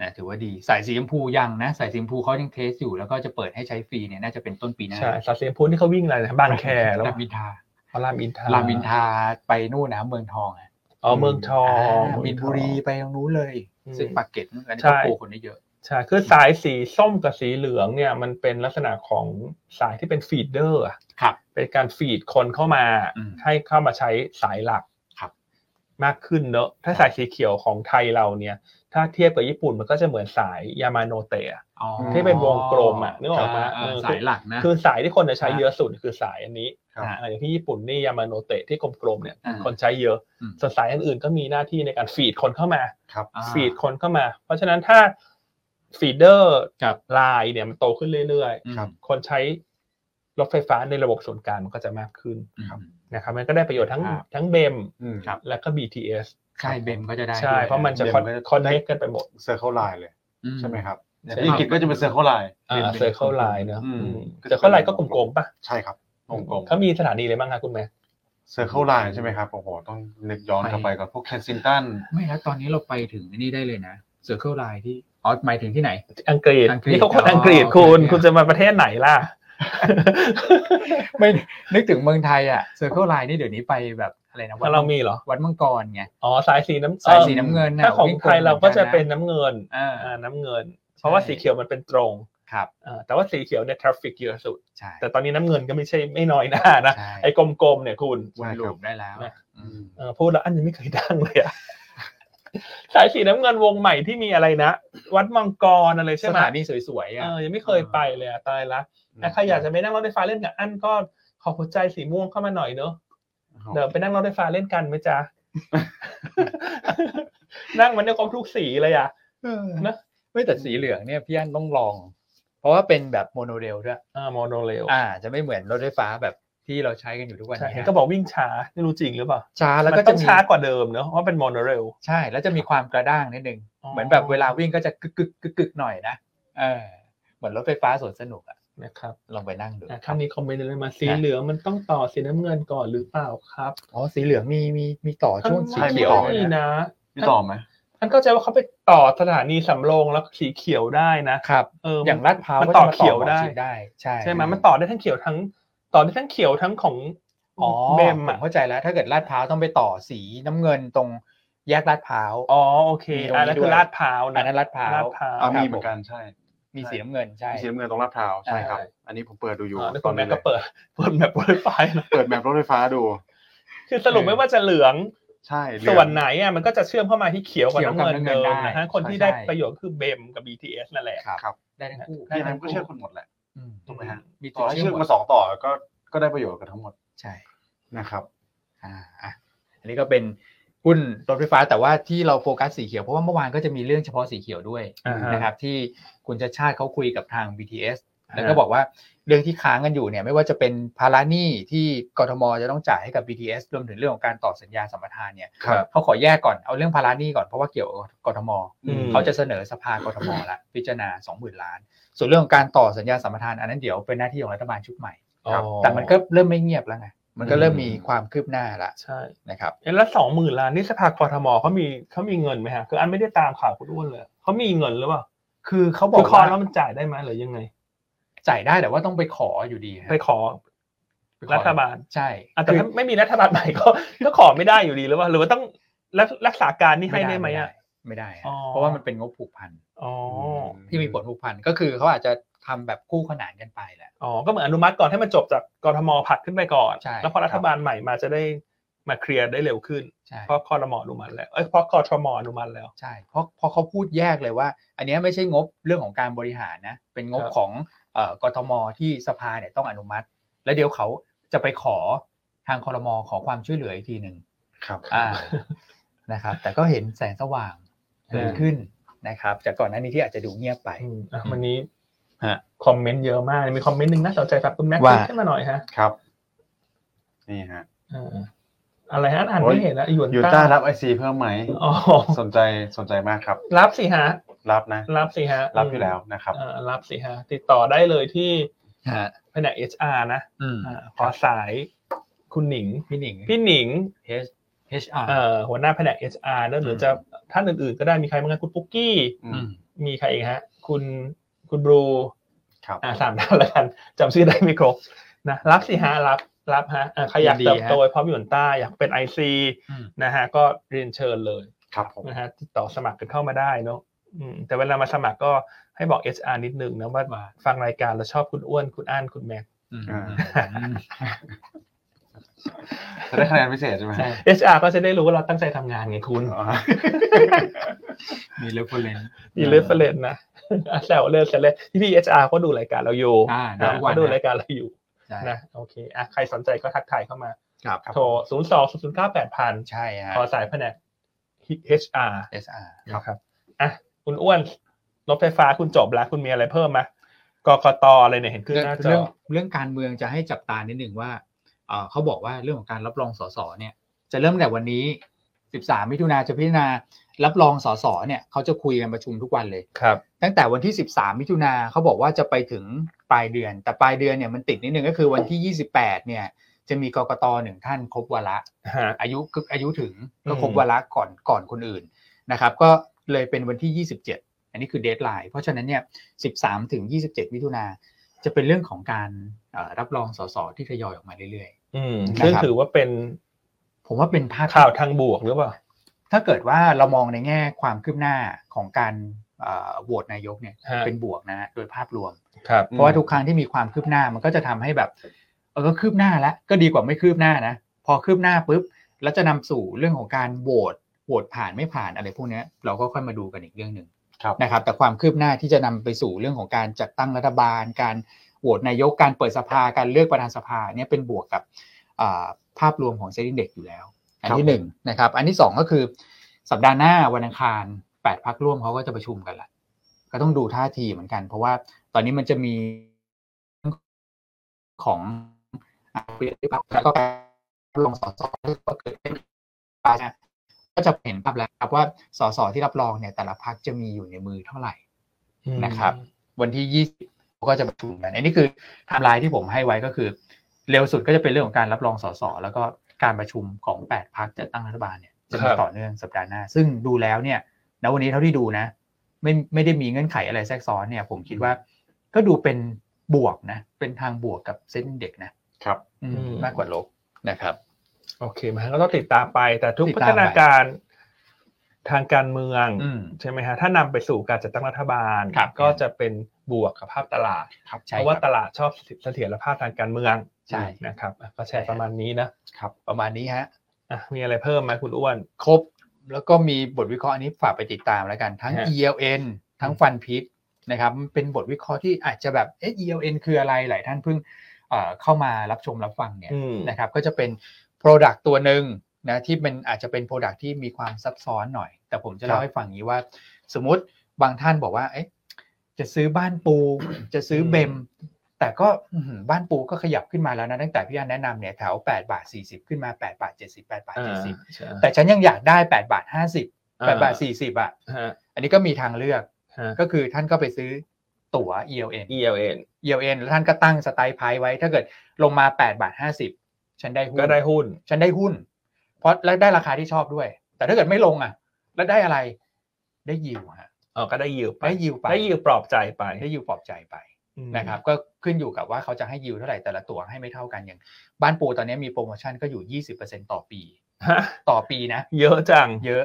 [SPEAKER 2] นะถือว่าดีสายสีชมพูยังนะ สายสีชมพูเขายังเทสอยู่แล้วก็จะเปิดให้ใช้ฟรีเนี่ยน่าจะเป็นต้นปีหน้า
[SPEAKER 1] ใช่ซาเซียนพูดที่เขาวิ่งอะไรนะบางแคแล้ว
[SPEAKER 2] รามอินทรา
[SPEAKER 1] พระรามอินทราร
[SPEAKER 2] ามอินทราไปนู่นนะเมืองทองอะ
[SPEAKER 1] อ๋อเมืองทอง
[SPEAKER 2] าบินบุรีไปตรงนู้นเลย
[SPEAKER 1] อืม
[SPEAKER 2] ซึ่งปากเกร็ดนู่นอันนี้
[SPEAKER 1] ใช่
[SPEAKER 2] ก็โปรคนได้เยอะ
[SPEAKER 1] ใช่คือสายสีส้มกับสีเหลืองเนี่ยมันเป็นลักษณะของสายที่เป็นฟีดเดอร์อะ
[SPEAKER 2] ครับ
[SPEAKER 1] เป็นการฟีดคนเข้ามา
[SPEAKER 2] อืม
[SPEAKER 1] ให้เข้ามาใช้สายหลัก
[SPEAKER 2] ครับ
[SPEAKER 1] มากขึ้นเนอะถ้าสายสีเขียวของไทยเราเนี่ย ถ้าเทียบกับญี่ปุ่นมันก็จะเหมือนสายยามาโนเตะ
[SPEAKER 2] อ๋อ
[SPEAKER 1] ที่เป็นวงกลมอะนึกออกมา
[SPEAKER 2] า
[SPEAKER 1] เออ
[SPEAKER 2] สายหลักนะ
[SPEAKER 1] คือสายที่คนจะใช้เยอะสุดคือสายอันนี้
[SPEAKER 3] ครับ
[SPEAKER 1] อ่าอย่างที่ญี่ปุ่นนี่ยามาโนเตะที่กลมๆเนี่ย
[SPEAKER 2] อ่า
[SPEAKER 1] คนใช้เยอะ
[SPEAKER 2] อืม
[SPEAKER 1] ส่วนสายอันอื่นก็มีหน้าที่ในการฟีดคนเข้ามา
[SPEAKER 3] ครับ
[SPEAKER 2] อ่า
[SPEAKER 1] ฟีดคนเข้ามา เพราะฉะนั้นถ้าฟีดเดอร์
[SPEAKER 2] ครับ
[SPEAKER 1] ไลน์เนี่ยมันโตขึ้นเรื่อย
[SPEAKER 2] อืม
[SPEAKER 3] ครับ
[SPEAKER 1] ๆ คนใช้รถไฟฟ้าในระบบส่วนกลางมันก็จะมากขึ้น
[SPEAKER 2] อืม
[SPEAKER 1] นะครับมันก็ได้ประโยชน์ทั้ง
[SPEAKER 2] ครับ
[SPEAKER 1] ทั้งเบม
[SPEAKER 3] อืม
[SPEAKER 2] ครับ
[SPEAKER 1] และก็ BTS
[SPEAKER 2] ใช่เบมก็จะได้
[SPEAKER 1] ใช่
[SPEAKER 2] ด้วย
[SPEAKER 1] เพราะมันจะ
[SPEAKER 3] BEM ก็จะ
[SPEAKER 1] คอนเน c t กันไปหมด
[SPEAKER 3] เซอร์เคิลไลน์เลย
[SPEAKER 2] อืม
[SPEAKER 3] ใช่ไหมครับ
[SPEAKER 1] ใช่
[SPEAKER 3] ที่อังกฤษก็จะเป็นเซอร์เคิลไลน์
[SPEAKER 1] อ่าเซอร์เคิลไลน์เนอะ
[SPEAKER 3] อืม
[SPEAKER 1] เซอร์เคิลไลน์ก็กลมๆป่ะ
[SPEAKER 3] ใช่ครับวงกลม
[SPEAKER 1] เขามีสถานีอะไรบ้างคะคุณแม่
[SPEAKER 3] เซอร์เคิลไลน์ใช่ไหมครับโอ้โหต้องนึกย้อนกลับไปกับพวกแคนซิงตัน
[SPEAKER 2] ไม่แล้วตอนนี้เราไปถึงอันนี่ได้เลยนะเซอร์เคิลไลน์ที่อ๋อหมายถึงที่ไหน
[SPEAKER 1] อังกฤษ
[SPEAKER 2] อังกฤษ
[SPEAKER 1] นี่เขาคน
[SPEAKER 2] อ๋ออั
[SPEAKER 1] อังกฤษคุณ
[SPEAKER 2] โอเค
[SPEAKER 1] คุณจะมาประเทศไหน ล่ะ
[SPEAKER 2] ไม่นึกถึงเมืองไทยอ่ะเซอร์เคิลไลน์นี่เดี๋ยวนี้ไปแบบอะไรนะ
[SPEAKER 1] เรามีเหรอ
[SPEAKER 2] วัดมังกรไง
[SPEAKER 1] อ๋อสายสีน้ำ
[SPEAKER 2] สายสี
[SPEAKER 1] เอิ่ม
[SPEAKER 2] น้ำเงินน่ะ
[SPEAKER 1] ถ้าของไทยเราก็จะเป็นน้ำเงิน
[SPEAKER 2] อ่า
[SPEAKER 1] อ่าน้ำเงิน เพราะว่า
[SPEAKER 2] ใช่
[SPEAKER 1] สีเขียวมันเป็นตรง
[SPEAKER 2] ครับ
[SPEAKER 1] อ่าแต่ว่าสีเขียวเนี่ยทราฟิกเยอะสุด
[SPEAKER 2] ใช่
[SPEAKER 1] แต่ตอนนี้น้ำเงินก็ไม่ใช่ไม่น้อยห น้านะ
[SPEAKER 2] ใช่
[SPEAKER 1] ไอ้กลมๆเนี่ยคุณ
[SPEAKER 2] วนลูปได้แล้ว
[SPEAKER 1] นะ
[SPEAKER 2] อืม
[SPEAKER 1] เออพูดแล้วอันนี้ไม่เคยดังเลยอะ สายสีน้ำเงินวงใหม่ที่มีอะไรนะ วัดมังกรอะไรใช่
[SPEAKER 2] ส
[SPEAKER 1] ไหม
[SPEAKER 2] ถานีสวยๆ
[SPEAKER 1] เอ
[SPEAKER 2] อ่ะ
[SPEAKER 1] อยังไม่เคยไปเลยอะตายละนะใครอยากจะไปนั่งรถไฟฟ้าเล่นกับอันก็ขอหัวใจสีม่วงเข้ามาหน่อยเนอะ เดี๋ยวไปนั่งรถไฟฟ้าเล่นกันไหมจ๊ะ นั่งมันได้ครบทุกสีเลยอ่ะ
[SPEAKER 2] เออ
[SPEAKER 1] นะ
[SPEAKER 2] ไม่แต่สีเหลืองเนี่ยพี่อันต้องลอง เพราะว่าเป็นแบบโมโนเรลด้วย
[SPEAKER 1] อ่าโมโนเรล
[SPEAKER 2] อ่า จะไม่เหมือนรถไฟฟ้าแบบที่เราใช้กันอยู่ทุกวัน
[SPEAKER 1] ใช่เห็
[SPEAKER 2] นี้
[SPEAKER 1] นก็บอกวิ่งช้าไม่รู้จริงหรือเปล่า
[SPEAKER 2] ช้าแล้ว
[SPEAKER 1] มัน
[SPEAKER 2] ก็
[SPEAKER 1] ต้
[SPEAKER 2] จะ
[SPEAKER 1] อง
[SPEAKER 2] มี
[SPEAKER 1] ช้ากว่าเดิมเนอะว่าเป็นโมโนเรล
[SPEAKER 2] ใช่ แล้วจะมีความกระด้างนิดนึง
[SPEAKER 1] อ๋อ
[SPEAKER 2] เหมือนแบบเวลาวิ่งก็จะกึกกึกกึกกึกหน่อยนะเออเหมือนรถไฟฟ้าสวนสนุกอะ
[SPEAKER 1] นะครับ
[SPEAKER 2] ลองไปนั่งดู
[SPEAKER 1] อ่ะท่านนี้คอมเมนต์เลยมาสีเหลืองมันต้องต่อสีน้ำเงินก่อนหรือเปล่าครับ
[SPEAKER 2] อ๋อสีเหลืองมีมีมีต่อช่วงสี
[SPEAKER 1] ท่าน
[SPEAKER 2] เขียว
[SPEAKER 3] ใช่
[SPEAKER 1] ไม่
[SPEAKER 2] เลยนะ
[SPEAKER 1] นะ
[SPEAKER 3] มีต่อไหม
[SPEAKER 1] ท่านเข้าใจว่าเขาไปต่อสถานีสำโรงแล้วสีเขียวได้นะครับ เออ
[SPEAKER 2] อ
[SPEAKER 1] อ
[SPEAKER 2] ย่างลาดพร้าว
[SPEAKER 1] มัน
[SPEAKER 2] ก็
[SPEAKER 1] ต่อ
[SPEAKER 2] จะมา
[SPEAKER 1] เขียว
[SPEAKER 2] หมอ
[SPEAKER 1] ได้
[SPEAKER 2] ชิดได้ ใช่
[SPEAKER 1] ใช่ไหมมันต่อได้ทั้งเขียวทั้ง ต่อได้ทั้งเขียวทั้งของ
[SPEAKER 2] อ๋อ
[SPEAKER 1] เบม
[SPEAKER 2] ผ
[SPEAKER 1] อ่ะ
[SPEAKER 2] มเข้าใจแล้ว ถ้าเกิดลาดพร้าวต้องไปต่อสีน้ำเงินตรงแยกลาดพร้าว
[SPEAKER 1] อ๋อโอเค
[SPEAKER 2] มีตรงนี้
[SPEAKER 1] อันนั้นคือ
[SPEAKER 2] ด้วย
[SPEAKER 1] ลาดพร้าว
[SPEAKER 2] อั
[SPEAKER 1] นะ
[SPEAKER 2] นนั้นลาดพร้า
[SPEAKER 1] ลาว ดพร้าว
[SPEAKER 3] อ่า
[SPEAKER 2] ครับ
[SPEAKER 3] มีเหมือนกันใช่
[SPEAKER 2] มีสีน้ำเงินใช่
[SPEAKER 3] มีสีน้ำเงินตรงลาดพร้าวใช่ครับ
[SPEAKER 1] ใช่
[SPEAKER 3] อันนี้ผมเปิดดูอยู่
[SPEAKER 1] อ๋อแล้ว
[SPEAKER 3] ต
[SPEAKER 1] คุ
[SPEAKER 3] อน
[SPEAKER 1] ณ
[SPEAKER 3] นี้
[SPEAKER 1] แม่
[SPEAKER 3] เล
[SPEAKER 1] ก็
[SPEAKER 3] ย
[SPEAKER 1] เปิด เปิดแบบบริไฟนะ
[SPEAKER 3] เปิดแมปรถไฟฟ้าดู
[SPEAKER 1] คือสรุปไม่ว่าจะเหลือง
[SPEAKER 3] ใช่เหลือง
[SPEAKER 1] ส่วนไหนอ่ะมันก็จะเชื่อมเข้ามาที่เขียวกับ
[SPEAKER 2] เขียว
[SPEAKER 1] น้ำ
[SPEAKER 2] กับ
[SPEAKER 1] เงิน
[SPEAKER 2] น้ำเงิน
[SPEAKER 1] เดิม
[SPEAKER 2] ได้
[SPEAKER 1] นะฮะคนที่
[SPEAKER 2] ใช่
[SPEAKER 1] ได้ประโยชน์คือเบมกับ BTS นั่นแหละ
[SPEAKER 3] ครับ
[SPEAKER 2] ได้ทั้งคู่
[SPEAKER 1] ได้
[SPEAKER 3] ที่
[SPEAKER 1] ทั้
[SPEAKER 3] นั้น
[SPEAKER 1] ง
[SPEAKER 3] ก็เชื่อคนหมดแหละ
[SPEAKER 2] อืม
[SPEAKER 3] ถูกไหมฮะ
[SPEAKER 2] มี
[SPEAKER 3] ต่
[SPEAKER 2] ตั
[SPEAKER 3] อ
[SPEAKER 2] ว
[SPEAKER 3] ให้
[SPEAKER 2] เชื่
[SPEAKER 3] เชื่
[SPEAKER 2] อ
[SPEAKER 3] อ
[SPEAKER 2] ม
[SPEAKER 3] ม
[SPEAKER 2] หม
[SPEAKER 3] มา
[SPEAKER 2] ด
[SPEAKER 3] สองต่อก็ก็ได้ประโยชน์กันทั้งหมด
[SPEAKER 2] ใช่
[SPEAKER 3] นะครับ
[SPEAKER 2] อ่าอ่ะอันนี้ก็เป็นหุ้นรถไฟฟ้าแต่ว่าที่เราโฟกัสสีเขียวเพราะว่าเมื่อวานก็จะมีเรื่องเฉพาะสีเขียวด้วย
[SPEAKER 1] อ่าฮะ
[SPEAKER 2] นะครับ ที่คุณชาติชาติเขาคุยกับทาง BTS
[SPEAKER 1] อ่า
[SPEAKER 2] แล้วก็บอกว่าเรื่องที่ค้างกันอยู่เนี่ย ไม่ว่าจะเป็นภาระหนี้ที่กทมจะต้องจ่ายให้กับ BTS รวมถึงเรื่องของการต่อสัญญาสัมปทานเนี่ย
[SPEAKER 3] ครับ
[SPEAKER 2] เขาขอแยกก่อนเอาเรื่องภาระหนี้ก่อนเพราะว่าเกี่ยวกับกทม
[SPEAKER 1] อืม
[SPEAKER 2] เขาจะเสนอสภากทมละพิจารณา 20,000 ล้าน ส่วนเรื่องของการต่อสัญญาสัมปทานอันนั้นเดี๋ยวเป็นหน้าที่ของรัฐบาลชุดใหม่
[SPEAKER 3] ครับ
[SPEAKER 1] อ๋อ
[SPEAKER 2] แต่มันก็เริ่มไม่เงียบแล้วไง มันก็เริ่ม
[SPEAKER 3] อืม
[SPEAKER 2] มีความคืบหน้าละ
[SPEAKER 1] ใช่
[SPEAKER 2] นะครับ
[SPEAKER 1] เอ๊ะแล้วสองหมื่นล้านนี่สภากรทมเขามีเขามีเงินไหมฮะคืออันไม่ได้ตามข่าวคุณอ้วนเลยเขามีเงินหรือเปล่า
[SPEAKER 2] คือเขาบอ
[SPEAKER 1] คือก คอ
[SPEAKER 2] ว่าน
[SPEAKER 1] แล้วมันจ่ายได้ไหมหรือยังไง
[SPEAKER 2] จ่ายได้แต่ว่าต้องไปขออยู่ดีฮะ
[SPEAKER 1] ไปขอ
[SPEAKER 2] ไปขอ
[SPEAKER 1] รัฐบาล
[SPEAKER 2] ใช่
[SPEAKER 1] อ่ะแต่ถ้าไม่มีรัฐบาลใหม่ ก็ก็ขอไม่ได้อยู่ดีหรือเปล่าหรือว่าต้องรักรักษาการนี่ให้ได้ไหมอ่ะ
[SPEAKER 2] ไม่ได้ฮะ
[SPEAKER 1] อ๋อ
[SPEAKER 2] เพราะว่ามันเป็นงบผูกพัน
[SPEAKER 1] อ๋อ
[SPEAKER 2] ที่มีผลผูกพันก็คือเขาอาจจะทำแบบคู่ขนานกันไปแหละ
[SPEAKER 1] อ๋อ ก็เหมือนอนุมัติก่อนให้มันจบจากกรทมผลัดขึ้นไปก่อน
[SPEAKER 2] ใช่
[SPEAKER 1] แล้วพอรัฐบาลใหม่มาจะได้มาเคลียร์ได้เร็วขึ้น
[SPEAKER 2] ใช่
[SPEAKER 1] เพราะคอรมออนุมัติแล้ว เอ้ยเพราะคอทมอนุมัติแล้ว
[SPEAKER 2] ใช่เพราะเพราะเขาพูดแยกเลยว่า อันเนี้ยไม่ใช่งบเรื่องของการบริหารนะ เป็นงบ
[SPEAKER 1] ครับ
[SPEAKER 2] ของเอ่อกทมที่สภาเนี่ยต้องอนุมัติ แล้วเดี๋ยวเขาจะไปขอทางคอรมอขอความช่วยเหลืออีกทีหนึ่ง
[SPEAKER 3] ครับ
[SPEAKER 2] อ่า นะครับ แต่ก็เห็นแสงสว่างเกิดขึ้นนะครับ จากก่อนหน้านี้ที่อาจจะดูเงียบไป
[SPEAKER 1] อืมอ่ะวันนี้
[SPEAKER 2] ฮะ
[SPEAKER 1] คอมเมนต์เยอะมาก มีคอมเมนต์หนึ่งน่าสนใจจากคุณแม็กซ์
[SPEAKER 2] ว่า
[SPEAKER 1] ขึ้นมาหน่อยฮะ
[SPEAKER 3] ครับ นี่ฮะ
[SPEAKER 1] อ่าอะไรฮะ อ่าน
[SPEAKER 3] โอ้ย
[SPEAKER 1] ไม่เห็นแล้วหยวน
[SPEAKER 3] ยูต้ารับไอซีเพิ่มไหม
[SPEAKER 1] อ๋อ
[SPEAKER 3] สนใจสนใจมากครับ
[SPEAKER 1] รับสิฮะ
[SPEAKER 3] รับนะ
[SPEAKER 1] รับสิฮะ
[SPEAKER 3] รับอยู่แล้วนะครับ
[SPEAKER 1] อ่ารับสิฮะ ติดต่อได้เลยที่
[SPEAKER 2] ฮะ
[SPEAKER 1] แผนก HR นะ
[SPEAKER 2] อืม
[SPEAKER 1] อ่าขอสายคุณหนิง
[SPEAKER 2] พี่หนิง
[SPEAKER 1] พี่หนิง
[SPEAKER 2] H HR
[SPEAKER 1] เอ่อหัวหน้าแผนก HR แล้วหรือจะท่านอื่นๆ ก็ได้มีใครบ้างนะคุณปุ๊กกี้
[SPEAKER 3] อื
[SPEAKER 2] อื
[SPEAKER 3] ม
[SPEAKER 2] ม
[SPEAKER 1] มีใครอีกฮะ คุณคุณบรู
[SPEAKER 3] ครับ
[SPEAKER 1] อ่าสามท่านละกันจำชื่อได้ไม่ครบนะรับสิฮะรับรับฮะอ่าใครอยากเติบโตพร้อมอยู่ใต้อยากเป็น IC
[SPEAKER 2] อืม
[SPEAKER 1] นะฮะก็เรียนเชิญเลย
[SPEAKER 3] ครับผม
[SPEAKER 1] นะฮะติดต่อสมัครกันเข้ามาได้เนาะอืมแต่เวลามาสมัครก็ให้บอก HR นิดนึงนะว่าฟังรายการแล้วชอบคุณอ้วนคุณอ้านคุณแม็ก
[SPEAKER 2] อืม
[SPEAKER 1] อ่า
[SPEAKER 2] อืม
[SPEAKER 3] จะได้คะแนนพิเศษใช่ไหม
[SPEAKER 2] ใช่
[SPEAKER 1] HR ก็จะได้รู้ว่าเราตั้งใจทำงานไงคุณ
[SPEAKER 3] อ๋อ
[SPEAKER 2] มีเรฟเฟอร์เน
[SPEAKER 1] มีเรสเฟลนนะ อ่ะแซวเล่นแซวเล่นพี่เอชอาร์เขาดูรายการเราอยู่
[SPEAKER 2] อ่าดู
[SPEAKER 1] นะ
[SPEAKER 2] ทุกวันนะ
[SPEAKER 1] เขาดูรายการเราอยู่
[SPEAKER 2] ใช่
[SPEAKER 1] นะโอเคอ่ะใครสนใจก็ทักทายเข้ามา
[SPEAKER 2] ครับ
[SPEAKER 1] โทรศูนย์สองศูนย์เก้าแปดพัน
[SPEAKER 2] ใช่ฮะ
[SPEAKER 1] ขอสายแผนก HR
[SPEAKER 2] SR
[SPEAKER 1] นะครับอ่ะคุณอ้วนรถไฟฟ้าคุณจบแล้ว คุณมีอะไรเพิ่มไหมกกตอะไรเนี่ยเห็นขึ้น
[SPEAKER 2] เรื่
[SPEAKER 1] ห
[SPEAKER 2] อง
[SPEAKER 1] น้าจ
[SPEAKER 2] เรื่อ
[SPEAKER 1] อง
[SPEAKER 2] เรื่องการเมืองจะให้จับตานิดหนึ่งว่าเอ่อเขาบอกว่าเรื่องของการรับรองสสเนี่ย จะเริ่มตั้งแต่วันนี้ 13 มิถุนาจะพิจารณารับรองสสเนี่ยเขาจะคุยกันประชุมทุกวันเลย
[SPEAKER 1] ครับ
[SPEAKER 2] ตั้งแต่วันที่ 13 มิถุนาเขาบอกว่าจะไปถึงปลายเดือน แต่ปลายเดือนเนี่ยมันติดนิดหนึ่งก็คือวันที่ 28 เนี่ย จะมีกกตหนึ่งท่านครบวาระ
[SPEAKER 1] ฮะ
[SPEAKER 2] อายุก็อายุถึงก็
[SPEAKER 1] อืม
[SPEAKER 2] ครบวาระก่อนก่อนคนอื่นนะครับ ก็เลยเป็นวันที่ 27 อันนี้คือเดทไลน์เพราะฉะนั้นเนี่ย 13 ถึง 27 มิถุนาจะเป็นเรื่องของการเอ่อรับรองสสที่ทยอยออกมาเรื่อย
[SPEAKER 1] อืม
[SPEAKER 2] นะครับ
[SPEAKER 1] ซึ่งถือว่าเป็น
[SPEAKER 2] ๆ ผมว่าเป็นภาพ
[SPEAKER 1] ข่าวทางบวกหรือเปล่า
[SPEAKER 2] ถ้าเกิดว่าเรามองในแง่ความคืบหน้าของการเอ่อโหวตนายกเนี่ย
[SPEAKER 1] ฮะ
[SPEAKER 2] เป็นบวกนะฮะโดยภาพรวม
[SPEAKER 1] ครับ
[SPEAKER 2] เพราะว่าทุกครั้งที่มีความคืบหน้ามันก็จะทำให้แบบเออก็คืบหน้าแล้วก็ดีกว่าไม่คืบหน้านะ พอคืบหน้าปุ๊บแล้วจะนำสู่เรื่องของการโหวตโหวตผ่านไม่ผ่านอะไรพวกเนี้ยเราก็ค่อยมาดูกันอีกเรื่องหนึ่ง
[SPEAKER 3] ครับ
[SPEAKER 2] นะครับ แต่ความคืบหน้าที่จะนำไปสู่เรื่องของการจัดตั้งรัฐบาล การโหวตนายกการเปิดสภาการเลือกประธานสภาเนี่ยเป็นบวกกับอ่าภาพรวมของเซ็นดิเด็กอยู่แล้ว อันที่หนึ่งนะครับ อันที่สองก็คือสัปดาห์หน้าวันอังคารแปดพักร่วมเขาก็จะประชุมกันละก็ต้องดูท่าทีเหมือนกัน เพราะว่าตอนนี้มันจะมีของอ่ะเปลี่ยนหรือเปล่าแล้วก็การลงสอสอก็เกิดขึ้นไปนะก็จะเห็นภาพแล้วครับว่าสสที่รับรองเนี่ยแต่ละพักจะมีอยู่ในมือเท่าไหร่ นะครับ วันที่ยี่สิบก็จะประชุมกัน อันนี้คือไทม์ไลน์ที่ผมให้ไว้ก็คือ เร็วสุดก็จะเป็นเรื่องของการรับรองสสแล้วก็การประชุมของแปดพักจะตั้งรัฐบาลเนี่ยจะ
[SPEAKER 1] ค
[SPEAKER 2] มี
[SPEAKER 1] รับ
[SPEAKER 2] ต่อเนื่องสัปดาห์หน้า ซึ่งดูแล้วเนี่ยณวันนี้เท่าที่ดูนะ ไม่ไม่ได้มีเงื่อนไขอะไรแทรกซ้อนเนี่ย ผมคิดว่าก็ดูเป็นบวกนะ เป็นทางบวกกับเส้นเด็กนะครับ อืม
[SPEAKER 1] อืม
[SPEAKER 2] มากกว่าลบนะครับ
[SPEAKER 1] โอเคมันก็ต้องติดตามไป แต่ทุก
[SPEAKER 2] ติด
[SPEAKER 1] พั
[SPEAKER 2] ตาม
[SPEAKER 1] ฒ
[SPEAKER 2] ไป
[SPEAKER 1] นาการทางการเมือง
[SPEAKER 2] อืม
[SPEAKER 1] ใช่ไหมฮะถ้านำไปสู่การจัดตั้งรัฐบาล
[SPEAKER 2] ครับ
[SPEAKER 1] ก็จะเป็นบวกกับภาพตลาด
[SPEAKER 2] ครับใช่
[SPEAKER 1] เพราะว่า
[SPEAKER 2] ค
[SPEAKER 1] ต
[SPEAKER 2] รับ
[SPEAKER 1] ลาดชอบเสถียรภาพทางการเมือง
[SPEAKER 2] ใช่
[SPEAKER 1] นะครับอ่ะก็แช
[SPEAKER 2] ใช่
[SPEAKER 1] ร์
[SPEAKER 2] ครับ
[SPEAKER 1] ประมาณนี้นะครับ
[SPEAKER 2] ประมาณนี้ฮะ
[SPEAKER 1] อ่ะมีอะไรเพิ่มไหมคุณอ้วน
[SPEAKER 2] ครบ แล้วก็มีบทวิเคราะห์อันนี้ฝากไปติดตามแล้วกันทั้ง
[SPEAKER 1] ฮะ
[SPEAKER 2] ELN ทั้งฟันพิษนะครับมันเป็นบทวิเคราะห์ที่อาจจะแบบเอ๊ะ ELN คืออะไรหลายท่านเพิ่งเอ่อเข้ามารับชมรับฟังเนี่ย
[SPEAKER 1] อืม
[SPEAKER 2] นะครับก็จะเป็น Product ตัวหนึ่งนะที่มันอาจจะเป็น Product ที่มีความซับซ้อนหน่อย แต่ผมจะเล่าให้ฟังอย่างนี้ว่า สมมติบางท่านบอกว่าเอ๊ะจะซื้อบ้านปู จะซื้อเบม แต่ก็อื้อหือบ้านปูก็ขยับขึ้นมาแล้วนะตั้งแต่พี่อันแนะนำเนี่ยแถว8บาท40 ขึ้นมา8บาท70 8บาท
[SPEAKER 1] อ่า
[SPEAKER 2] 70
[SPEAKER 1] ใช่
[SPEAKER 2] แต่ฉันยังอยากได้8บาท50 8บาท40อ่ะ
[SPEAKER 1] ฮะ
[SPEAKER 2] อันนี้ก็มีทางเลือก
[SPEAKER 1] ฮะ
[SPEAKER 2] ก็คือท่านก็ไปซื้อตั๋ว ELN
[SPEAKER 1] ELN
[SPEAKER 2] ELN แล้วท่านก็ตั้งสไตล์ไพรส์ไว้ ถ้าเกิดลงมา8บาท50 ฉันได้หุ้น
[SPEAKER 1] ก็ได้หุ้น
[SPEAKER 2] ฉันได้หุ้น เพราะแล้วได้ราคาที่ชอบด้วย แต่ถ้าเกิดไม่ลงอ่ะ แล้วได้อะไร ได้ยิวฮะ
[SPEAKER 1] เออก็ได้ยิวไป
[SPEAKER 2] ได้ยิวไป
[SPEAKER 1] ได้ยิวปลอบใจไป
[SPEAKER 2] ได้ยิวปลอบใจไป
[SPEAKER 1] อืม
[SPEAKER 2] นะครับก็ขึ้นอยู่กับว่าเขาจะให้ยิวเท่าไหร่แต่ละตัวให้ไม่เท่ากันอย่าง บ้านปูตอนนี้มีโปรโมชั่นก็อยู่ 20%ต่อปี
[SPEAKER 1] ฮะ
[SPEAKER 2] ต่อปีนะ
[SPEAKER 1] เยอะจัง
[SPEAKER 2] เยอะ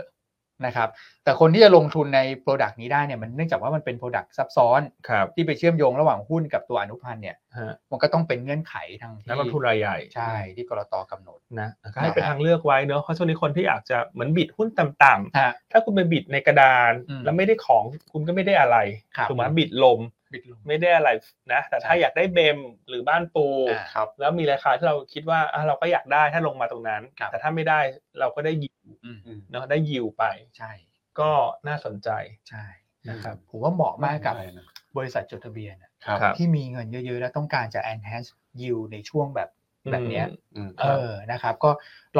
[SPEAKER 2] นะครับ แต่คนที่จะลงทุนใน Product นี้ได้เนี่ยมันเนื่องจากว่ามันเป็น Product ซับซ้อน
[SPEAKER 1] ครับ
[SPEAKER 2] ที่ไปเชื่อมโยงระหว่างหุ้นกับตัวอนุพันธ์เนี่ย
[SPEAKER 1] ฮะ
[SPEAKER 2] มันก็ต้องเป็นเงื่อนไขทางที่
[SPEAKER 1] นักลงทุนรายใหญ่
[SPEAKER 2] ใช่ที่กรตกำหนด
[SPEAKER 1] นะก็ให้เป็น
[SPEAKER 2] นะฮะ
[SPEAKER 1] ทางเลือกไว้เนอะเพราะช่วงนี้คนที่อยากจะเหมือนบิดหุ้นต่ำๆ
[SPEAKER 2] ฮะ
[SPEAKER 1] ถ้าคุณไปบิดในกระดาน
[SPEAKER 2] อืม
[SPEAKER 1] แล้วไม่ได้ของคุณก็ไม่ได้อะไร
[SPEAKER 2] ครับ
[SPEAKER 1] ถูกไหมบิดลม
[SPEAKER 2] บิดลง
[SPEAKER 1] ไม่ได้อะไรนะ แต่ถ้าอยากได้เบมหรือบ้านปู
[SPEAKER 2] อ่า
[SPEAKER 3] ครับ
[SPEAKER 1] แล้วมีราคาที่เราคิดว่าอ่ะเราก็อยากได้ถ้าลงมาตรงนั้น
[SPEAKER 2] ครับ
[SPEAKER 1] แต่ถ้าไม่ได้เราก็ได้ยิว
[SPEAKER 2] อืม
[SPEAKER 1] เนาะได้ยิวไป
[SPEAKER 2] ใช่
[SPEAKER 1] ก็น่าสนใจ
[SPEAKER 2] ใช่
[SPEAKER 1] นะครับ
[SPEAKER 2] ผมว่าเหมาะมากกับ
[SPEAKER 3] ไม่เป็นไรนะ
[SPEAKER 2] บริษัทจดทะเบียนอะ
[SPEAKER 3] ครับ
[SPEAKER 1] ครับ
[SPEAKER 2] ที่มีเงินเยอะๆ แล้วต้องการจะ enhance yield ในช่วงแบบแบบเนี้ย
[SPEAKER 3] อืม
[SPEAKER 2] เออ นะครับ ก็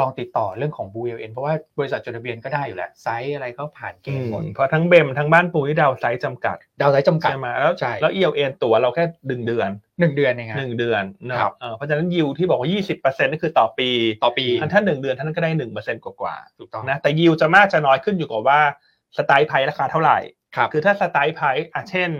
[SPEAKER 2] ลองติดต่อเรื่องของ BLN เพราะว่าบริษัทจดทะเบียนก็ได้อยู่แหละไซส์อะไรก็ผ่านเก
[SPEAKER 1] อื
[SPEAKER 2] ณฑ์
[SPEAKER 1] ม
[SPEAKER 2] หมด
[SPEAKER 1] เพราะทั้งเบมทั้งบ้านปูที่ดาวไซส์จำกัด
[SPEAKER 2] ดาวไซส์จำกัด
[SPEAKER 1] ใช่ไหมแล้ว
[SPEAKER 2] ใช่
[SPEAKER 1] แล้วเอลเอ็นตัวเราแค่ดึงเดือน
[SPEAKER 2] หนึ่งเดือนเอง
[SPEAKER 1] ห
[SPEAKER 2] ฮะ
[SPEAKER 1] นึ่งเดือนเนอะ
[SPEAKER 2] ครับ
[SPEAKER 1] เออเพราะฉะนั้นยิวที่บอกว่า 20%นั่นคือต่อปี
[SPEAKER 2] ต่อปี
[SPEAKER 1] อันถ้าหนึ่งเดือนท่านนก็ได้หนึ่งเปอร์เซ็นต์กว่าๆ
[SPEAKER 2] ถูกต้อง
[SPEAKER 1] นะแต่ยิวจะมากจะน้อยขึ้นอยู่กับว่าสไตล์ไพรราคาเท่าไหร่
[SPEAKER 2] ครับ
[SPEAKER 1] คือถ้าสไตล์ไพรอ่ะเช่น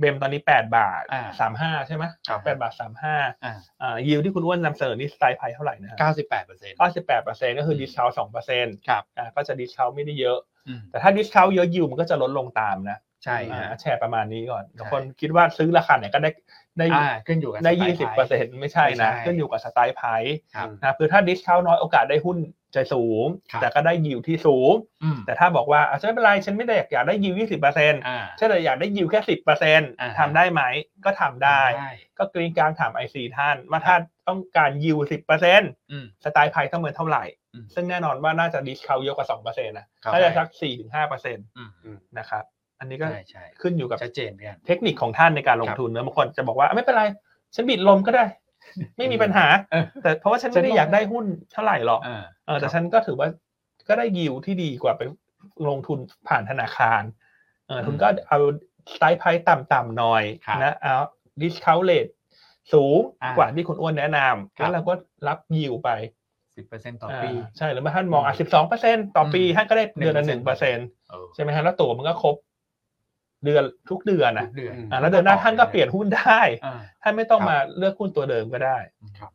[SPEAKER 1] เบมตอนนี้ 8 บาท
[SPEAKER 2] อ่า
[SPEAKER 1] สามห้าใช่ไหม
[SPEAKER 2] ครับ
[SPEAKER 1] แปดบาทสามห้า
[SPEAKER 2] อ่า
[SPEAKER 1] อ่ายิวที่คุณอ้วนนำเสนอนี่สไตล์ไพรเท่าไหร่นะ
[SPEAKER 2] เก้าสิบแปดเปอร์เซ็นต์
[SPEAKER 1] เก้าสิบแปดเปอร์เซ็นต์ก็คือดิสคาวสองเปอร์เซ็นต์
[SPEAKER 2] ครับ
[SPEAKER 1] อ่าก็จะดิสคาวไม่ได้เยอะ
[SPEAKER 2] อืม
[SPEAKER 1] แต่ถ้าดิสคาวเยอะยิวมันก็จะลดลงตามนะ
[SPEAKER 2] ใช่ฮะ
[SPEAKER 1] อ่าแชร์ประมาณนี้ก่อนแต่
[SPEAKER 2] ใช่
[SPEAKER 1] คนคิดว่าซื้อราคาไหนก็ได้ได้
[SPEAKER 2] อ่าขึ้นอยู่กับ
[SPEAKER 1] ได้
[SPEAKER 2] สไตล์
[SPEAKER 1] ยี่สิบเปอร์เซ็นต์ไม่ใช่นะ
[SPEAKER 2] ไม่ใช่
[SPEAKER 1] ขึ้นอยู่กับสไตล์ไพรซ์
[SPEAKER 2] ครับ
[SPEAKER 1] นะคือถ้าดิสคาวน้อยโอกาสได้หุ้นจะสูง
[SPEAKER 2] ครับ
[SPEAKER 1] แต่ก็ได้ยิวที่สูง
[SPEAKER 2] อืม
[SPEAKER 1] แต่ถ้าบอกว่าอ่ะฉันไม่เป็นไรฉันไม่ได้อยากอยากได้ยิวยี่สิบเปอร์เซ็นต์
[SPEAKER 2] อ่า
[SPEAKER 1] ฉันเลยอยากได้ยิวแค่สิบเปอร์เซ็นต์
[SPEAKER 2] อ่า
[SPEAKER 1] ทำได้ไหมก็ทำได้ ก็กรีนกลางถามไอซีท่าน ว่าถ้าต้องการยิวสิบเปอร์เซ็นต์
[SPEAKER 2] อืม
[SPEAKER 1] สไตล์ไพรซ์ต้องเมินเท่าไหร่
[SPEAKER 2] อืม
[SPEAKER 1] ซึ่งแน่นอนว่าน่าจะดิสคาวเยอะกว่าสองเปอร์เซ็นต์นะครับ น่าจะสักสี่ถึงห้าเปอร์เซ็นต์
[SPEAKER 2] อืม
[SPEAKER 1] นะครับอันนี้ก็
[SPEAKER 2] ใช่ใช่
[SPEAKER 1] ขึ้นอยู่กับ
[SPEAKER 2] ชัดเจนเหมือนกัน
[SPEAKER 1] เทคนิคของท่านในการลงทุนนะบางคนจะบอกว่าไม่เป็นไร ฉันบิดลมก็ได้ ไม่มีปัญหา
[SPEAKER 2] เออ
[SPEAKER 1] แต่เพราะว่าฉันไม่ได้
[SPEAKER 2] ฉันลง
[SPEAKER 1] อยากได้หุ้นเท่าไหร่หรอก
[SPEAKER 2] อ่า
[SPEAKER 1] เออแต่
[SPEAKER 2] ครับ
[SPEAKER 1] ฉันก็ถือว่าก็ได้ยิวที่ดีกว่าไปลงทุนผ่านธนาคารเออทุนก็เอาสไตล์ไพ่ต่ำๆหน่อย
[SPEAKER 2] ครับ
[SPEAKER 1] นะเอาดิสคาวเลตสูง
[SPEAKER 2] อ่าก
[SPEAKER 1] ว่าที่คุณอ้วนแนะนำ
[SPEAKER 2] ค
[SPEAKER 1] แล้
[SPEAKER 2] รับ
[SPEAKER 1] วเราก็รับยิวไป
[SPEAKER 2] สิบเปอร์เซ็นต์ต่อปี
[SPEAKER 1] าใช่หรือไม่ท่านมองอ่ะ
[SPEAKER 2] อื
[SPEAKER 1] สิบสองเปอร์เซ็นต่อปี
[SPEAKER 2] อืม
[SPEAKER 1] ท่านก็ได้เดือนละหนึ่งเปอร์เซ็น
[SPEAKER 2] เออ
[SPEAKER 1] ใช่ไหมฮะแล้วตัวมันก็ครบ เดือนทุกเดือนนะ
[SPEAKER 2] ทุกเดือน
[SPEAKER 1] อ่าแล้วเดือนหน้าท่านก็เปลี่ยนหุ้นได้
[SPEAKER 2] อ่า
[SPEAKER 1] ท่านไม่ต้อง
[SPEAKER 3] ครับ
[SPEAKER 1] มาเลือกหุ้นตัวเดิมก็ได้
[SPEAKER 2] ครับ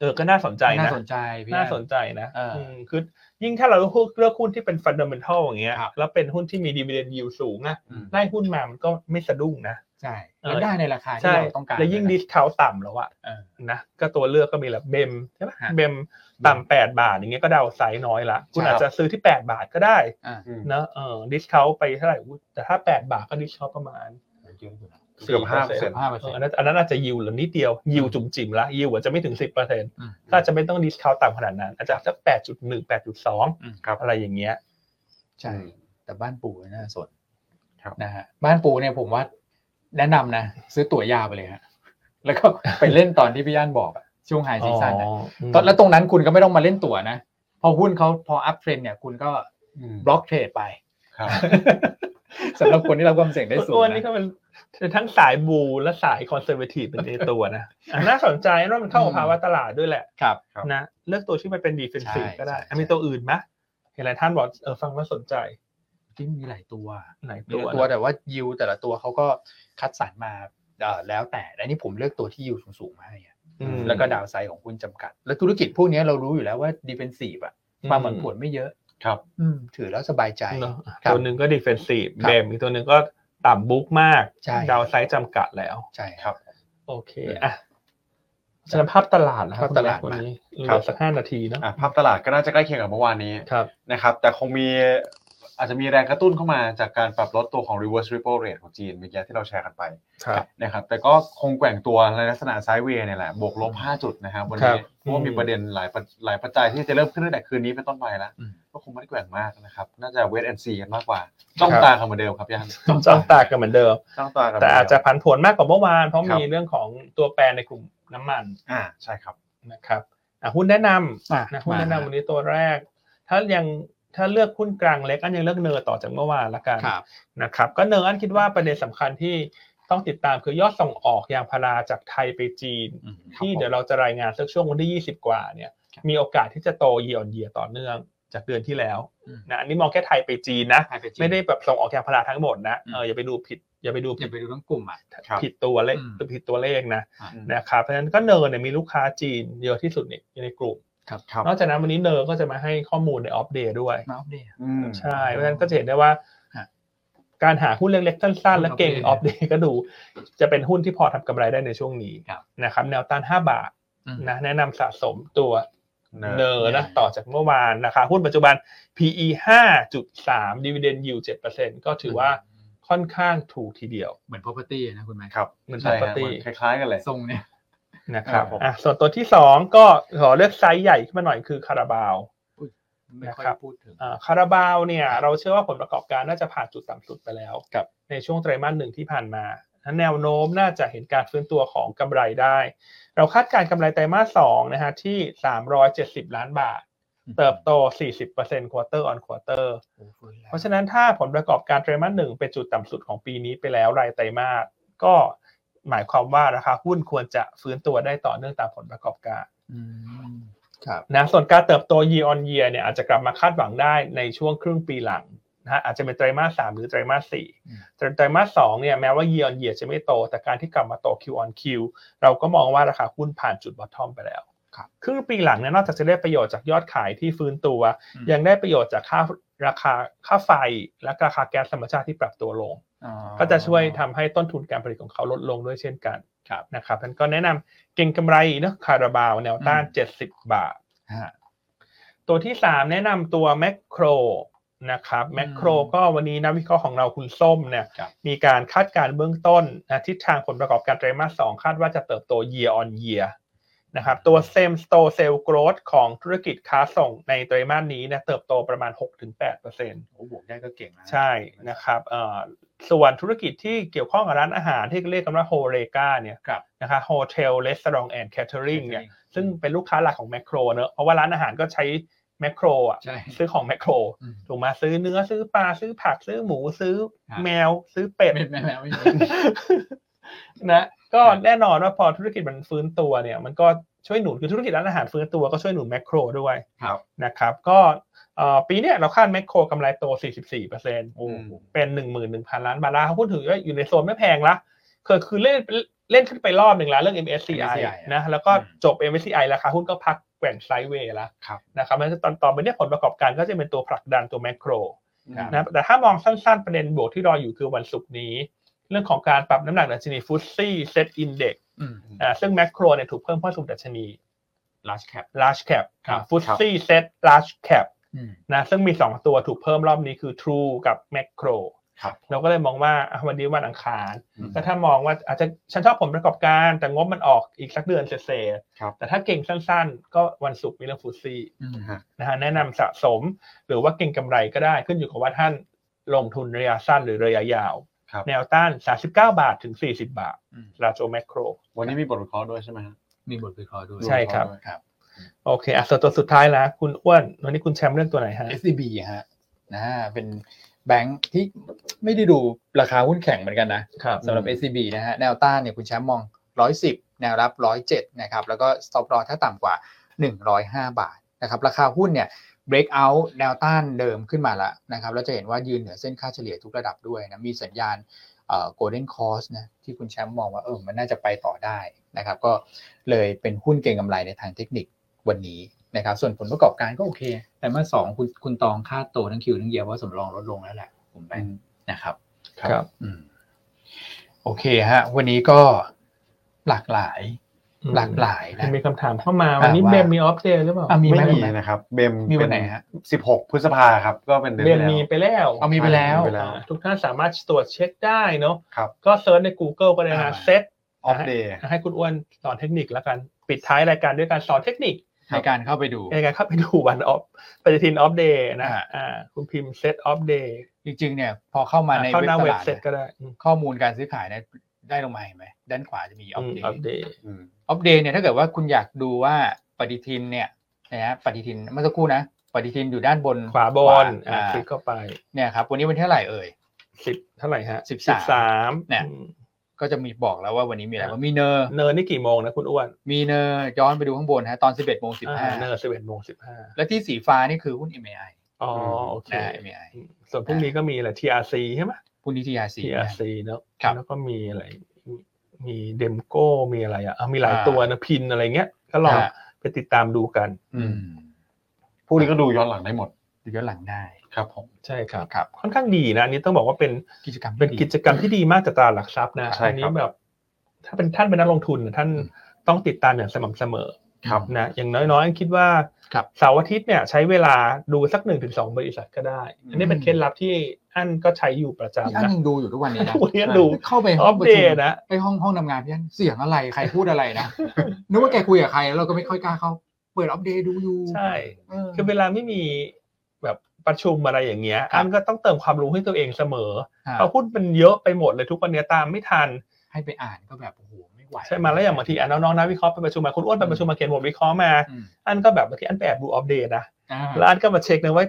[SPEAKER 1] เออก็น่าสนใจ
[SPEAKER 2] น่า
[SPEAKER 1] นะ
[SPEAKER 2] สนใจพี่
[SPEAKER 1] น่าสนใจนะ
[SPEAKER 2] เอออื
[SPEAKER 1] มคือยิ่งถ้าเราเลือกเลือกหุ้นที่เป็นฟันเดเมนทัลอย่างเงี้ย
[SPEAKER 2] ครับ
[SPEAKER 1] แล้วเป็นหุ้นที่มีดีเวเดนยิวสูงอะ
[SPEAKER 3] อืม
[SPEAKER 1] ได้หุ้นมามันก็ไม่สะดุ้งนะ
[SPEAKER 2] ใช่
[SPEAKER 1] เออ
[SPEAKER 2] แล้วได้ในราคาที่
[SPEAKER 1] ใช่
[SPEAKER 2] เราต้องการ
[SPEAKER 1] แล้วยิ่ง
[SPEAKER 2] นะ
[SPEAKER 1] ดิสคาวต่ำแล้วอะ
[SPEAKER 2] เออ
[SPEAKER 1] นะก็ตัวเลือกก็มีแบบเบมใช่ปะ
[SPEAKER 2] ฮะ
[SPEAKER 1] เบมต่ำแปดบาทอย่างเงี้ยก็เดาไซส์น้อยละคุณ
[SPEAKER 2] ใช่
[SPEAKER 1] อาจจะซื้อที่แปดบาทก็ได้
[SPEAKER 2] อ่า
[SPEAKER 3] อืม
[SPEAKER 1] นะเออดิสคาวไปเท่าไหร่อุ๊ยแต่ถ้าแปดบาทก็ดิสคาวประมาณ
[SPEAKER 2] เยอะอยู่นะ
[SPEAKER 3] เกือบห้าเปอร์เซ็
[SPEAKER 2] สิ
[SPEAKER 3] น
[SPEAKER 2] บ
[SPEAKER 3] ต์
[SPEAKER 2] ห้าเปอร์
[SPEAKER 1] เอ
[SPEAKER 2] เซ็น
[SPEAKER 1] อ
[SPEAKER 2] ต์
[SPEAKER 1] อันนั้นอันนั้นอาจจะยิวเหรือนิดเดียวยิวจุ่มจิ๋มละยิวอาจจะไม่ถึงสิบเปอร์เซ็นต์
[SPEAKER 2] อืม
[SPEAKER 1] ก็อาจจะไม่ต้องดิสคาวต่ำขนาดนั้น อาจจะสักแปดจุดหนึ่งแปดจุดสอง
[SPEAKER 3] ครับ
[SPEAKER 1] อะไรอย่างเงี้ย
[SPEAKER 2] ใช่ แต่บ้านปูน่าสน
[SPEAKER 3] ครับ
[SPEAKER 2] นะฮะบ้านปูเนี่ยผมว่าแนะนำนะ ซื้อตั๋วยาวไปเลยฮะแล้วก็ไปเล่นตอนที่พี่ย่านบอกอะช่วงไฮซีซั่นนะตอนแล้วตรงนั้นคุณก็ไม่ต้องมาเล่นตั๋วนะ พอหุ้นเขาพออัพเทรนเนี่ยคุณก็
[SPEAKER 3] อืม
[SPEAKER 2] บล็อกเทรดไป
[SPEAKER 3] ครับ
[SPEAKER 2] สำหรับคนที่รับความเสี่ยงได้สูง
[SPEAKER 1] อ้วนนี่ก็
[SPEAKER 2] นะ
[SPEAKER 1] เป็นทั้งสายบูและสายคอนเซอร์เวทีฟเป็นในตัวนะอ่ะน่าสนใจว่ามันเข้ากับภาวะตลาดด้วยแหละ
[SPEAKER 2] ครับ
[SPEAKER 3] ครับ
[SPEAKER 1] นะเลือกตัวที่มันเป็นดีเฟนซีฟ
[SPEAKER 2] ใช่
[SPEAKER 1] ก็ได้
[SPEAKER 2] ใช่
[SPEAKER 1] อ่ะมีตัวอื่นไหมเห็นหลายท่านบอกเออฟังแล้วสนใจ
[SPEAKER 2] ที่มีหลายตัว
[SPEAKER 1] หลาย
[SPEAKER 2] มี
[SPEAKER 1] ตัว
[SPEAKER 2] หลาย
[SPEAKER 1] นะ
[SPEAKER 2] ตัวแต่ว่ายิวแต่ละตัวเขาก็คัดสรรมาเอ่อแล้วแต่อันนี้ผมเลือกตัวที่ยิวสูงๆมาให้อะ
[SPEAKER 1] อืม
[SPEAKER 2] แล้วก็ดาวไซด์ของคุณจำกัด แล้วธุรกิจพวกนี้เรารู้อยู่แล้วว่าดีเ e นซีฟอะความผันผวนไม่เยอะ
[SPEAKER 3] ครับ
[SPEAKER 2] อืมถือแล้วสบายใจ
[SPEAKER 1] เนอะ
[SPEAKER 2] ครับ
[SPEAKER 1] ตัวหนึ่งก็ดีเฟนซีฟ
[SPEAKER 2] ครับ
[SPEAKER 1] เบมอีกตัวหนึ่งก็ต่ำบุ๊กมาก
[SPEAKER 2] ใช่
[SPEAKER 1] ดาวไซส์จำกัดแล้ว
[SPEAKER 2] ใช่
[SPEAKER 3] ครับ
[SPEAKER 1] โอเค
[SPEAKER 2] เอออ่
[SPEAKER 1] อ่ะสารภาพตลาดนะครั
[SPEAKER 2] ภา
[SPEAKER 1] บ
[SPEAKER 2] พตลาด
[SPEAKER 1] คุณแม็กซ์วัน
[SPEAKER 2] มา
[SPEAKER 1] นี้เห
[SPEAKER 3] ครั
[SPEAKER 1] ลื
[SPEAKER 3] บ
[SPEAKER 1] อสักห้านาทีเนอะ
[SPEAKER 3] อ่ะภาพตลาดก็น่าจะใกล้เคียงกับเมื่อวานนี้
[SPEAKER 1] ครับ
[SPEAKER 3] นะครับ แต่คงมีอาจจะมีแรงกระตุ้นเข้ามาจากการปรับลดตัวของ reverse repo rate ของจีนเมื่อกี้ที่เราแชร์กันไป
[SPEAKER 1] ครับ
[SPEAKER 3] นะครับแต่ก็คงแกว่งตัวในลักษณะไซด์เวย์เนี่ยแหละบวกลบ 5 จุดนะครับวัน
[SPEAKER 1] ครับ
[SPEAKER 3] นี้เพราะว่า
[SPEAKER 1] อืม
[SPEAKER 3] มีประเด็นหลายปัจหลายปัจจัยที่จะเริ่มขึ้นตั้งแต่คืนนี้เป็นต้นไปแล้ว
[SPEAKER 2] อืม
[SPEAKER 3] ก็คงไม่ได้แกว่งมากนะครับ น่าจะเวทแอนซีกันมากกว่าต้องตากันเหมือนเดิมครับย่าน
[SPEAKER 1] จ้องตากันเหมือนเดิม
[SPEAKER 3] ต้องตากันเหมื
[SPEAKER 1] แต่
[SPEAKER 3] นเดิม
[SPEAKER 1] อาจจะผันผวนมากกว่าเมื่อวาน เพราะ
[SPEAKER 3] ครับ
[SPEAKER 1] มีเรื่องของตัวแปรในกลุ่มน้ำมัน
[SPEAKER 3] อ่าใช่ครับ
[SPEAKER 1] นะครับอ่ะหุ้นแนะน
[SPEAKER 2] อ่ะ
[SPEAKER 1] ำนะหุ้นแนะนำวัน
[SPEAKER 2] มา
[SPEAKER 1] นี้ตัวแรก ถ้ายังถ้าเลือกหุ้นกลางเล็กอันยังเลือกเนอร์ต่อจากเมื่อวานละกัน
[SPEAKER 2] ครับ
[SPEAKER 1] นะครับ ก็เนอร์อันคิดว่าประเด็นสำคัญที่ต้องติดตามคือยอดส่งออกยางพาราจากไทยไปจีน
[SPEAKER 2] อืมครับ
[SPEAKER 1] ที่เดี๋ยวเราจะรายงานสักช่วงวันที่ 20 กว่าเนี่ยมีโอกาสที่จะโตเยียร์เยียต่อเนื่องจากเดือนที่แล้ว
[SPEAKER 2] อืม
[SPEAKER 1] นะอันนี้มองแค่ไทยไปจีนนะ
[SPEAKER 2] ใครปจีน
[SPEAKER 1] ไม่ได้แบบส่งออกยางพาราทั้งหมดนะ
[SPEAKER 2] อืม
[SPEAKER 1] เอออย่าไปดูผิดอย่าไปดู
[SPEAKER 2] อ
[SPEAKER 1] ผิ
[SPEAKER 2] ย่า
[SPEAKER 1] ด
[SPEAKER 2] ไปดูทั้งกลุ่มอ่ะ
[SPEAKER 3] ครับ
[SPEAKER 1] ผิดตัวเลข
[SPEAKER 2] อืม
[SPEAKER 1] ผิดตัวเลขนะ
[SPEAKER 2] อ่ะ
[SPEAKER 1] นะครับเพราะฉะนั้นก็เนิร์เนี่ยมีลูกค้าจีนเยอะที่สุดในในกลุ่ม
[SPEAKER 2] ครับ
[SPEAKER 3] ครับ
[SPEAKER 1] นอกจากนั้นวันนี้เนิร์ก็จะมาให้ข้อมูลในออฟเดย์ด้วย
[SPEAKER 2] มาอัปเดต
[SPEAKER 3] อืม
[SPEAKER 1] ใช่เพราะฉะนั้นก็จะเห็นได้ว่า
[SPEAKER 2] ฮะ
[SPEAKER 1] การหาหุ้นเล็กๆสั้นๆ และเก่ง
[SPEAKER 2] หุ้น
[SPEAKER 1] อ
[SPEAKER 2] อ
[SPEAKER 1] อ
[SPEAKER 2] อ
[SPEAKER 1] ฟ
[SPEAKER 2] ฟ
[SPEAKER 1] เด
[SPEAKER 2] เดย์
[SPEAKER 1] ย์ก็ดู จะเป็นหุ้นที่พอทำกำไรได้ในช่วงนี้
[SPEAKER 2] ครับ
[SPEAKER 1] นะครับแนวต้าน 5 บาท
[SPEAKER 2] อืม
[SPEAKER 1] นะแนะนำสะสมตัว
[SPEAKER 3] เนอร์
[SPEAKER 1] เนอร์นะต่อจากเมื่อวานนะคะหุ้นปัจจุบัน PE 5.3 Dividend Yield 7%ก็ถือว่าค่อนข้างถูกทีเดียว
[SPEAKER 2] เหมือน property นะคุณแม่
[SPEAKER 3] ครับ
[SPEAKER 1] เหมือนป
[SPEAKER 3] ใช่
[SPEAKER 1] ก
[SPEAKER 3] ฮะ
[SPEAKER 1] ติ
[SPEAKER 3] คล้าย ๆ กันเลย
[SPEAKER 2] ทรงเนี่ย
[SPEAKER 1] นะครับ
[SPEAKER 3] ครับผม
[SPEAKER 1] อ่ะส่วนตัวที่ 2 ก็ขอเลือกไซส์ใหญ่ขึ้นมาหน่อยคือคาราบาว
[SPEAKER 2] ไม่ค่อย
[SPEAKER 1] นะครับ
[SPEAKER 2] พูดถึง
[SPEAKER 1] อ่าคาราบาวเนี่ยเราเชื่อว่าผลประกอบการน่าจะผ่านจุดต่ำสุดไปแล้ว
[SPEAKER 2] ครับ
[SPEAKER 1] ในช่วงไตรมาสหนึ่งที่ผ่านมานั้นแนวโน้มน่าจะเห็นการฟื้นตัวของกำไรได้ เราคาดการณ์กำไรไตรมาสสองนะฮะที่ 370 ล้านบาท
[SPEAKER 2] อืม
[SPEAKER 1] เติบโต 40% quarter on quarter
[SPEAKER 2] โอ้ฟื้นแล้ว
[SPEAKER 1] เพราะฉะนั้นถ้าผลประกอบการไตรมาสหนึ่งเป็นจุดต่ำสุดของปีนี้ไปแล้วรายไตรมาสก็หมายความว่าราคาหุ้นควรจะฟื้นตัวได้ต่อเนื่องตามผลประกอบการ
[SPEAKER 2] อืมครับ
[SPEAKER 1] นะส่วนการเติบโต year on year เนี่ยอาจจะกลับมาคาดหวังได้ในช่วงครึ่งปีหลังนะฮะอาจจะเป็นไตรมาสสามหรือไตรมาสสี่
[SPEAKER 2] อืม
[SPEAKER 1] ไตรไตรมาสสองเนี่ยแม้ว่า year on year จะไม่โต แต่การที่กลับมาโต Q on Q เราก็มองว่าราคาหุ้นผ่านจุด bottom ไปแล้ว
[SPEAKER 2] ครับ
[SPEAKER 1] ครึ่งปีหลังเนี่ยนอกจากจะได้ประโยชน์จากยอดขายที่ฟื้นตัว
[SPEAKER 2] อืม
[SPEAKER 1] ยังได้ประโยชน์จากค่าราคาค่าไฟและราคาแก๊สธรรมชาติที่ปรับตัวลง ก็จะช่วยทำให้ต้นทุนการผลิตของเขาลดลงด้วยเช่นกัน
[SPEAKER 2] ครับ
[SPEAKER 1] นะครับท่านก็แนะนำเก่งกำไรเนาะคาราบาวแนวต้าน 70 บาท
[SPEAKER 2] ฮะ
[SPEAKER 1] ตัวที่ 3 แนะนำตัวแมคโครนะครับแมคโคร
[SPEAKER 2] อืม
[SPEAKER 1] ก็วันนี้นักวิเคราะห์ของเราคุณส้มเนี่ย
[SPEAKER 2] ครับ
[SPEAKER 1] มีการคาดการณ์เบื้องต้นนะทิศทางผลประกอบการไตรมาสสองคาดว่าจะเติบโต year on year นะครับตัว same store sales growth ของธุรกิจค้าส่งในไตรมาสนี้เนี่ยเติบโตประมาณ 6-8%
[SPEAKER 2] โอ้บวกได้ก็เก่งแล้ว
[SPEAKER 1] ใช่นะครับเอ่อส่วนธุรกิจที่เกี่ยวข้องกับร้านอาหารที่เรียกกันว่าโฮเรกาเนี่ย
[SPEAKER 2] ครับ
[SPEAKER 1] นะคะโฮเทลรีสอร์ทแอนด์แคทเทอริงเนี่ยซึ่งเป็นลูกค้าหลักของแมคโครเนอะเพราะว่าร้านอาหารก็ใช้แมคโครอ่ะ
[SPEAKER 2] ใช่
[SPEAKER 1] ซื้อของแมคโคร
[SPEAKER 2] อืม
[SPEAKER 1] ถูกไหมาซื้อเนื้อซื้อปลาซื้อผักซื้อหมูซื้อ
[SPEAKER 2] ครับ
[SPEAKER 1] แมวซื้อเป็ด
[SPEAKER 2] ไม่ไม่ไม่ไม่
[SPEAKER 1] นะก็
[SPEAKER 2] ครับ
[SPEAKER 1] แน่นอนว่าพอธุรกิจมันฟื้นตัวเนี่ย มันก็ช่วยหนุนคือธุรกิจร้านอาหารฟื้นตัวก็ช่วยหนุนแมคโครด้วย
[SPEAKER 2] ครับ
[SPEAKER 1] นะครับก็เอ่อปีเนี้ยเราคาดแมคโครกำไรโต 44เปอร์เซ็นต์
[SPEAKER 2] โอ้โห
[SPEAKER 1] เป็น 11,000 ล้านบาทเขาพูดถึงว่าอยู่ในโซนไม่แพงละเคยคือเล่นเล่นขึ้นไปรอบหนึ่งแล้วเรื่อง MSCI
[SPEAKER 2] MSCI อะ
[SPEAKER 1] นะแล้วก็
[SPEAKER 2] อืม
[SPEAKER 1] จบ MSCI ราคาหุ้นก็พักแกว่งไซด์เวย์ละ
[SPEAKER 2] ครับ
[SPEAKER 1] นะครับแล้วตอนต่อไปเนี่ยผลประกอบการก็จะเป็นตัวผลักดันตัวแมคโคร
[SPEAKER 2] ครับ
[SPEAKER 1] นะแต่ถ้ามองสั้นๆ ประเด็นบวกที่รออยู่คือวันศุกร์นี้ เรื่องของการปรับน้ำหนักดัชนีฟุตซี่เซตอินเด็ก
[SPEAKER 2] อืม
[SPEAKER 1] อ่าซึ่งแมคโครเนี่ยถูกเพิ่มเข้าสู่ดัชนี
[SPEAKER 2] large cap
[SPEAKER 1] large cap
[SPEAKER 2] ครับ
[SPEAKER 1] ฟุตซี่เซต large cap
[SPEAKER 2] อืม
[SPEAKER 1] นะซึ่งมี 2 ตัวถูกเพิ่มรอบนี้คือ True กับ Macro
[SPEAKER 3] ครับ
[SPEAKER 1] เราก็เลยมองว่าอ่ะวันนี้วันอังคาร
[SPEAKER 3] อืม
[SPEAKER 1] ก็ถ้ามองว่าอาจจะฉันชอบผลประกอบการแต่งบมันออกอีกสักเดือนเศษๆ
[SPEAKER 3] ครับ
[SPEAKER 1] แต่ถ้าเก่งสั้นๆ ก็วันศุกร์มีเรื่องฟุตซี่
[SPEAKER 2] อืม
[SPEAKER 1] นะฮะแนะนำสะสมหรือว่าเก็งกำไรก็ได้ขึ้นอยู่กับว่าท่านลงทุนระยะสั้นหรือระยะยาว
[SPEAKER 3] ครับ
[SPEAKER 1] แนวต้าน 39 บาทถึง 40 บาท
[SPEAKER 2] อืม
[SPEAKER 1] ลาโจแมคโคร
[SPEAKER 3] วันนี้มีบทวิเคราะห์ด้วยใช่ไหมฮะ
[SPEAKER 2] มีบทวิเคราะห์ด้วย
[SPEAKER 1] ใช่ครับ
[SPEAKER 2] ครับ
[SPEAKER 1] โอเคอ่ะส่วนตัวสุดท้ายแล้วคุณอ้วน วันนี้คุณแชมป์เรื่องตัวไหนฮะ
[SPEAKER 2] SCB ฮะนะเป็นแบงค์ที่ไม่ได้ดูราคาหุ้นแข่งเหมือนกันนะครับ สำหรับ SCB นะฮะแนวต้านเนี่ยคุณแชมป์มอง 110 แนวรับ 107 นะครับ แล้วก็ stop loss ถ้าต่ำกว่า 105 บาทนะครับ ราคาหุ้นเนี่ย break out แนวต้านเดิมขึ้นมาแล้วนะครับแล้วจะเห็นว่ายืนเหนือเส้นค่าเฉลี่ยทุกระดับด้วยนะ มีสัญญาณ เอ่อ golden cross นะที่คุณแชมป์มองว่าเออมันน่าจะไปต่อได้นะครับ ก็เลยเป็นหุ้นเก่งกำไรในทางเทคนิควันนี้นะครับ ส่วนผลประกอบการก็โอเค แต่มาสองคุณคุณตองคาดโตทั้งคิวทั้งเยียร์ว่าสำรองลดลงแล้วแหละผมแบงค์นะครับ
[SPEAKER 1] ครับ
[SPEAKER 2] อืมโอเคฮะ วันนี้ก็หลากหลาย หลากหลายนะ
[SPEAKER 1] มีคำถามเข้ามา วันนี้
[SPEAKER 2] ว่า
[SPEAKER 1] เบมมีออฟเดย์หรือเปล่า
[SPEAKER 2] อ่ะมีไหม
[SPEAKER 3] ไม่มี
[SPEAKER 2] มีไหม
[SPEAKER 3] นะครับ เบม
[SPEAKER 2] มีวันไหนฮะ
[SPEAKER 3] สิบหกพฤษภาครับ ก็เป็นเดือน
[SPEAKER 1] เบ
[SPEAKER 3] ที่
[SPEAKER 1] ม
[SPEAKER 3] แล้ว
[SPEAKER 1] มีไปแล้ว
[SPEAKER 2] เอามีไปแล้ว
[SPEAKER 3] มีไปแล้ว
[SPEAKER 1] อ่าทุกท่านสามารถตรวจเช็คได้เนาะ
[SPEAKER 3] ครับ
[SPEAKER 1] ก็เซิร์ชใน Google ก็ได้นะ
[SPEAKER 2] อ่า
[SPEAKER 1] เซต
[SPEAKER 3] ออฟเดย์
[SPEAKER 1] ให้คุณอ้วนสอนเทคนิคแล้วกันปิดท้ายรายการด้วยการสอนเทคนิค
[SPEAKER 2] ในการเข้าไปดู
[SPEAKER 1] ในการเข้าไปดูวันออฟปฏิทินออฟเดย์นะ
[SPEAKER 2] อ่า
[SPEAKER 1] อ่าคุณพิมพ์เซตออฟเดย์
[SPEAKER 2] จริงๆ เนี่ย พอเข้ามาใน
[SPEAKER 1] เข้า
[SPEAKER 2] เว็บ
[SPEAKER 1] หน้า
[SPEAKER 2] ต
[SPEAKER 1] เว็บ
[SPEAKER 2] ลาด
[SPEAKER 1] เซตก็ได้อม
[SPEAKER 2] ข้อมูลการซื้อขายเนี่ยได้ลงมาเห็นไหมด้านขวาจะมีอั
[SPEAKER 1] อื
[SPEAKER 2] ป
[SPEAKER 1] ม
[SPEAKER 2] เดต
[SPEAKER 1] อัปเดต
[SPEAKER 2] อัปเดตเนี่ยถ้าเกิดว่าคุณอยากดูว่าปฏิทินเนี่ยนะฮะปฏิทินเมื่อสักครู่นะ ปฏิทินอยู่ด้านบน
[SPEAKER 1] ขวาบนอ่า
[SPEAKER 2] อ่า
[SPEAKER 1] คลิกเข้าไป
[SPEAKER 2] เนี่ยครับ วันนี้วันที่เท่าไหร่เอ่ย
[SPEAKER 1] สิบเท่าไหร่ฮะ
[SPEAKER 2] 13
[SPEAKER 1] ม
[SPEAKER 2] เนี่ย ก็จะมีบอกแล้วว่าวันนี้มีอะไรว่างมีเนอร์
[SPEAKER 1] เนินนี่กี่โมงนะคุณอ้วน
[SPEAKER 2] มีเนอร์ย้อนไปดูข้างบนฮะตอน 11โมง
[SPEAKER 1] อ่าเนิน
[SPEAKER 2] 15
[SPEAKER 1] สิบเอ็ดโมงสิบห้า
[SPEAKER 2] และที่สีฟ้านี่คือหุ้น MAI
[SPEAKER 1] อ๋อโอเค
[SPEAKER 2] นะ MAI
[SPEAKER 1] อืมส่วนพรุ่งนี้ก็มีอะไร TRC ใช่ไหม
[SPEAKER 2] หุ้นนิตยาสี
[SPEAKER 1] TRC เนอะ
[SPEAKER 2] ครับ
[SPEAKER 1] แล้วก็มีอะไร มีเดมโก้มีอะไรอ่ะอ่ะมีหลายตัวนะพินอะไรเงี้ยก็ลองไปติดตามดูกัน
[SPEAKER 2] อืม
[SPEAKER 3] ผู้นี้ก็ดูย้อนหลังได้หมด
[SPEAKER 2] ดูย้อนหลังได้
[SPEAKER 3] ครับผม
[SPEAKER 1] ใช่ครับ
[SPEAKER 2] ครับ
[SPEAKER 1] ค่อนข้างดีนะอันนี้ต้องบอกว่าเป็น
[SPEAKER 2] กิจกรรม
[SPEAKER 1] เป็นกิจกรรมที่ดีมากจากตลาดหลักทรัพย์นะ
[SPEAKER 3] ใช่ครับ
[SPEAKER 1] อันนี้แบบ ถ้าเป็นท่านเป็นนักลงทุนน่ะท่านต้องติดตามอย่างสม่ำเสมอ
[SPEAKER 3] ครับ
[SPEAKER 1] นะอย่างน้อยๆคิดว่า
[SPEAKER 2] ครับ
[SPEAKER 1] เสาร์อาทิตย์เนี่ย ใช้เวลาดูสักหนึ่งถึงสองบริษัทก็ได้ อันนี้เป็นเคล็ดลับที่อันก็ใช้อยู่ประ
[SPEAKER 2] พี่
[SPEAKER 1] จำ
[SPEAKER 2] อัน
[SPEAKER 1] นะ
[SPEAKER 2] ยังดูอยู่ทุกวันนี้นะ
[SPEAKER 1] วันนี้ดู
[SPEAKER 2] เข้าไปห้
[SPEAKER 1] อัป
[SPEAKER 2] งประ
[SPEAKER 1] เด
[SPEAKER 2] ชุ
[SPEAKER 1] ต
[SPEAKER 2] ม
[SPEAKER 1] นะ
[SPEAKER 2] ไปห้องห้องทำงานพี่อันเสียงอะไรใครพูดอะไร นะ นึกว่าแกคุยกับใครแล้วเราก็ไม่ค่อยกล้าเข้า เปิดอัปเดตดูอยู่
[SPEAKER 1] ใช่
[SPEAKER 2] เออ
[SPEAKER 1] คือเวลาไม่มีแบบประชุมอะไรอย่างเงี้ย
[SPEAKER 2] ครับ
[SPEAKER 1] อันก็ต้องเติมความรู้ให้ตัวเองเสมอ
[SPEAKER 2] อ่า
[SPEAKER 1] เพราะหุ้นมันเยอะไปหมดเลยทุกวันเนี้ยตามไม่ทัน
[SPEAKER 2] ให้ไปอ่านก็แบบโอ้โหไม่ไหว
[SPEAKER 1] ใช่ไหมแล้วอย่างบางทีอันน้องๆนักวิเคราะห์ไปประชุมมาคุณอ้วนไปประชุมมาเขียนบทวิเคราะห์มา
[SPEAKER 2] อืม
[SPEAKER 1] อันก็แบบบางทีอันไปแอบดูอัปเดตนะ
[SPEAKER 2] อ่า
[SPEAKER 1] แล้วอันก็มาเช็คนะว่า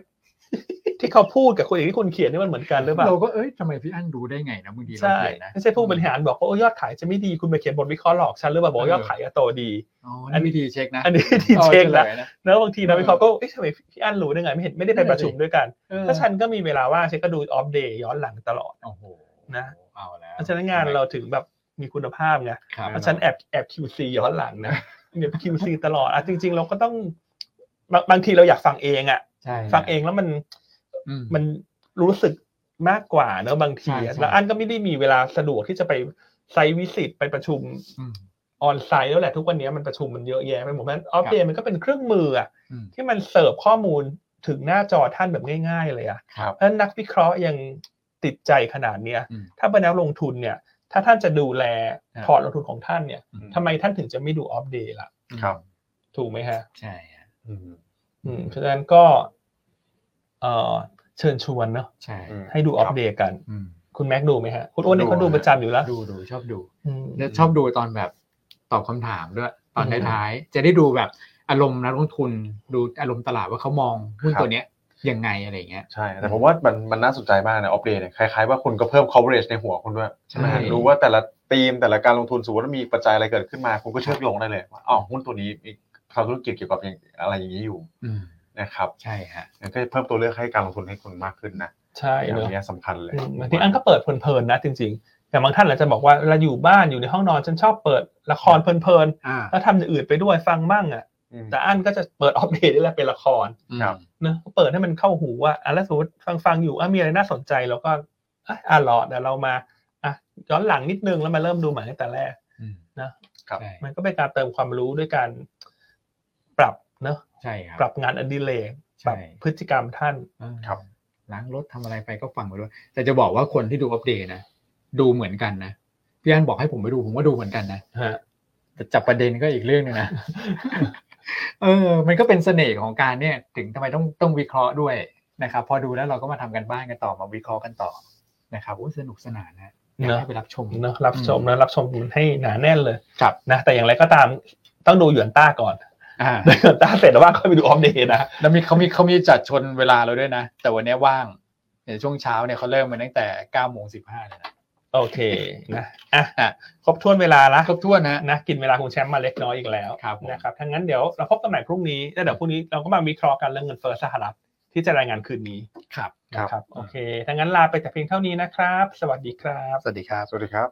[SPEAKER 1] ที่เขาพูดกับคนอื่นที่คุณเขียนนี่มันเหมือนกันหรือเปล่า
[SPEAKER 2] เราก็เอ้ยทำไมพี่อันดูได้ไงนะบางทีเรา
[SPEAKER 1] ใช่
[SPEAKER 2] เขียนนะ
[SPEAKER 1] ไม่ใช่ผู้บริหารบอกว่าโอ้ยอดขายจะไม่ดีคุณไปเขียนบทวิเคราะห์หลอกฉันหรือเปล่าบอกว่า
[SPEAKER 2] เออ
[SPEAKER 1] ยอดขายจะโตดี
[SPEAKER 2] อ๋ออันนี้วิธีเช็คนะ
[SPEAKER 1] อันนี้ที่เช็คนะ
[SPEAKER 2] ออฉยนะ
[SPEAKER 1] แล้วบางที
[SPEAKER 2] เอ
[SPEAKER 1] นะ
[SPEAKER 2] อ
[SPEAKER 1] วิเคราะห์ก็เอ๊ะทำไมพี่อันรู้ได้ไงไม่เห็นไม่ได้ไปประชุมด้วยกัน
[SPEAKER 2] เออ
[SPEAKER 1] ถ้าฉันก็มีเวลาว่างฉันก็ดูอัปเดตย้อนหลังตลอด
[SPEAKER 2] โอ้โห
[SPEAKER 1] นะ
[SPEAKER 2] เอาแล้ว
[SPEAKER 1] เพราะฉะนั้นงานเราถึงแบบมีคุณภาพไง
[SPEAKER 2] ครับ
[SPEAKER 1] เพราะฉันแอบแอบ QC ย้อนหลังนะเนี่ย QC ตลอดอ่ะจริง ๆ เราก็ต้องบางบางทีเราอยากฟังเองอ่ะ
[SPEAKER 2] ใช่
[SPEAKER 1] ฟังเองแล้วมัน
[SPEAKER 2] อืม
[SPEAKER 1] มันรู้สึก มากกว่าเนอะบางที
[SPEAKER 2] ใช่ใช่
[SPEAKER 1] แล้วอันก็ไม่ได้มีเวลาสะดวกที่จะไปไซต์วิสิตไปประชุม
[SPEAKER 2] อืม
[SPEAKER 1] ออนไซต์แล้วแหละทุกวันนี้มันประชุมมันเยอะแยะไปหมดเพราะฉะนั้นออฟเดย์มันก็เป็นเครื่องมืออะ
[SPEAKER 2] อืม
[SPEAKER 1] ที่มันเสิร์ฟข้อมูลถึงหน้าจอท่านแบบง่าย ๆ เลยอะ
[SPEAKER 3] ครับ
[SPEAKER 1] เพราะฉะนั้นนักวิเคราะห์ยังติดใจขนาดเนี้ย
[SPEAKER 2] อืม
[SPEAKER 1] ถ้าเป็นนักลงทุนเนี่ย ถ้าท่านจะดูแล
[SPEAKER 3] ครับ
[SPEAKER 1] พอร์ตลงทุนของท่านเนี่ย
[SPEAKER 2] อืม
[SPEAKER 1] ทำไมท่านถึงจะไม่ดูออฟเดย์ล่ะ
[SPEAKER 3] ครับ
[SPEAKER 1] ถูกไหมฮะ
[SPEAKER 2] ใช่ฮะ
[SPEAKER 3] อืม
[SPEAKER 1] อืมเพราะฉะนั้นก็เอ่อเชิญชวนเนาะ
[SPEAKER 2] ใช่
[SPEAKER 3] อืม
[SPEAKER 1] ให้ดูออฟเดย์กัน
[SPEAKER 2] อืม
[SPEAKER 1] คุณแม็กดูไหมฮะ คุณอ้วนเนี่ย
[SPEAKER 3] ดู
[SPEAKER 1] เขาดู
[SPEAKER 3] ฮะ
[SPEAKER 1] ประจำอยู่แล้ว
[SPEAKER 2] ดูดูชอบดู
[SPEAKER 1] อืม
[SPEAKER 2] แล้วชอบดูตอนแบบตอบคำถามด้วย ตอน
[SPEAKER 1] อืม
[SPEAKER 2] ท้ายๆจะได้ดูแบบอารมณ์นักลงทุนดูอารมณ์ตลาดว่าเขามองหุ้น
[SPEAKER 3] ครับ
[SPEAKER 2] ตัวเนี้ยยังไงอะไรอย่างเงี้ย
[SPEAKER 3] ใช่ แต่ผมว่ามันมันน่าสนใจมากนะออฟเดย์เนี่ยคล้ายๆว่าคุณก็เพิ่ม coverage ในหัวคุณด้วย
[SPEAKER 2] ใช่
[SPEAKER 3] ใช่ไหมฮะรู้ว่าแต่ละธีมแต่ละการลงทุนสมมติว่ามีปัจจัยอะไรเกิดขึ้นมาคุณก็เชื่อมโยงได้เลยว่าอ๋อหุ้นตัวนี้มีทำธุรกิจเกี่ยวกับอย่างอะไรอย่างนี้อยู่
[SPEAKER 2] อืม
[SPEAKER 3] นะครับ
[SPEAKER 2] ใช่ฮะ
[SPEAKER 3] งั้นก็เพิ่มตัวเลือกให้การลงทุนให้คุณมากขึ้นนะ
[SPEAKER 1] ใช่
[SPEAKER 3] อย่าง
[SPEAKER 1] เนาะ
[SPEAKER 3] นี้ยสำคัญเลย
[SPEAKER 1] อืมบางทีอันก็เปิดเพลินๆนะจริงๆอย่างบางท่านอาจจะบอกว่าเราอยู่บ้านอยู่ในห้องนอนฉันชอบเปิดละครเพลิน
[SPEAKER 2] อ่า
[SPEAKER 1] ๆแล้วทำอย่างอื่นไปด้วยฟังมั่งอ่ะ
[SPEAKER 3] อืม
[SPEAKER 1] แต่อันก็จะเปิดออฟเดตนี่แหละเป็นละคร
[SPEAKER 3] ครับ
[SPEAKER 1] เนอะเปิดให้มันเข้าหูว่าอ่ะแล้วสมมติฟังฟังอยู่อ่ะมีอะไรน่าสนใจแล้วก็อ่ะอ่ะหลอดเดี๋ยวเรามาอ่ะย้อนหลังนิดนึงแล้วมาเริ่มดูใหม่ตั้งแต่แรก
[SPEAKER 2] อืม
[SPEAKER 1] นะ
[SPEAKER 3] ครับ
[SPEAKER 2] ใช่
[SPEAKER 1] มันก็เป็นการเติมความรู้ด้วยการปรับเนอะ
[SPEAKER 2] ใช่ครับ
[SPEAKER 1] ปรับงานอดิเรกป
[SPEAKER 2] ใช่
[SPEAKER 1] รับพฤติกรรมท่าน
[SPEAKER 2] อ่า
[SPEAKER 3] ครับ
[SPEAKER 2] ล้างรถทำอะไรไปก็ฟังไปด้วย แต่จะบอกว่าคนที่ดูอัปเดตนะดูเหมือนกันนะพี่อันบอกให้ผมไปดูผมก็ดูเหมือนกันนะ
[SPEAKER 1] ฮะ
[SPEAKER 2] แต่จับประเด็นก็อีกเรื่องหนึงนะ เออ มันก็เป็นเสน่ห์ของการเนี่ย ถึงทำไมต้องต้องวิเคราะห์ด้วยนะครับ พอดูแล้วเราก็มาทำกันบ้านกันต่อมาวิเคราะห์กันต่อนะครับโอ้ยสนุกสนานนะอยาก
[SPEAKER 1] เนอะ
[SPEAKER 2] ให้ไปรับชม
[SPEAKER 1] เนอะรับชมเนอะรับชมให้หนาแน่นเลย
[SPEAKER 2] ครับ
[SPEAKER 1] นะแต่อย่างไรก็ตามต้องดูหยวนต้าก่อน
[SPEAKER 2] อ่า
[SPEAKER 1] ดูหยวนต้าเสร็จแล้วว่าค่อยไปดูออฟเดตนะ
[SPEAKER 2] แล้วมีเขามีเขามีจัดชนเวลาเราด้วยนะ แต่วันเนี้ยว่างในช่วงเช้าเนี่ยเขาเริ่มมาตั้งแต่9ก้าโมงสิบห้าเลยนะ
[SPEAKER 1] โอเคนะอ่ะ
[SPEAKER 2] อ่ะ
[SPEAKER 1] ครบถ้วนเวลาละ
[SPEAKER 2] ครบถ้วนนะ
[SPEAKER 1] นะกินเวลาคุณแชมป์มาเล็กน้อยอีกแล้ว
[SPEAKER 2] ครับผม
[SPEAKER 1] นะครับทั้างนั้นเดี๋ยวเราพบกันใหม่พรุ่งนี้แล้วเดี๋ยวพรุ่งนี้เราก็มาวิเคราะห์กันเรื่องเงินเฟ้อสหรัฐที่จะรายงานคืนนี้
[SPEAKER 2] ครับ
[SPEAKER 3] ครับ
[SPEAKER 1] นะครับโอเคทั้างนั้นลาไปแต่เพียงเท่านี้นะครับ สวัสดีครับ
[SPEAKER 2] สวัสดีครับ
[SPEAKER 3] สวัสดีครับ